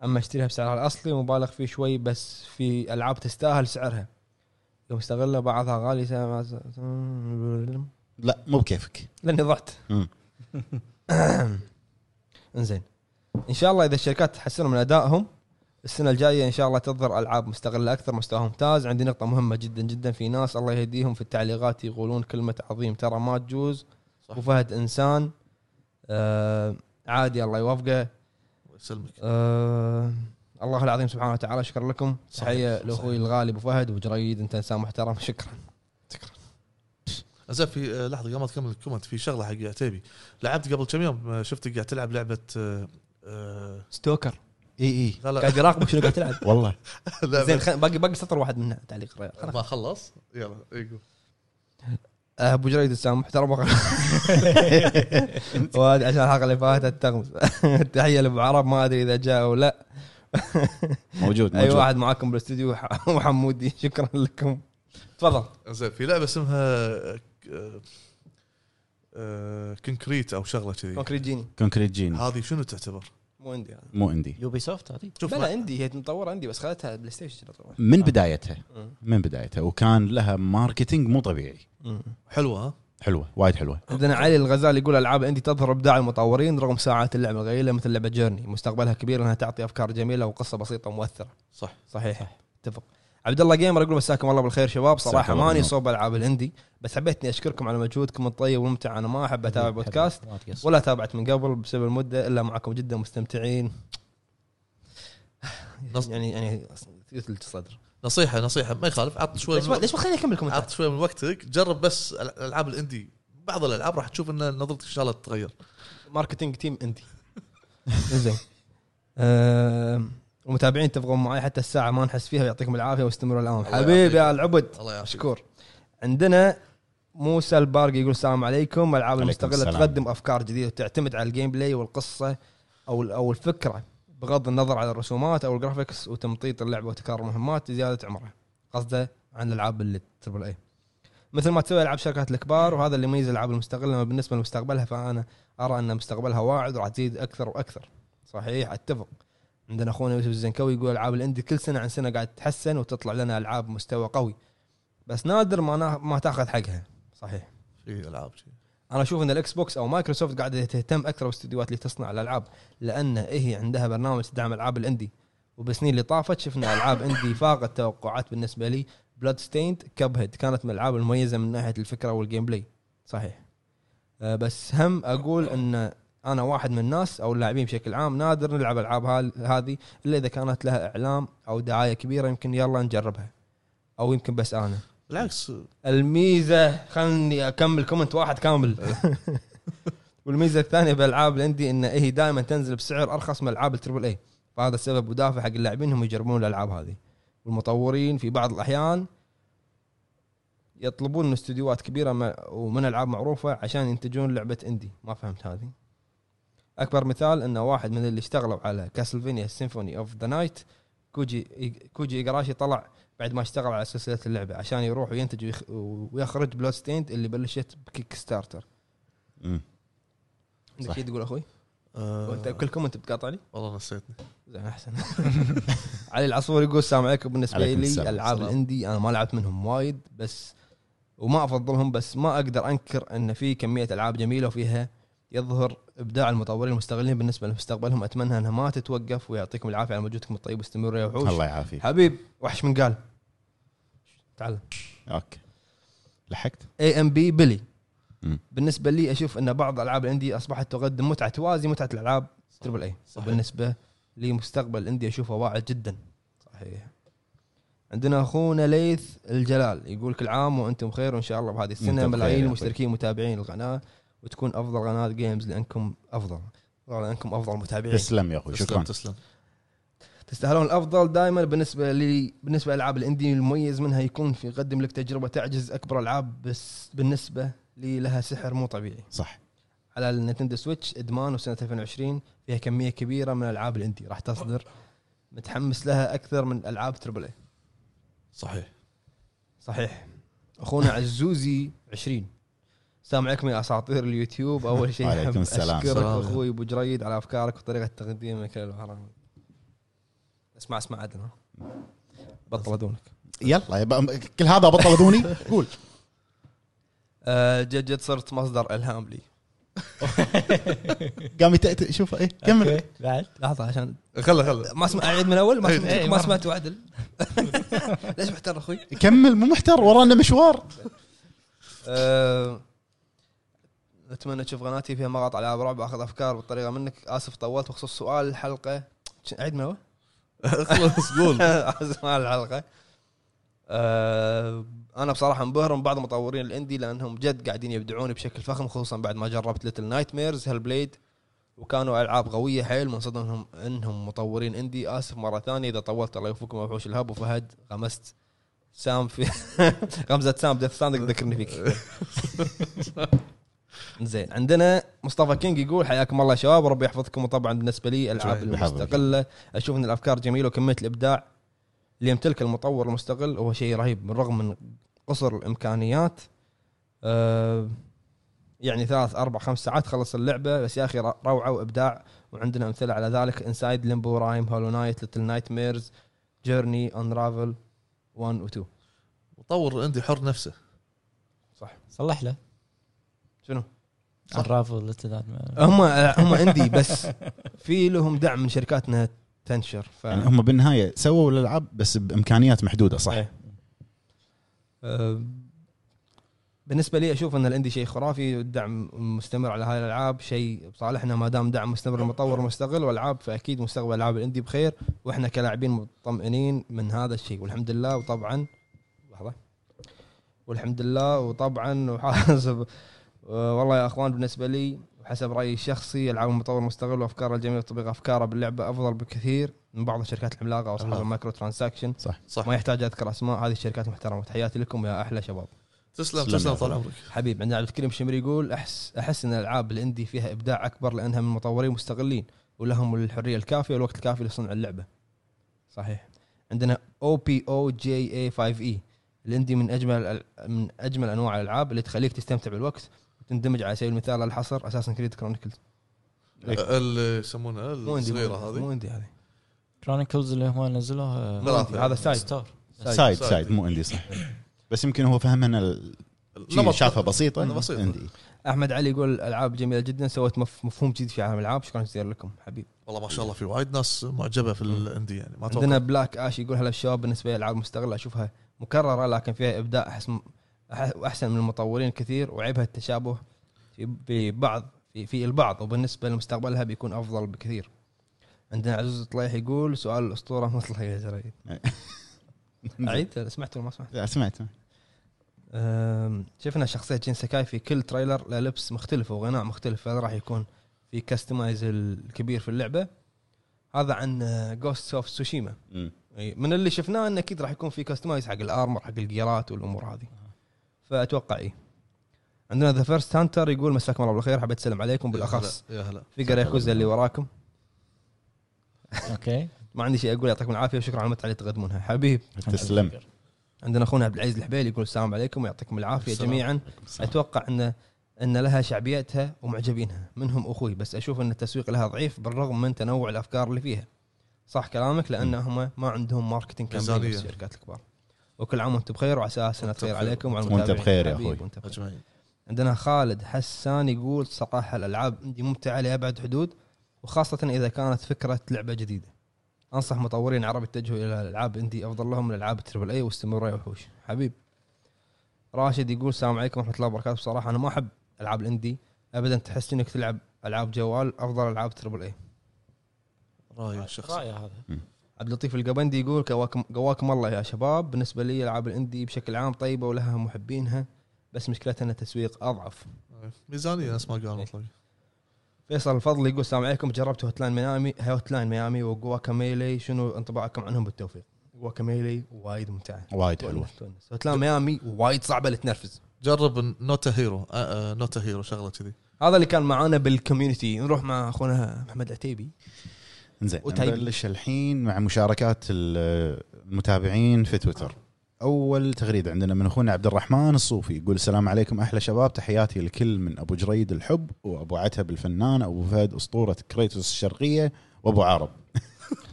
[SPEAKER 2] اما اشتريها بسعرها الاصلي مبالغ فيه شوي بس في العاب تستاهل سعرها لو مستغله بعضها غالي سا- سا-
[SPEAKER 3] لا مو بكيفك
[SPEAKER 2] لاني ضعت
[SPEAKER 3] مم.
[SPEAKER 2] انزين ان شاء الله اذا الشركات تحسن من ادائهم السنه الجايه ان شاء الله تظهر العاب مستغله اكثر مستواها ممتاز عندي نقطه مهمه جدا جدا في ناس الله يهديهم في التعليقات يقولون كلمه عظيم ترى ما تجوز
[SPEAKER 1] صح.
[SPEAKER 2] ابو فهد انسان آه عادي الله يوفقه
[SPEAKER 1] يسلمك
[SPEAKER 2] آه الله العظيم سبحانه وتعالى شكرا لكم
[SPEAKER 1] صحيح.
[SPEAKER 2] تحيه لاخوي الغالي ابو فهد وجريد انت انسان محترم شكرا
[SPEAKER 1] زين في آه، لحظه قبل ما تكمل الكومنت في شغله حق عتيبي لعبت قبل كم يوم آه، شفتك قاعد تلعب لعبه آه، آه،
[SPEAKER 2] ستوكر
[SPEAKER 3] اي اي
[SPEAKER 1] لا لا
[SPEAKER 2] قاعد يراقبك شنو قاعد تلعب
[SPEAKER 3] والله
[SPEAKER 1] لعبة-
[SPEAKER 2] زين خل- باقي باقي سطر واحد منها تعليق ريال خلاص.
[SPEAKER 1] ما خلص يلا يقول
[SPEAKER 2] آه، ابو جريد انسان محترم وهذه عشان الحلقه اللي فاتت تغمز تحيه لابو عرب ما ادري اذا جاء او لا
[SPEAKER 3] موجود موجود
[SPEAKER 2] اي واحد معاكم بالاستديو ح- وحمودي شكرا لكم تفضل
[SPEAKER 1] زين في لعبه اسمها آه، كونكريت او شغله كذي
[SPEAKER 2] كونكريت جيني
[SPEAKER 3] كونكريت جيني
[SPEAKER 1] هذه شنو تعتبر؟
[SPEAKER 2] مو عندي انا
[SPEAKER 3] مو اندي
[SPEAKER 4] يوبي سوفت هذه
[SPEAKER 1] شوف
[SPEAKER 2] بلا عندي هي مطوره عندي بس خذتها بلاي ستيشن طبعا
[SPEAKER 3] من بدايتها من بدايتها وكان لها ماركتينج مو طبيعي
[SPEAKER 1] حلوه ها؟
[SPEAKER 3] حلوه وايد حلوه
[SPEAKER 2] عندنا علي الغزال يقول العاب عندي تظهر ابداع المطورين رغم ساعات اللعبه القليله مثل لعبه جيرني مستقبلها كبير انها تعطي افكار جميله وقصه بسيطه ومؤثره
[SPEAKER 1] صح
[SPEAKER 2] صحيح اتفق عبد الله جيمر يقول مساكم الله بالخير شباب
[SPEAKER 3] مساك
[SPEAKER 2] صراحه
[SPEAKER 3] الله
[SPEAKER 2] ماني
[SPEAKER 3] بالنور.
[SPEAKER 2] صوب العاب الاندي بس حبيت اني اشكركم على مجهودكم الطيب والممتع انا ما احب اتابع بودكاست
[SPEAKER 4] ما تقصر.
[SPEAKER 2] ولا تابعت من قبل بسبب المده الا معكم جدا مستمتعين
[SPEAKER 1] نص-
[SPEAKER 2] يعني يعني يثلج الصدر
[SPEAKER 1] نصيحه نصيحه ما يخالف عط شوي
[SPEAKER 2] ليش
[SPEAKER 1] من
[SPEAKER 2] ما
[SPEAKER 1] وقت-
[SPEAKER 2] ليش ما خليني اكمل كومنتات
[SPEAKER 1] عط شوي من وقتك جرب بس الالعاب الاندي بعض الالعاب راح تشوف ان نظرتك ان شاء الله تتغير
[SPEAKER 2] ماركتينج تيم اندي زين آم، ومتابعين اتفقوا معي حتى الساعه ما نحس فيها يعطيكم العافيه واستمروا الان
[SPEAKER 1] الله
[SPEAKER 2] حبيبي يا
[SPEAKER 1] يعافيك.
[SPEAKER 2] العبد
[SPEAKER 1] الله يعافيك
[SPEAKER 2] مشكور عندنا موسى البارقي يقول السلام عليكم العاب
[SPEAKER 3] عليكم
[SPEAKER 2] المستقله
[SPEAKER 3] السلام.
[SPEAKER 2] تقدم افكار جديده وتعتمد على الجيم بلاي والقصه او او الفكره بغض النظر عن الرسومات او الجرافيكس وتمطيط اللعبه وتكرار المهمات لزياده عمرها قصده عن الالعاب التربل اي إيه. مثل ما تسوي العاب شركات الكبار وهذا اللي يميز الالعاب المستقله أما بالنسبه لمستقبلها فانا ارى ان مستقبلها واعد وراح تزيد اكثر واكثر صحيح اتفق عندنا اخونا يوسف الزنكوي يقول العاب الاندي كل سنه عن سنه قاعد تتحسن وتطلع لنا العاب مستوى قوي بس نادر ما نا... ما تاخذ حقها صحيح
[SPEAKER 1] في العاب شي.
[SPEAKER 2] انا اشوف ان الاكس بوكس او مايكروسوفت قاعده تهتم اكثر بالاستديوهات اللي تصنع الالعاب لان هي إيه، عندها برنامج تدعم العاب الاندي وبالسنين اللي طافت شفنا العاب اندي فاقت توقعات بالنسبه لي بلاد ستيند كاب هيد كانت من الالعاب المميزه من ناحيه الفكره والجيم بلاي صحيح آه، بس هم اقول ان انا واحد من الناس او اللاعبين بشكل عام نادر نلعب العاب هال- هذه الا اذا كانت لها اعلام او دعايه كبيره يمكن يلا نجربها او يمكن بس انا
[SPEAKER 1] بالعكس
[SPEAKER 2] الميزه خلني اكمل كومنت واحد كامل والميزه الثانيه بالالعاب الاندي ان هي دائما تنزل بسعر ارخص من العاب التربل اي فهذا السبب ودافع حق اللاعبين هم يجربون الالعاب هذه والمطورين في بعض الاحيان يطلبون من استديوهات كبيره م- ومن العاب معروفه عشان ينتجون لعبه اندي ما فهمت هذه اكبر مثال ان واحد من اللي اشتغلوا على كاسلفينيا سيمفوني اوف ذا نايت كوجي كوجي ايجاراشي طلع بعد ما اشتغل على سلسله اللعبه عشان يروح وينتج ويخ- ويخرج بلود ستيند اللي بلشت بكيك ستارتر
[SPEAKER 3] مم.
[SPEAKER 2] عندك
[SPEAKER 3] صح.
[SPEAKER 2] شيء تقول اخوي؟ وانت
[SPEAKER 1] آه
[SPEAKER 2] كلكم انت بتقاطعني؟
[SPEAKER 1] والله نسيتني
[SPEAKER 2] زين احسن علي العصفور يقول السلام عليكم بالنسبه
[SPEAKER 3] عليكم
[SPEAKER 2] لي
[SPEAKER 3] السلام.
[SPEAKER 2] العاب
[SPEAKER 1] السلام.
[SPEAKER 2] الاندي انا ما لعبت منهم وايد بس وما افضلهم بس ما اقدر انكر ان في كميه العاب جميله وفيها يظهر ابداع المطورين المستغلين بالنسبه لمستقبلهم اتمنى انها ما تتوقف ويعطيكم العافيه على مجهودكم الطيب واستمروا يا وحوش
[SPEAKER 3] الله يعافيك
[SPEAKER 2] حبيب وحش من قال تعال
[SPEAKER 3] اوكي لحقت
[SPEAKER 2] اي ام بي بيلي
[SPEAKER 3] مم.
[SPEAKER 2] بالنسبه لي اشوف ان بعض العاب الاندي اصبحت تقدم متعه توازي متعه الالعاب تربل اي
[SPEAKER 1] صحيح.
[SPEAKER 2] وبالنسبه لمستقبل الاندي اشوفه واعد جدا صحيح عندنا اخونا ليث الجلال يقول كل عام وانتم بخير وان شاء الله بهذه
[SPEAKER 3] وأنت
[SPEAKER 2] السنه
[SPEAKER 3] بخير يا
[SPEAKER 2] ملايين
[SPEAKER 3] أخوي.
[SPEAKER 2] المشتركين متابعين القناه وتكون افضل قناه جيمز لانكم افضل لانكم افضل متابعين
[SPEAKER 3] تسلم يا اخوي
[SPEAKER 1] تسلم
[SPEAKER 3] شكرا
[SPEAKER 1] تسلم
[SPEAKER 2] تستاهلون الافضل دائما بالنسبه لي بالنسبه لالعاب الاندي المميز منها يكون في يقدم لك تجربه تعجز اكبر العاب بس بالنسبه لي لها سحر مو طبيعي
[SPEAKER 3] صح
[SPEAKER 2] على النينتندو سويتش ادمان وسنه 2020 فيها كميه كبيره من العاب الاندي راح تصدر متحمس لها اكثر من إيه. العاب تربل اي
[SPEAKER 1] صحيح
[SPEAKER 2] صحيح اخونا عزوزي 20 السلام عليكم يا اساطير اليوتيوب اول شيء
[SPEAKER 3] وعليكم
[SPEAKER 2] أحب
[SPEAKER 3] السلام.
[SPEAKER 2] اشكرك
[SPEAKER 1] سلام.
[SPEAKER 2] اخوي ابو جريد على افكارك وطريقه تقديمك للهرم اسمع اسمع عدن ها. بطل ادونك
[SPEAKER 3] يلا يبا- كل هذا بطل دوني قول
[SPEAKER 2] آه، جد جد صرت مصدر الهام لي
[SPEAKER 3] قام يتأتئ شوف ايه كمل
[SPEAKER 4] أوكي، بعد
[SPEAKER 2] لحظه عشان
[SPEAKER 1] خله خله
[SPEAKER 2] ما اسمع اعيد من اول ما
[SPEAKER 1] إيه،
[SPEAKER 2] سمعت
[SPEAKER 4] إيه،
[SPEAKER 2] ما
[SPEAKER 4] مرة.
[SPEAKER 2] سمعت وعدل ليش محتار اخوي؟
[SPEAKER 3] كمل مو محتر ورانا مشوار
[SPEAKER 2] آه، اتمنى تشوف قناتي فيها مقاطع العاب رعب اخذ افكار بالطريقه منك اسف طولت بخصوص سؤال الحلقه عيد من اول
[SPEAKER 1] خلص قول
[SPEAKER 2] اسف على الحلقه آه، انا بصراحه منبهر من بعض مطورين الاندي لانهم جد قاعدين يبدعون بشكل فخم خصوصا بعد ما جربت ليتل نايت ميرز هيل بليد وكانوا العاب قويه حيل منصدم انهم انهم مطورين اندي اسف مره ثانيه اذا طولت الله يوفقكم يا وحوش الهب وفهد غمست سام في غمزه سام ديث ساندك ذكرني فيك زين عندنا مصطفى كينج يقول حياكم الله يا شباب وربي يحفظكم وطبعا بالنسبه لي الالعاب
[SPEAKER 1] شوي،
[SPEAKER 3] بحفظك.
[SPEAKER 2] المستقله اشوف ان الافكار جميله وكميه الابداع اللي يمتلك المطور المستقل هو شيء رهيب بالرغم من قصر الامكانيات أه يعني ثلاث اربع خمس ساعات خلص اللعبه بس يا اخي ر- روعه وابداع وعندنا امثله على ذلك انسايد ليمبو رايم هولو نايت ليتل نايت ميرز جيرني انرافل 1 و 2
[SPEAKER 1] مطور عندي حر نفسه
[SPEAKER 4] صلح له
[SPEAKER 2] شنو؟
[SPEAKER 4] الرافل التذات-
[SPEAKER 2] هم هم عندي بس في لهم دعم من شركات انها تنشر ف
[SPEAKER 3] يعني هم بالنهايه سووا الالعاب بس بامكانيات محدوده صح
[SPEAKER 2] إيه. أم، بالنسبه لي اشوف ان الاندي شيء خرافي والدعم مستمر على هاي الالعاب شيء بصالحنا ما دام دعم مستمر للمطور مستقل والالعاب فاكيد مستقبل العاب الاندي بخير واحنا كلاعبين مطمئنين من هذا الشيء والحمد لله وطبعا لحظه والحمد لله وطبعا وحاسب أه، والله يا اخوان بالنسبه لي وحسب رايي الشخصي العاب المطور المستقل وافكاره الجميله وتطبيق افكاره باللعبه افضل بكثير من بعض الشركات العملاقه او اصحاب
[SPEAKER 1] الله.
[SPEAKER 2] المايكرو ترانزاكشن
[SPEAKER 1] صح
[SPEAKER 2] ما يحتاج اذكر اسماء هذه الشركات محترمه تحياتي لكم يا احلى شباب
[SPEAKER 1] تسلم
[SPEAKER 3] تسلم
[SPEAKER 1] تسلم
[SPEAKER 3] يا
[SPEAKER 1] طال
[SPEAKER 3] أخوي.
[SPEAKER 1] عمرك
[SPEAKER 2] حبيب عندنا عبد الكريم شمري يقول احس احس ان الالعاب الاندي فيها ابداع اكبر لانها من مطورين مستقلين ولهم الحريه الكافيه والوقت الكافي لصنع اللعبه صحيح عندنا او بي او جي اي 5 اي الاندي E. من اجمل من اجمل انواع الالعاب اللي تخليك تستمتع بالوقت وتندمج على سبيل المثال على الحصر اساسا كريد كرونيكلز
[SPEAKER 1] اللي يسمونها
[SPEAKER 2] مو اندي
[SPEAKER 1] الصغيره هذه
[SPEAKER 2] مو اندي هذه
[SPEAKER 4] كرونيكلز اللي هم نزلوه آه،
[SPEAKER 2] مو اندي،
[SPEAKER 1] ثلاثة.
[SPEAKER 2] هذا سايد
[SPEAKER 4] ستور
[SPEAKER 3] سايد
[SPEAKER 1] سايد.
[SPEAKER 3] سايد مو اندي صح بس يمكن هو فهم ان ال- شي
[SPEAKER 1] نمط-
[SPEAKER 3] شافها بسيطه
[SPEAKER 1] بسيطة.
[SPEAKER 3] اندي
[SPEAKER 2] احمد علي يقول الالعاب جميله جدا سوت مف- مفهوم جديد في عالم الالعاب شكرا جزيلا لكم حبيب
[SPEAKER 1] والله ما شاء الله في وايد ناس معجبه في الاندي يعني ما
[SPEAKER 2] عندنا
[SPEAKER 1] اتوقع
[SPEAKER 2] بلاك اش يقول هلا الشباب بالنسبه للالعاب المستغله اشوفها مكرره لكن فيها ابداع احسن أح- واحسن من المطورين كثير وعيبها التشابه في- في بعض في, في البعض وبالنسبه لمستقبلها بيكون افضل بكثير عندنا عزوز طليح يقول سؤال الاسطوره مطلق يا جريد عيد سمعت ولا ما سمعت؟
[SPEAKER 3] لا، سمعت
[SPEAKER 2] أم، شفنا شخصية جين سكاي في كل تريلر له لبس مختلف وغناء مختلف فهذا راح يكون في كستمايز الكبير في اللعبة هذا عن آه، جوست اوف سوشيما
[SPEAKER 3] مم.
[SPEAKER 2] من اللي شفناه انه اكيد راح يكون في كستمايز حق الارمر حق الجيرات والامور هذه فاتوقع اي عندنا ذا فيرست هانتر يقول مساكم الله بالخير حبيت اسلم عليكم بالاخص
[SPEAKER 1] يا هلا
[SPEAKER 2] فيجر ياكوزا اللي وراكم
[SPEAKER 4] اوكي
[SPEAKER 2] ما عندي شيء اقول يعطيكم العافيه وشكرا على المتعه اللي تقدمونها حبيب
[SPEAKER 3] تسلم
[SPEAKER 2] عندنا اخونا عبد العزيز الحبيلي يقول السلام عليكم ويعطيكم العافيه
[SPEAKER 1] السلام.
[SPEAKER 2] جميعا اتوقع ان ان لها شعبيتها ومعجبينها منهم اخوي بس اشوف ان التسويق لها ضعيف بالرغم من تنوع الافكار اللي فيها صح كلامك لانهم ما عندهم ماركتنج كامبين
[SPEAKER 1] ميزانية.
[SPEAKER 2] الشركات الكبار وكل عام وانتم بخير وعسى سنه
[SPEAKER 1] وأنت
[SPEAKER 2] خير
[SPEAKER 1] بخير.
[SPEAKER 2] عليكم وعلى
[SPEAKER 3] وأنت
[SPEAKER 2] المتابعين.
[SPEAKER 3] بخير يا
[SPEAKER 2] حبيبي،
[SPEAKER 3] أخوي.
[SPEAKER 2] وأنت بخير.
[SPEAKER 1] اجمعين
[SPEAKER 2] عندنا خالد حسان يقول صراحه الالعاب عندي ممتعه لابعد حدود وخاصه اذا كانت فكره لعبه جديده انصح مطورين عرب يتجهوا الى الالعاب اندي افضل لهم من العاب التربل اي واستمروا يا وحوش حبيب راشد يقول السلام عليكم ورحمه الله وبركاته بصراحه انا ما احب العاب الاندي ابدا تحس انك تلعب العاب جوال افضل العاب تربل اي
[SPEAKER 1] راي شخصي
[SPEAKER 4] رايه هذا
[SPEAKER 2] عبد اللطيف القبندي يقول قواكم قواكم الله يا شباب بالنسبه لي العاب الاندي بشكل عام طيبه ولها محبينها بس مشكلتها ان التسويق اضعف
[SPEAKER 1] ميزانيه ناس ما قالوا مطلق
[SPEAKER 2] فيصل الفضل يقول السلام عليكم جربتوا هوت لاين ميامي هوت لاين ميامي وجواكاميلي شنو انطباعكم عنهم بالتوفيق؟ جواكاميلي وايد ممتعه
[SPEAKER 3] وايد حلوه
[SPEAKER 2] هوت لاين ميامي وايد صعبه اللي تنرفز
[SPEAKER 1] جرب نوتا هيرو آه، آه، نوتا هيرو شغله كذي
[SPEAKER 2] هذا اللي كان معانا بالكوميونتي نروح مع اخونا محمد العتيبي
[SPEAKER 3] زين
[SPEAKER 2] وتايب.
[SPEAKER 3] نبلش الحين مع مشاركات ال- المتابعين في تويتر اول تغريده عندنا من اخونا عبد الرحمن الصوفي يقول السلام عليكم احلى شباب تحياتي الكل من ابو جريد الحب وابو عتب الفنان ابو فهد اسطوره كريتوس الشرقيه وابو عرب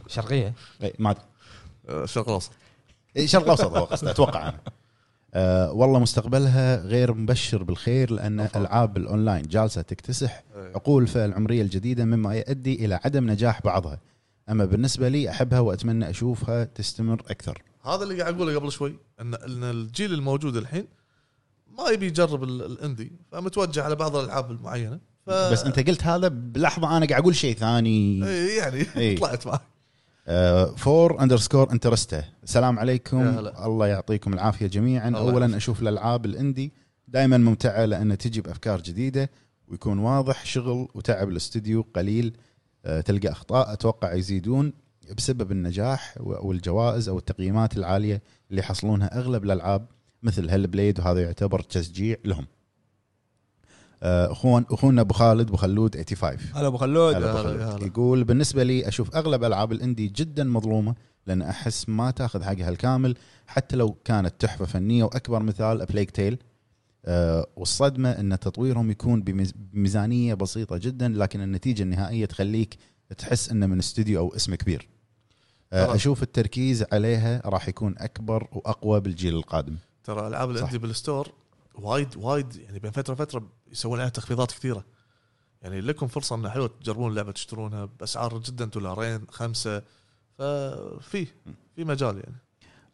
[SPEAKER 2] شرقيه
[SPEAKER 3] إي، ما
[SPEAKER 1] آه، شرق الاوسط
[SPEAKER 3] إي، إيه، شرق الاوسط هو قصده اتوقع انا أه والله مستقبلها غير مبشر بالخير لان
[SPEAKER 1] أفضل.
[SPEAKER 3] العاب الاونلاين جالسه تكتسح
[SPEAKER 1] إيه.
[SPEAKER 3] عقول الفئه العمريه الجديده مما يؤدي الى عدم نجاح بعضها اما بالنسبه لي احبها واتمنى اشوفها تستمر اكثر
[SPEAKER 1] هذا اللي قاعد اقوله قبل شوي ان ان الجيل الموجود الحين ما يبي يجرب ال- الاندي فمتوجه على بعض الالعاب المعينه ف...
[SPEAKER 3] بس انت قلت هذا بلحظه انا قاعد اقول شيء ثاني
[SPEAKER 1] إيه، يعني
[SPEAKER 3] إيه.
[SPEAKER 1] طلعت معك
[SPEAKER 3] Uh, فور اندرسكور انترسته السلام عليكم
[SPEAKER 1] يا هلا.
[SPEAKER 3] الله يعطيكم العافيه جميعا
[SPEAKER 1] الله
[SPEAKER 3] اولا
[SPEAKER 1] يعافيك.
[SPEAKER 3] اشوف الالعاب الاندي دائما ممتعه لان تجي بافكار جديده ويكون واضح شغل وتعب الاستوديو قليل آه، تلقى اخطاء اتوقع يزيدون بسبب النجاح و- او الجوائز او التقييمات العاليه اللي يحصلونها اغلب الالعاب مثل هيل بليد وهذا يعتبر تشجيع لهم آه، اخوان اخونا ابو خالد ابو خلود 85
[SPEAKER 2] هلا ابو خلود
[SPEAKER 3] هلا
[SPEAKER 1] هلا
[SPEAKER 3] أبو
[SPEAKER 1] هلا
[SPEAKER 3] خالد.
[SPEAKER 1] هلا.
[SPEAKER 3] يقول بالنسبه لي اشوف اغلب العاب الاندي جدا مظلومه لان احس ما تاخذ حقها الكامل حتى لو كانت تحفه فنيه واكبر مثال بليك تيل أه والصدمه ان تطويرهم يكون بميز- بميزانيه بسيطه جدا لكن النتيجه النهائيه تخليك تحس انه من استوديو او اسم كبير أه
[SPEAKER 1] ترى-
[SPEAKER 3] اشوف التركيز عليها راح يكون اكبر واقوى بالجيل القادم
[SPEAKER 1] ترى العاب
[SPEAKER 3] صح.
[SPEAKER 1] الاندي بالستور وايد وايد يعني بين فتره وفتره يسوون عليها تخفيضات كثيره يعني لكم فرصه ان حلو تجربون اللعبه تشترونها باسعار جدا دولارين خمسه ففي في مجال يعني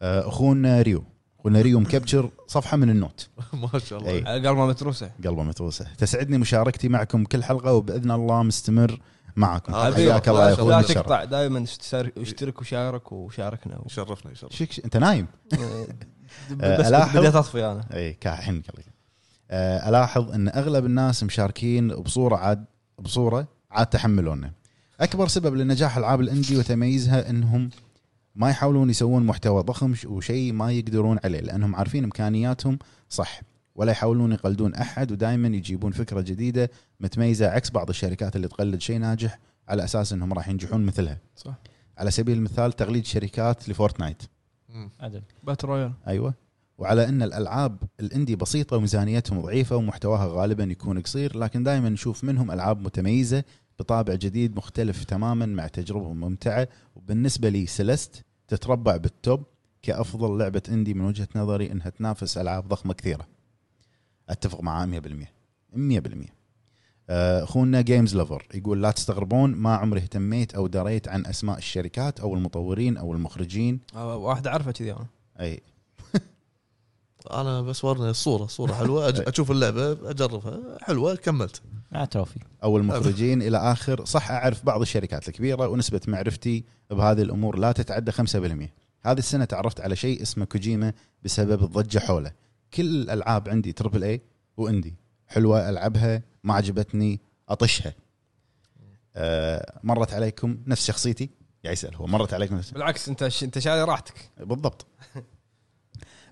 [SPEAKER 3] أه اخونا ريو اخونا ريو مكبشر صفحه من النوت
[SPEAKER 1] ما شاء الله
[SPEAKER 3] إيه.
[SPEAKER 2] على قلبه متروسه
[SPEAKER 3] قلبه متوسع تسعدني مشاركتي معكم كل حلقه وباذن الله مستمر معكم
[SPEAKER 1] آه،
[SPEAKER 2] حبيبي،
[SPEAKER 3] حياك الله يا
[SPEAKER 1] لا-
[SPEAKER 3] اخوي
[SPEAKER 2] لا
[SPEAKER 3] الشرف.
[SPEAKER 2] تقطع دائما اشترك وشارك وشاركنا و-
[SPEAKER 1] يشرفنا يشرفنا
[SPEAKER 3] شك شك انت نايم
[SPEAKER 2] بس
[SPEAKER 3] ألاحظ؟
[SPEAKER 2] بديت اطفي انا
[SPEAKER 3] اي كاحن كلي. آه، الاحظ ان اغلب الناس مشاركين بصوره عاد بصوره عاد تحملونا اكبر سبب لنجاح العاب الاندي وتميزها انهم ما يحاولون يسوون محتوى ضخم ش- وشيء ما يقدرون عليه لانهم عارفين امكانياتهم صح ولا يحاولون يقلدون احد ودائما يجيبون فكره جديده متميزه عكس بعض الشركات اللي تقلد شيء ناجح على اساس انهم راح ينجحون مثلها
[SPEAKER 2] صح
[SPEAKER 3] على سبيل المثال تقليد شركات لفورتنايت
[SPEAKER 1] مم.
[SPEAKER 4] عدل
[SPEAKER 2] باتل رويال
[SPEAKER 3] ايوه وعلى ان الالعاب الاندي بسيطه وميزانيتهم ضعيفه ومحتواها غالبا يكون قصير لكن دائما نشوف منهم العاب متميزه بطابع جديد مختلف تماما مع تجربه ممتعه وبالنسبه لي سلست تتربع بالتوب كافضل لعبه اندي من وجهه نظري انها تنافس العاب ضخمه كثيره اتفق معاه 100% 100% آه، اخونا جيمز لوفر يقول لا تستغربون ما عمري اهتميت او دريت
[SPEAKER 2] آه،
[SPEAKER 3] عن اسماء الشركات او المطورين او المخرجين
[SPEAKER 2] واحد اعرفه كذي انا
[SPEAKER 3] اي
[SPEAKER 1] انا بس ورني الصوره صوره حلوه
[SPEAKER 3] إيه.
[SPEAKER 1] أج- اشوف اللعبه اجربها حلوه كملت
[SPEAKER 4] مع تروفي
[SPEAKER 3] او المخرجين الى اخر صح اعرف بعض الشركات الكبيره ونسبه معرفتي بهذه الامور لا تتعدى 5% هذه السنه تعرفت على شيء اسمه كوجيما بسبب الضجه حوله كل الالعاب عندي تربل إيه اي واندي حلوه العبها ما عجبتني اطشها آه مرت عليكم نفس شخصيتي قاعد يسال هو مرت عليكم نفس
[SPEAKER 2] بالعكس انت ش... انت شاري راحتك
[SPEAKER 3] بالضبط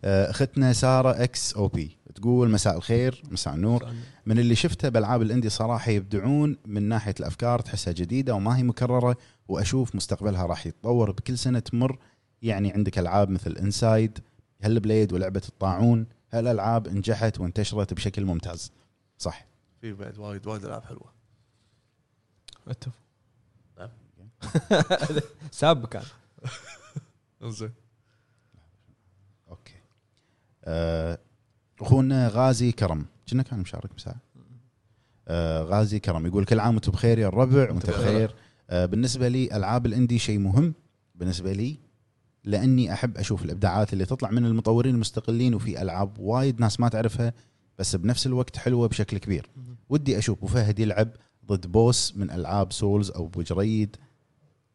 [SPEAKER 3] آه، اختنا ساره اكس او بي تقول مساء الخير مساء النور من اللي شفته بالعاب الاندي صراحه يبدعون من ناحيه الافكار تحسها جديده وما هي مكرره واشوف مستقبلها راح يتطور بكل سنه تمر يعني عندك العاب مثل انسايد هل بليد ولعبه الطاعون هالالعاب نجحت وانتشرت بشكل ممتاز صح
[SPEAKER 1] في بعد وايد وايد العاب حلوه
[SPEAKER 2] اتفق
[SPEAKER 1] نعم.
[SPEAKER 2] ساب كان
[SPEAKER 1] زين
[SPEAKER 3] اوكي آه، اخونا غازي كرم كنا كان مشارك بساعه آه، غازي كرم يقول كل عام وانتم بخير يا الربع وانت بخير آه، بالنسبه لي العاب الاندي شيء مهم بالنسبه لي لاني احب اشوف الابداعات اللي تطلع من المطورين المستقلين وفي العاب وايد ناس ما تعرفها بس بنفس الوقت حلوه بشكل كبير ودي اشوف أبو فهد يلعب ضد بوس من العاب سولز او ابو جريد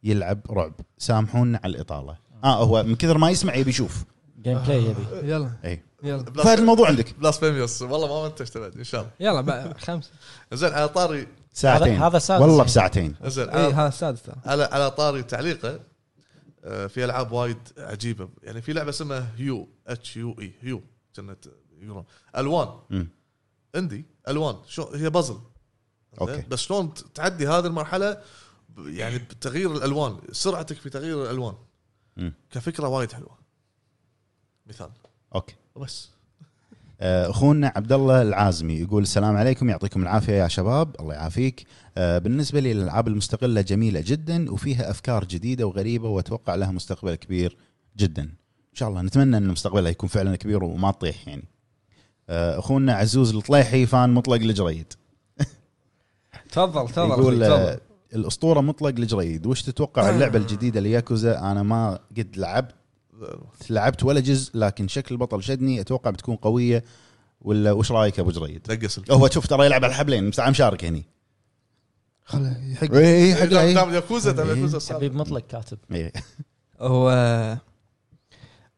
[SPEAKER 3] يلعب رعب سامحونا على الاطاله اه هو من كثر ما يسمع يبي يشوف
[SPEAKER 4] جيم بلاي يبي
[SPEAKER 2] يلا
[SPEAKER 3] اي
[SPEAKER 2] يلا
[SPEAKER 3] فهد الموضوع عندك
[SPEAKER 1] بلاس بيميوس والله ما منتجت بعد ان شاء الله
[SPEAKER 2] يلا بقى خمسه
[SPEAKER 1] زين على طاري
[SPEAKER 3] ساعتين
[SPEAKER 4] هذا- هذا سادس.
[SPEAKER 3] والله بساعتين
[SPEAKER 1] زين
[SPEAKER 2] اي
[SPEAKER 1] على
[SPEAKER 2] إيه، هذا السادس ترى
[SPEAKER 1] على على طاري تعليقه آه، في العاب وايد عجيبه يعني في لعبه اسمها هيو اتش يو اي هيو كانت يقولون الوان
[SPEAKER 3] مم.
[SPEAKER 1] عندي الوان شو هي بازل
[SPEAKER 3] أوكي.
[SPEAKER 1] زين؟ بس شلون ت- تعدي هذه المرحله ب- يعني بتغيير الالوان سرعتك في تغيير الالوان
[SPEAKER 3] مم.
[SPEAKER 1] كفكره وايد حلوه مثال
[SPEAKER 3] اوكي
[SPEAKER 1] بس
[SPEAKER 3] آه، اخونا عبد الله العازمي يقول السلام عليكم يعطيكم العافيه يا شباب الله يعافيك آه، بالنسبه لي الالعاب المستقله جميله جدا وفيها افكار جديده وغريبه واتوقع لها مستقبل كبير جدا ان شاء الله نتمنى ان مستقبلها يكون فعلا كبير وما تطيح يعني آه، اخونا عزوز الطليحي فان مطلق لجريد
[SPEAKER 2] تفضل تفضل
[SPEAKER 3] يقول
[SPEAKER 2] أخوي،
[SPEAKER 3] آه، الاسطوره مطلق لجريد وش تتوقع اللعبه الجديده لياكوزا انا ما قد لعبت لعبت ولا جزء لكن شكل البطل شدني اتوقع بتكون قويه ولا وش رايك يا ابو جريد؟
[SPEAKER 1] دقس الف-
[SPEAKER 3] هو شوف ترى يلعب على الحبلين بس عم شارك هني إيه،
[SPEAKER 2] خله يحق
[SPEAKER 3] اي
[SPEAKER 1] دام دام ياكوزا
[SPEAKER 3] إيه.
[SPEAKER 1] دام ياكوزا السابق.
[SPEAKER 4] حبيب مطلق كاتب
[SPEAKER 2] هو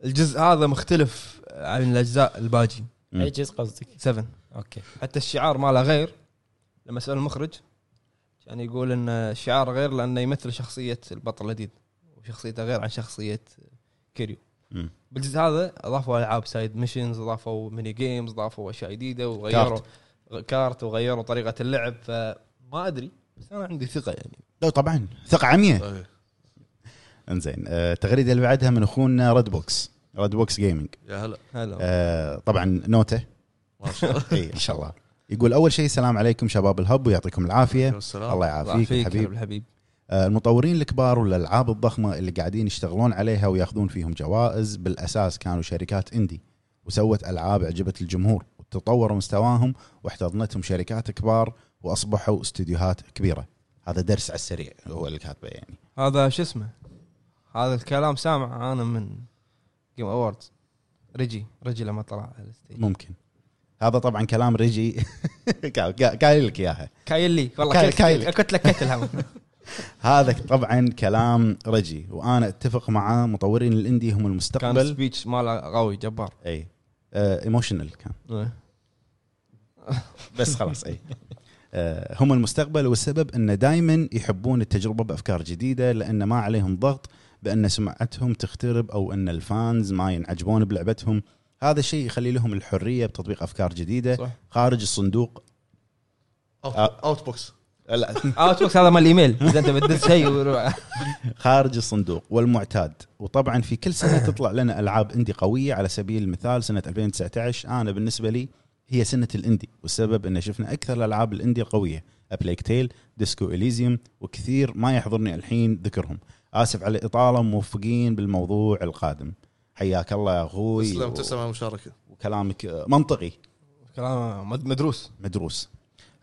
[SPEAKER 2] الجزء هذا مختلف عن الاجزاء الباجي
[SPEAKER 3] مم.
[SPEAKER 4] اي جزء قصدك
[SPEAKER 2] 7
[SPEAKER 4] اوكي
[SPEAKER 2] حتى الشعار ماله غير لما سأل المخرج كان يقول ان الشعار غير لانه يمثل شخصيه البطل الجديد وشخصيته غير عن شخصيه كيريو
[SPEAKER 3] مم.
[SPEAKER 2] بالجزء هذا اضافوا العاب سايد ميشنز اضافوا ميني جيمز اضافوا اشياء جديده وغيروا كارت وغيروا طريقه اللعب فما ادري بس انا عندي ثقه يعني
[SPEAKER 3] لا طبعا ثقه عمياء
[SPEAKER 1] إيه.
[SPEAKER 3] انزين آه، التغريده اللي بعدها من اخونا ريد بوكس ريد بوكس جيمنج
[SPEAKER 1] يا هلا
[SPEAKER 2] هلا
[SPEAKER 3] آه، طبعا نوته
[SPEAKER 1] ما شاء الله
[SPEAKER 3] اي ان شاء الله يقول اول شيء السلام عليكم شباب الهب ويعطيكم العافيه
[SPEAKER 1] والسلام.
[SPEAKER 3] الله يعافيك يا حبيبي
[SPEAKER 2] الحبيب
[SPEAKER 3] آه، المطورين الكبار والالعاب الضخمه اللي قاعدين يشتغلون عليها وياخذون فيهم جوائز بالاساس كانوا شركات اندي وسوت العاب عجبت الجمهور وتطوروا مستواهم واحتضنتهم شركات كبار واصبحوا استديوهات كبيره هذا درس على السريع هو اللي كاتبه يعني
[SPEAKER 2] هذا شو اسمه هذا الكلام سامع انا من جيم اووردز ريجي ريجي لما طلع على الستيج
[SPEAKER 3] ممكن هذا طبعا كلام ريجي كا- كا- قايل لك اياها
[SPEAKER 2] كايلي والله كايل
[SPEAKER 3] كايل- كايل.
[SPEAKER 2] كايل كنت لكيت الهم
[SPEAKER 3] هذا طبعا كلام ريجي وانا اتفق معاه مطورين الاندي هم
[SPEAKER 2] كان
[SPEAKER 3] المستقبل
[SPEAKER 2] السبيتش ماله قوي جبار
[SPEAKER 3] اي ايموشنال كان
[SPEAKER 2] إيه.
[SPEAKER 3] بس خلاص اي آه، هم المستقبل والسبب ان دائما يحبون التجربه بافكار جديده لان ما عليهم ضغط بان سمعتهم تخترب او ان الفانز ما ينعجبون بلعبتهم هذا الشيء يخلي لهم الحريه بتطبيق افكار جديده
[SPEAKER 2] صح.
[SPEAKER 3] خارج الصندوق آه.
[SPEAKER 1] اوت أوت بوكس
[SPEAKER 3] لا
[SPEAKER 2] اوت بوكس آه، هذا مال الايميل اذا انت بتدز شيء ويروح.
[SPEAKER 3] خارج الصندوق والمعتاد وطبعا في كل سنه تطلع لنا العاب اندي قويه على سبيل المثال سنه 2019 انا بالنسبه لي هي سنه الاندي والسبب ان شفنا اكثر الالعاب الاندي القويه ابليك تيل ديسكو اليزيوم وكثير ما يحضرني الحين ذكرهم اسف على الاطاله موفقين بالموضوع القادم حياك الله يا اخوي
[SPEAKER 1] تسلم تسلم على المشاركه
[SPEAKER 3] وكلامك منطقي
[SPEAKER 2] كلام مد- مدروس
[SPEAKER 3] مدروس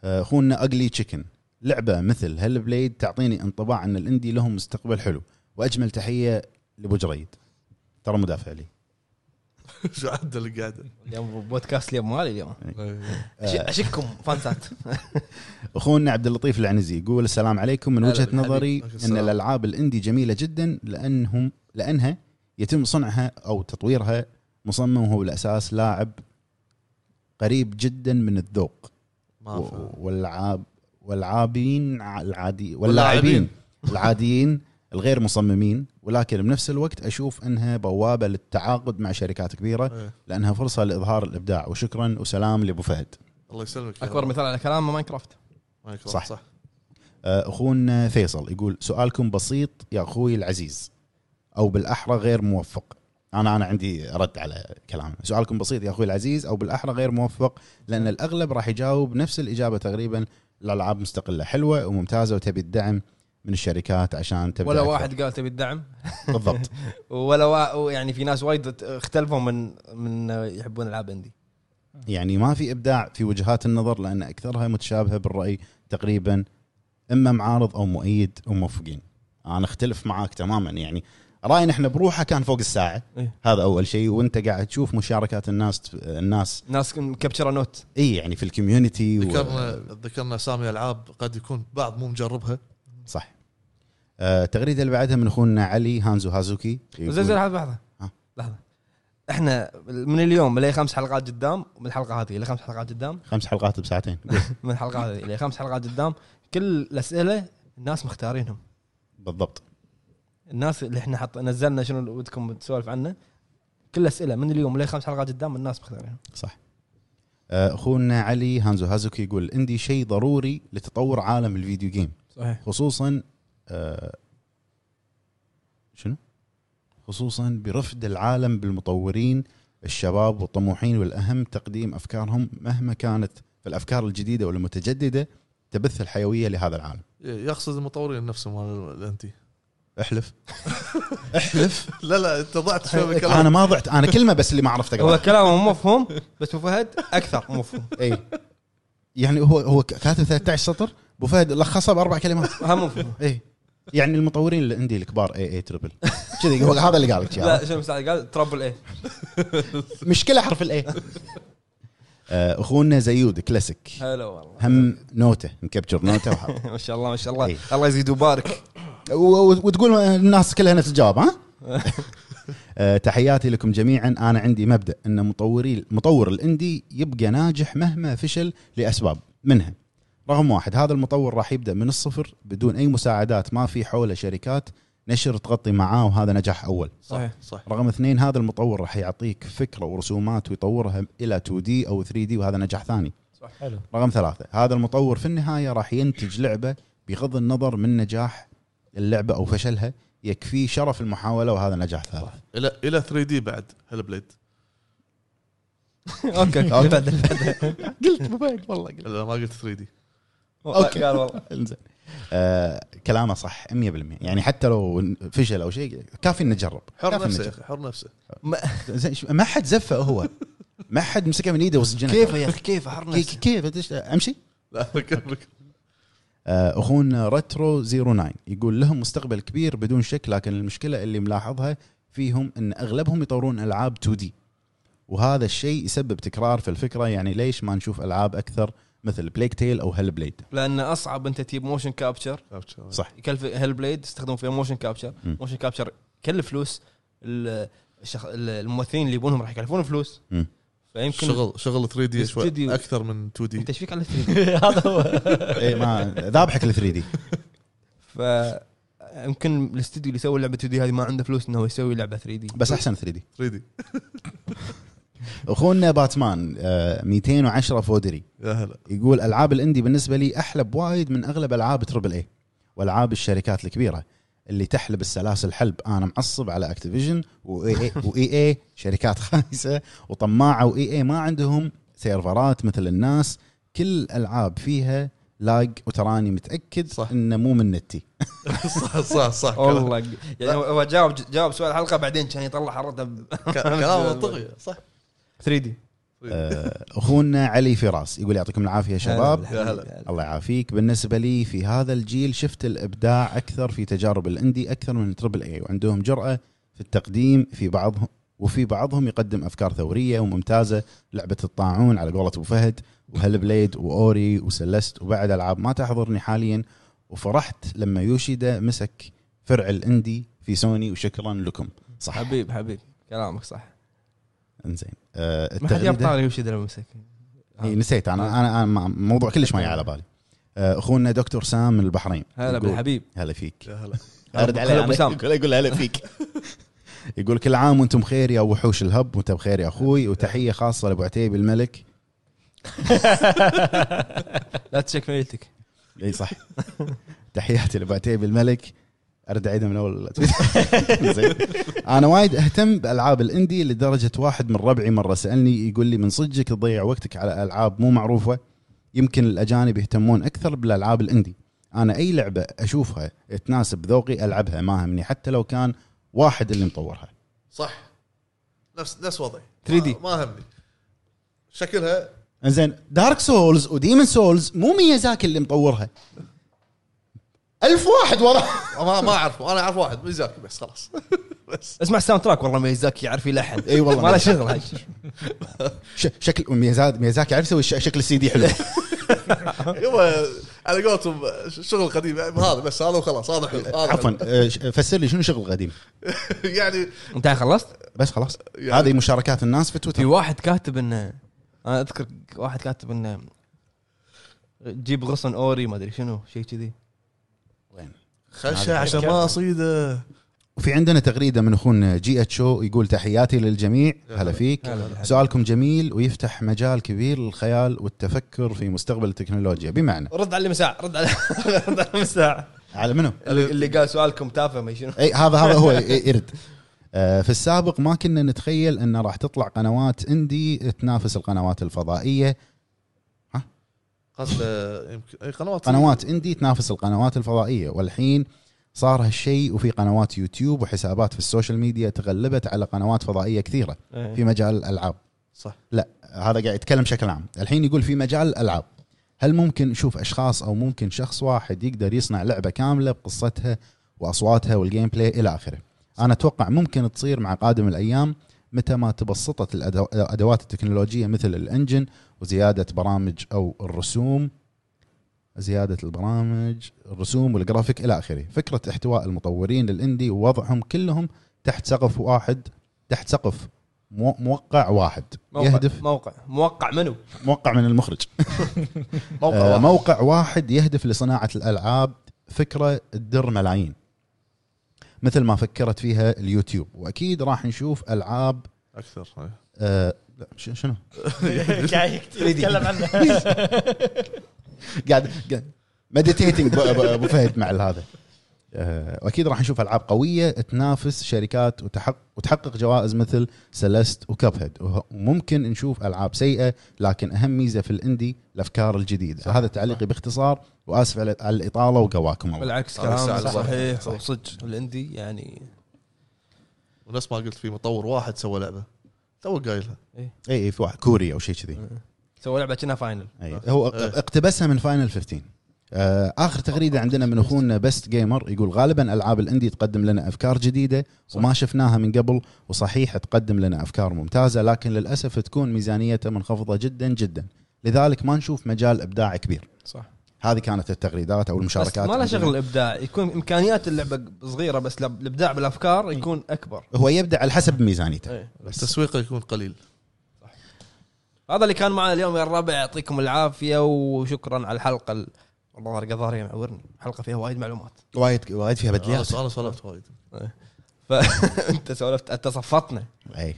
[SPEAKER 3] آه، اخونا اقلي تشيكن لعبه مثل هل بليد تعطيني انطباع ان الاندي لهم مستقبل حلو واجمل تحيه لابو جريد ترى مدافع لي
[SPEAKER 1] شو عدل اللي قاعده
[SPEAKER 2] اليوم بودكاست اليوم مالي اليوم
[SPEAKER 1] إيه،
[SPEAKER 2] أش- اشككم فانسات
[SPEAKER 3] اخونا عبد اللطيف العنزي يقول السلام عليكم من
[SPEAKER 2] هلا
[SPEAKER 3] وجهه
[SPEAKER 2] بالحبيب.
[SPEAKER 3] نظري
[SPEAKER 1] عليكم
[SPEAKER 3] ان
[SPEAKER 1] السلام.
[SPEAKER 3] الالعاب الاندي جميله جدا لانهم لانها يتم صنعها او تطويرها مصمم هو بالاساس لاعب قريب جدا من الذوق
[SPEAKER 1] ما أفهم.
[SPEAKER 3] و- والعاب والعابين ع- العادي
[SPEAKER 1] واللاعبين.
[SPEAKER 3] واللاعبين العاديين الغير مصممين ولكن بنفس الوقت اشوف انها بوابه للتعاقد مع شركات كبيره
[SPEAKER 1] إيه.
[SPEAKER 3] لانها فرصه لاظهار الابداع وشكرا وسلام لابو فهد
[SPEAKER 1] الله يسلمك يا
[SPEAKER 2] اكبر
[SPEAKER 1] رب.
[SPEAKER 2] مثال على كلامه ماينكرافت
[SPEAKER 1] مايكروف،
[SPEAKER 3] صح. إيه. آه، اخونا فيصل يقول سؤالكم بسيط يا اخوي العزيز او بالاحرى غير موفق انا انا عندي رد على كلامه سؤالكم بسيط يا اخوي العزيز او بالاحرى غير موفق لان الاغلب راح يجاوب نفس الاجابه تقريبا الالعاب مستقله حلوه وممتازه وتبي الدعم من الشركات عشان تبدا
[SPEAKER 2] ولا
[SPEAKER 3] أكثر.
[SPEAKER 2] واحد قال تبي الدعم
[SPEAKER 3] بالضبط
[SPEAKER 2] ولا وا... يعني في ناس وايد اختلفوا من من يحبون العاب اندي
[SPEAKER 3] يعني ما في ابداع في وجهات النظر لان اكثرها متشابهه بالراي تقريبا اما معارض او مؤيد وموافقين انا اختلف معاك تماما يعني راينا احنا بروحه كان فوق الساعه
[SPEAKER 2] إيه.
[SPEAKER 3] هذا اول شيء وانت قاعد تشوف مشاركات الناس الناس
[SPEAKER 2] ناس كابتشر نوت
[SPEAKER 3] اي يعني في الكوميونتي
[SPEAKER 1] ذكرنا ذكرنا اسامي العاب قد يكون بعض مو مجربها
[SPEAKER 3] صح آه، التغريده اللي بعدها من اخونا علي هانزو هازوكي يقول-
[SPEAKER 2] زين زين لحظه لحظه
[SPEAKER 3] ها.
[SPEAKER 2] لحظه احنا من اليوم الى خمس حلقات قدام من الحلقه هذه الى خمس حلقات قدام
[SPEAKER 3] خمس حلقات بساعتين قول.
[SPEAKER 2] من الحلقه هذه الى خمس حلقات قدام كل الاسئله الناس مختارينهم
[SPEAKER 3] بالضبط
[SPEAKER 2] الناس اللي احنا حط نزلنا شنو ودكم تسولف عنه كل اسئله من اليوم لخمس حلقات قدام الناس مختارينها
[SPEAKER 3] صح آه، اخونا علي هانزو هازوكي يقول عندي شيء ضروري لتطور عالم الفيديو جيم
[SPEAKER 2] صحيح
[SPEAKER 3] خصوصا آه شنو؟ خصوصا برفد العالم بالمطورين الشباب والطموحين والاهم تقديم افكارهم مهما كانت فالافكار الجديده والمتجدده تبث الحيويه لهذا العالم.
[SPEAKER 1] إيه، يقصد المطورين نفسهم مال الانتي
[SPEAKER 3] احلف احلف
[SPEAKER 1] لا لا انت ضعت شوي بالكلام
[SPEAKER 3] انا ما ضعت انا كلمه بس اللي ما عرفت
[SPEAKER 2] هو
[SPEAKER 3] اقراها
[SPEAKER 2] كلامه مو مفهوم بس ابو فهد اكثر مو مفهوم
[SPEAKER 3] اي إيه. يعني هو هو كاتب 13 سطر ابو فهد لخصها باربع كلمات
[SPEAKER 2] هم مو مفهوم
[SPEAKER 3] اي يعني المطورين اللي عندي الكبار اي اي تربل كذي هو هذا اللي قال لك إياه.
[SPEAKER 2] لا شنو مساعد قال تربل ايه
[SPEAKER 3] مشكله حرف الاي اخونا آه، زيود كلاسيك
[SPEAKER 2] هلا والله
[SPEAKER 3] هم نوته مكبتشر نوته وحط.
[SPEAKER 2] ما شاء الله ما شاء الله
[SPEAKER 3] إيه.
[SPEAKER 2] الله يزيد ويبارك
[SPEAKER 3] و- و- وتقول الناس كلها نفس الجواب ها آه، تحياتي لكم جميعا انا عندي مبدا ان مطوري مطور الاندي يبقى ناجح مهما فشل لاسباب منها رقم واحد هذا المطور راح يبدا من الصفر بدون اي مساعدات ما في حوله شركات نشر تغطي معاه وهذا نجاح اول
[SPEAKER 2] صحيح.
[SPEAKER 1] صح صح
[SPEAKER 3] رقم اثنين هذا المطور راح يعطيك فكره ورسومات ويطورها الى 2 دي او 3 دي وهذا نجاح ثاني
[SPEAKER 4] حلو
[SPEAKER 3] رقم ثلاثة هذا المطور في النهاية راح ينتج لعبة بغض النظر من نجاح اللعبة أو فشلها يكفيه شرف المحاولة وهذا نجاح ثالث
[SPEAKER 1] الى الى 3 دي بعد هل بليد
[SPEAKER 2] اوكي
[SPEAKER 3] أوكي.
[SPEAKER 2] اوكي
[SPEAKER 3] قلت مبين والله قلت
[SPEAKER 1] لا ما قلت 3 دي
[SPEAKER 3] أوكي.
[SPEAKER 2] قال والله
[SPEAKER 3] انزين آه كلامه صح 100% يعني حتى لو فشل أو شيء كافي نجرب
[SPEAKER 1] حر
[SPEAKER 3] كافي
[SPEAKER 1] نفسه يا
[SPEAKER 3] نجرب.
[SPEAKER 1] اخي حر نفسه
[SPEAKER 3] زين، شو- ما حد زفه هو ما حد مسكه من ايده وسجنه
[SPEAKER 2] كيف يا اخي كيف
[SPEAKER 3] كيف
[SPEAKER 2] حرنا
[SPEAKER 3] كيف أدش- امشي
[SPEAKER 1] لا كمل
[SPEAKER 3] آه، اخونا ريترو 09 يقول لهم مستقبل كبير بدون شك لكن المشكله اللي ملاحظها فيهم ان اغلبهم يطورون العاب 2 دي وهذا الشيء يسبب تكرار في الفكره يعني ليش ما نشوف العاب اكثر مثل بليك تيل او هيل بليد
[SPEAKER 2] لان اصعب انت تجيب موشن كابتشر
[SPEAKER 3] صح.
[SPEAKER 2] يكلف هيل بليد استخدم فيها موشن كابتشر
[SPEAKER 3] مم.
[SPEAKER 2] موشن كابتشر يكلف فلوس ال- الشخ... ال- الممثلين اللي يبونهم راح يكلفون فلوس
[SPEAKER 3] مم.
[SPEAKER 2] فيمكن
[SPEAKER 1] شغل شغل 3 دي
[SPEAKER 2] الاستديو.
[SPEAKER 1] شوي اكثر من 2 دي
[SPEAKER 2] انت ايش فيك على 3
[SPEAKER 4] هذا هو
[SPEAKER 3] اي إيه، ما ذابحك ال 3 دي
[SPEAKER 2] ف يمكن الاستوديو اللي يسوي لعبه 2 دي هذه ما عنده فلوس انه يسوي لعبه 3 دي
[SPEAKER 3] بس احسن 3 دي
[SPEAKER 1] 3 دي
[SPEAKER 3] اخونا باتمان آه 210 فودري
[SPEAKER 1] يا هلا
[SPEAKER 3] يقول العاب الاندي بالنسبه لي احلى بوايد من اغلب العاب تربل اي والعاب الشركات الكبيره اللي تحلب السلاسل حلب انا معصب على اكتيفيجن واي اي شركات خايسه وطماعه واي اي ما عندهم سيرفرات مثل الناس كل الالعاب فيها لاج وتراني متاكد
[SPEAKER 1] صح.
[SPEAKER 3] صح. انه مو من نتي
[SPEAKER 1] صح صح صح كلام-
[SPEAKER 2] والله يعني هو- هو جاوب جاوب سؤال الحلقه بعدين كان يطلع حرته
[SPEAKER 1] كلام منطقي صح
[SPEAKER 2] 3 دي
[SPEAKER 3] آه، اخونا علي فراس يقول يعطيكم العافيه شباب
[SPEAKER 1] يا هلا.
[SPEAKER 3] الله يعافيك بالنسبه لي في هذا الجيل شفت الابداع اكثر في تجارب الاندي اكثر من التربل اي وعندهم جراه في التقديم في بعضهم وفي بعضهم يقدم افكار ثوريه وممتازه لعبه الطاعون على قولة ابو فهد وهل بليد واوري وسلست وبعد العاب ما تحضرني حاليا وفرحت لما يوشيدا مسك فرع الاندي في سوني وشكرا لكم صح
[SPEAKER 2] حبيب حبيب كلامك صح
[SPEAKER 3] انزين آه
[SPEAKER 2] ما حد جاب
[SPEAKER 3] التغريده
[SPEAKER 2] طاري وش يدري مسك
[SPEAKER 3] اي نسيت انا انا انا ما- موضوع كلش ما جاي على بالي آه، اخونا دكتور سام من البحرين
[SPEAKER 2] هلا
[SPEAKER 3] يقول-
[SPEAKER 2] بالحبيب
[SPEAKER 3] هلا فيك
[SPEAKER 1] يا هلا
[SPEAKER 3] ارد عليه
[SPEAKER 2] هلا أبو
[SPEAKER 3] أنا.
[SPEAKER 2] سام.
[SPEAKER 3] يقول يقول هلا فيك يقول كل عام وانتم بخير يا وحوش الهب وانت بخير يا اخوي وتحيه خاصه لابو عتيبي الملك
[SPEAKER 2] لا تشك ميلتك
[SPEAKER 3] اي صح تحياتي لابو عتيبي الملك ارد اعيدها من اول لا تريد. زين. انا وايد اهتم بالعاب الاندي لدرجه واحد من ربعي مره سالني يقول لي من صدقك تضيع وقتك على العاب مو معروفه يمكن الاجانب يهتمون اكثر بالالعاب الاندي انا اي لعبه اشوفها تناسب ذوقي العبها ما همني حتى لو كان واحد اللي مطورها
[SPEAKER 1] صح نفس نفس وضعي
[SPEAKER 2] 3D.
[SPEAKER 1] ما- ما همني شكلها
[SPEAKER 3] زين دارك سولز وديمن سولز مو ميازاكي اللي مطورها ألف واحد ورا
[SPEAKER 1] ما ما اعرفه انا اعرف واحد ميزاكي بس خلاص بس
[SPEAKER 2] اسمع الساوند تراك والله ميزاكي يعرف يلحن
[SPEAKER 3] إي والله.
[SPEAKER 2] ما له شغل
[SPEAKER 3] ش- شكل ميازاكي ميازاكي عارف يسوي ش- شكل السي دي حلو
[SPEAKER 1] يبا على قولتهم شغل قديم هذا بس هذا وخلاص هذا حلو هذا
[SPEAKER 3] عفوا
[SPEAKER 1] حلو.
[SPEAKER 3] آه، ش- فسر لي شنو شغل قديم
[SPEAKER 1] يعني
[SPEAKER 2] انت خلصت؟
[SPEAKER 3] بس خلاص
[SPEAKER 1] يعني-
[SPEAKER 3] هذه مشاركات الناس في
[SPEAKER 2] في
[SPEAKER 3] تويتر
[SPEAKER 2] واحد كاتب انه انا اذكر واحد كاتب انه جيب غصن اوري ما ادري شنو شيء كذي
[SPEAKER 1] خشة عشان ما اصيده
[SPEAKER 3] وفي عندنا تغريده من اخونا جي اتش او يقول تحياتي للجميع هلا فيك
[SPEAKER 2] هلا بالحبيب.
[SPEAKER 3] سؤالكم جميل ويفتح مجال كبير للخيال والتفكر في مستقبل التكنولوجيا بمعنى
[SPEAKER 2] رد على المساع رد على رد على المساع
[SPEAKER 3] على منو؟
[SPEAKER 2] اللي اللي قال سؤالكم تافه ما شنو
[SPEAKER 3] اي إيه، هذا هذا هو ي- يرد آه، في السابق ما كنا نتخيل ان راح تطلع قنوات اندي تنافس القنوات الفضائيه
[SPEAKER 1] قصده يمكن اي قنوات
[SPEAKER 3] قنوات اندي تنافس القنوات الفضائيه والحين صار هالشيء وفي قنوات يوتيوب وحسابات في السوشيال ميديا تغلبت على قنوات فضائيه كثيره
[SPEAKER 2] إيه.
[SPEAKER 3] في مجال الالعاب
[SPEAKER 1] صح.
[SPEAKER 3] لا هذا قاعد يتكلم بشكل عام الحين يقول في مجال الالعاب هل ممكن نشوف اشخاص او ممكن شخص واحد يقدر يصنع لعبه كامله بقصتها واصواتها والجيم بلاي الى اخره انا اتوقع ممكن تصير مع قادم الايام متى ما تبسطت الأدو- الادوات التكنولوجيه مثل الانجن وزياده برامج او الرسوم زياده البرامج الرسوم والجرافيك الى اخره فكره احتواء المطورين للاندي ووضعهم كلهم تحت سقف واحد تحت سقف مو- موقع واحد
[SPEAKER 2] موقع
[SPEAKER 3] يهدف
[SPEAKER 2] موقع موقع منو؟
[SPEAKER 3] موقع من المخرج
[SPEAKER 1] موقع
[SPEAKER 3] آه،
[SPEAKER 1] واحد.
[SPEAKER 3] موقع واحد يهدف لصناعه الالعاب فكره تدر ملايين مثل ما فكرت فيها اليوتيوب واكيد راح نشوف العاب
[SPEAKER 1] اكثر
[SPEAKER 3] آه، لا، ش- شنو
[SPEAKER 4] قاعد يتكلم عنه
[SPEAKER 3] قاعد مديتيتنج ابو فهد مع هذا آه، واكيد راح نشوف العاب قويه تنافس شركات وتحقق وتحقق جوائز مثل سلست وكاب هيد وممكن نشوف العاب سيئه لكن اهم ميزه في الاندي الافكار الجديده هذا تعليقي باختصار واسف على على الاطاله وقواكم الله
[SPEAKER 2] بالعكس
[SPEAKER 1] هذا الساعة
[SPEAKER 2] كلام
[SPEAKER 1] صح.
[SPEAKER 2] صحيح وصدق الاندي يعني
[SPEAKER 1] ونفس ما قلت في مطور واحد سوى لعبه تو قايلها
[SPEAKER 3] اي اي إيه، في واحد كوري او شيء كذي
[SPEAKER 2] سوى لعبه كأنها فاينل
[SPEAKER 3] اي هو
[SPEAKER 1] إيه.
[SPEAKER 3] اقتبسها من فاينل 15 آه، اخر تغريده عندنا من اخونا بيست جيمر يقول غالبا العاب الاندي تقدم لنا افكار جديده وما شفناها من قبل وصحيح تقدم لنا افكار ممتازه لكن للاسف تكون ميزانيتها منخفضه جدا جدا لذلك ما نشوف مجال ابداع كبير
[SPEAKER 2] صح
[SPEAKER 3] هذه كانت التغريدات او
[SPEAKER 2] بس
[SPEAKER 3] المشاركات
[SPEAKER 2] ما له
[SPEAKER 3] عندنا.
[SPEAKER 2] شغل الابداع يكون امكانيات اللعبه صغيره بس لب- الابداع بالافكار يكون اكبر
[SPEAKER 3] هو يبدع على حسب ميزانيته
[SPEAKER 2] إيه.
[SPEAKER 1] تسويقه يكون قليل
[SPEAKER 2] هذا اللي كان معنا اليوم يا الربع يعطيكم العافيه وشكرا على الحلقه ال- والله رقا ظهري معورني حلقه فيها وايد معلومات
[SPEAKER 3] وايد وايد فيها
[SPEAKER 2] آه،
[SPEAKER 1] انا
[SPEAKER 3] بدليات
[SPEAKER 1] أنا سولفت وايد
[SPEAKER 2] فانت سولفت انت صفطنا
[SPEAKER 3] اي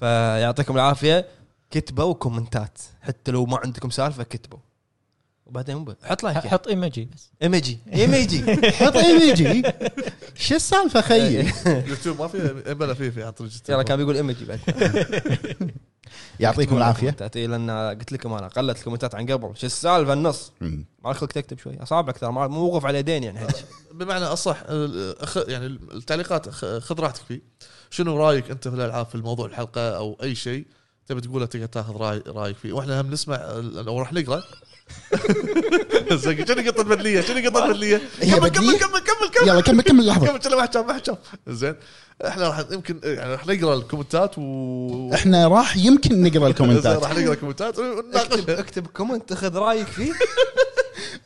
[SPEAKER 2] فيعطيكم العافيه كتبوا كومنتات حتى لو ما عندكم سالفه كتبوا وبعدين مب- حط يعني. لايك
[SPEAKER 4] حط ايمجي بس
[SPEAKER 2] ايميجي ايميجي
[SPEAKER 3] حط ايميجي شو السالفه خيي
[SPEAKER 1] يوتيوب ما فيها بلا فيه في عن طريق
[SPEAKER 2] يلا
[SPEAKER 1] التليفون.
[SPEAKER 2] كان بيقول ايميجي بعد
[SPEAKER 3] يعطيكم العافيه
[SPEAKER 2] كومنتات، إيه، لان قلت لكم انا قلت الكومنتات عن قبل شو السالفه النص
[SPEAKER 3] مم.
[SPEAKER 2] ما لك خلق تكتب شوي اصابعك ترى ما- مو وقف على يدين يعني هيك.
[SPEAKER 1] بمعنى اصح ال- أخ- يعني التعليقات أخ- خذ راحتك فيه شنو رايك انت في الالعاب في الموضوع الحلقه او اي شيء تبي تقوله تقعد تاخذ راي رايك فيه واحنا هم نسمع ال- او راح نقرا زين شنو قطه بدليه شنو قطه بدليه
[SPEAKER 3] هي
[SPEAKER 1] كمل كمل
[SPEAKER 3] بدلية؟
[SPEAKER 1] كمل كمل كمل
[SPEAKER 3] يلا كمل كمل لحظه
[SPEAKER 1] كمل كمل ما حد شاف ما حد شاف زين احنا راح يمكن يعني راح نقرا الكومنتات و
[SPEAKER 3] احنا راح يمكن نقرا
[SPEAKER 1] زين،
[SPEAKER 3] الكومنتات
[SPEAKER 1] راح نقرا الكومنتات
[SPEAKER 2] اكتب
[SPEAKER 1] ونناقشها
[SPEAKER 2] اكتب كومنت خذ رايك فيه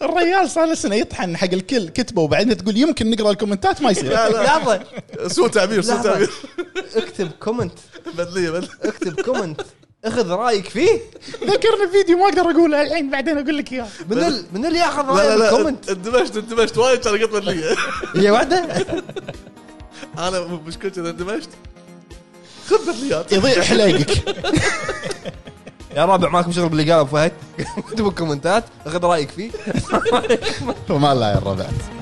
[SPEAKER 3] الرجال صار له سنه يطحن حق الكل كتبه وبعدين تقول يمكن نقرا الكومنتات ما يصير
[SPEAKER 1] لا لا
[SPEAKER 2] لحظه
[SPEAKER 1] سوء تعبير سوء
[SPEAKER 2] لحظه
[SPEAKER 1] تعبير
[SPEAKER 2] اكتب كومنت
[SPEAKER 1] بدليه بدليه
[SPEAKER 2] اكتب كومنت اخذ رايك فيه
[SPEAKER 3] ذكرني فيديو ما اقدر اقوله الحين بعدين اقول لك اياه
[SPEAKER 2] من ال... من اللي ياخذ
[SPEAKER 1] لا
[SPEAKER 2] رايك
[SPEAKER 1] لا لا
[SPEAKER 2] بالكومنت
[SPEAKER 1] اندمجت اندمجت وايد كان قطه بدليه
[SPEAKER 2] هي وحده
[SPEAKER 1] انا مشكلتي اذا اندمجت خذ بدليات
[SPEAKER 3] يضيع حلاقك
[SPEAKER 2] يا رابع مالكم شغل باللي قال أبو فهد اكتبوا كومنتات اخذ رايك فيه
[SPEAKER 3] وما لا يا الربع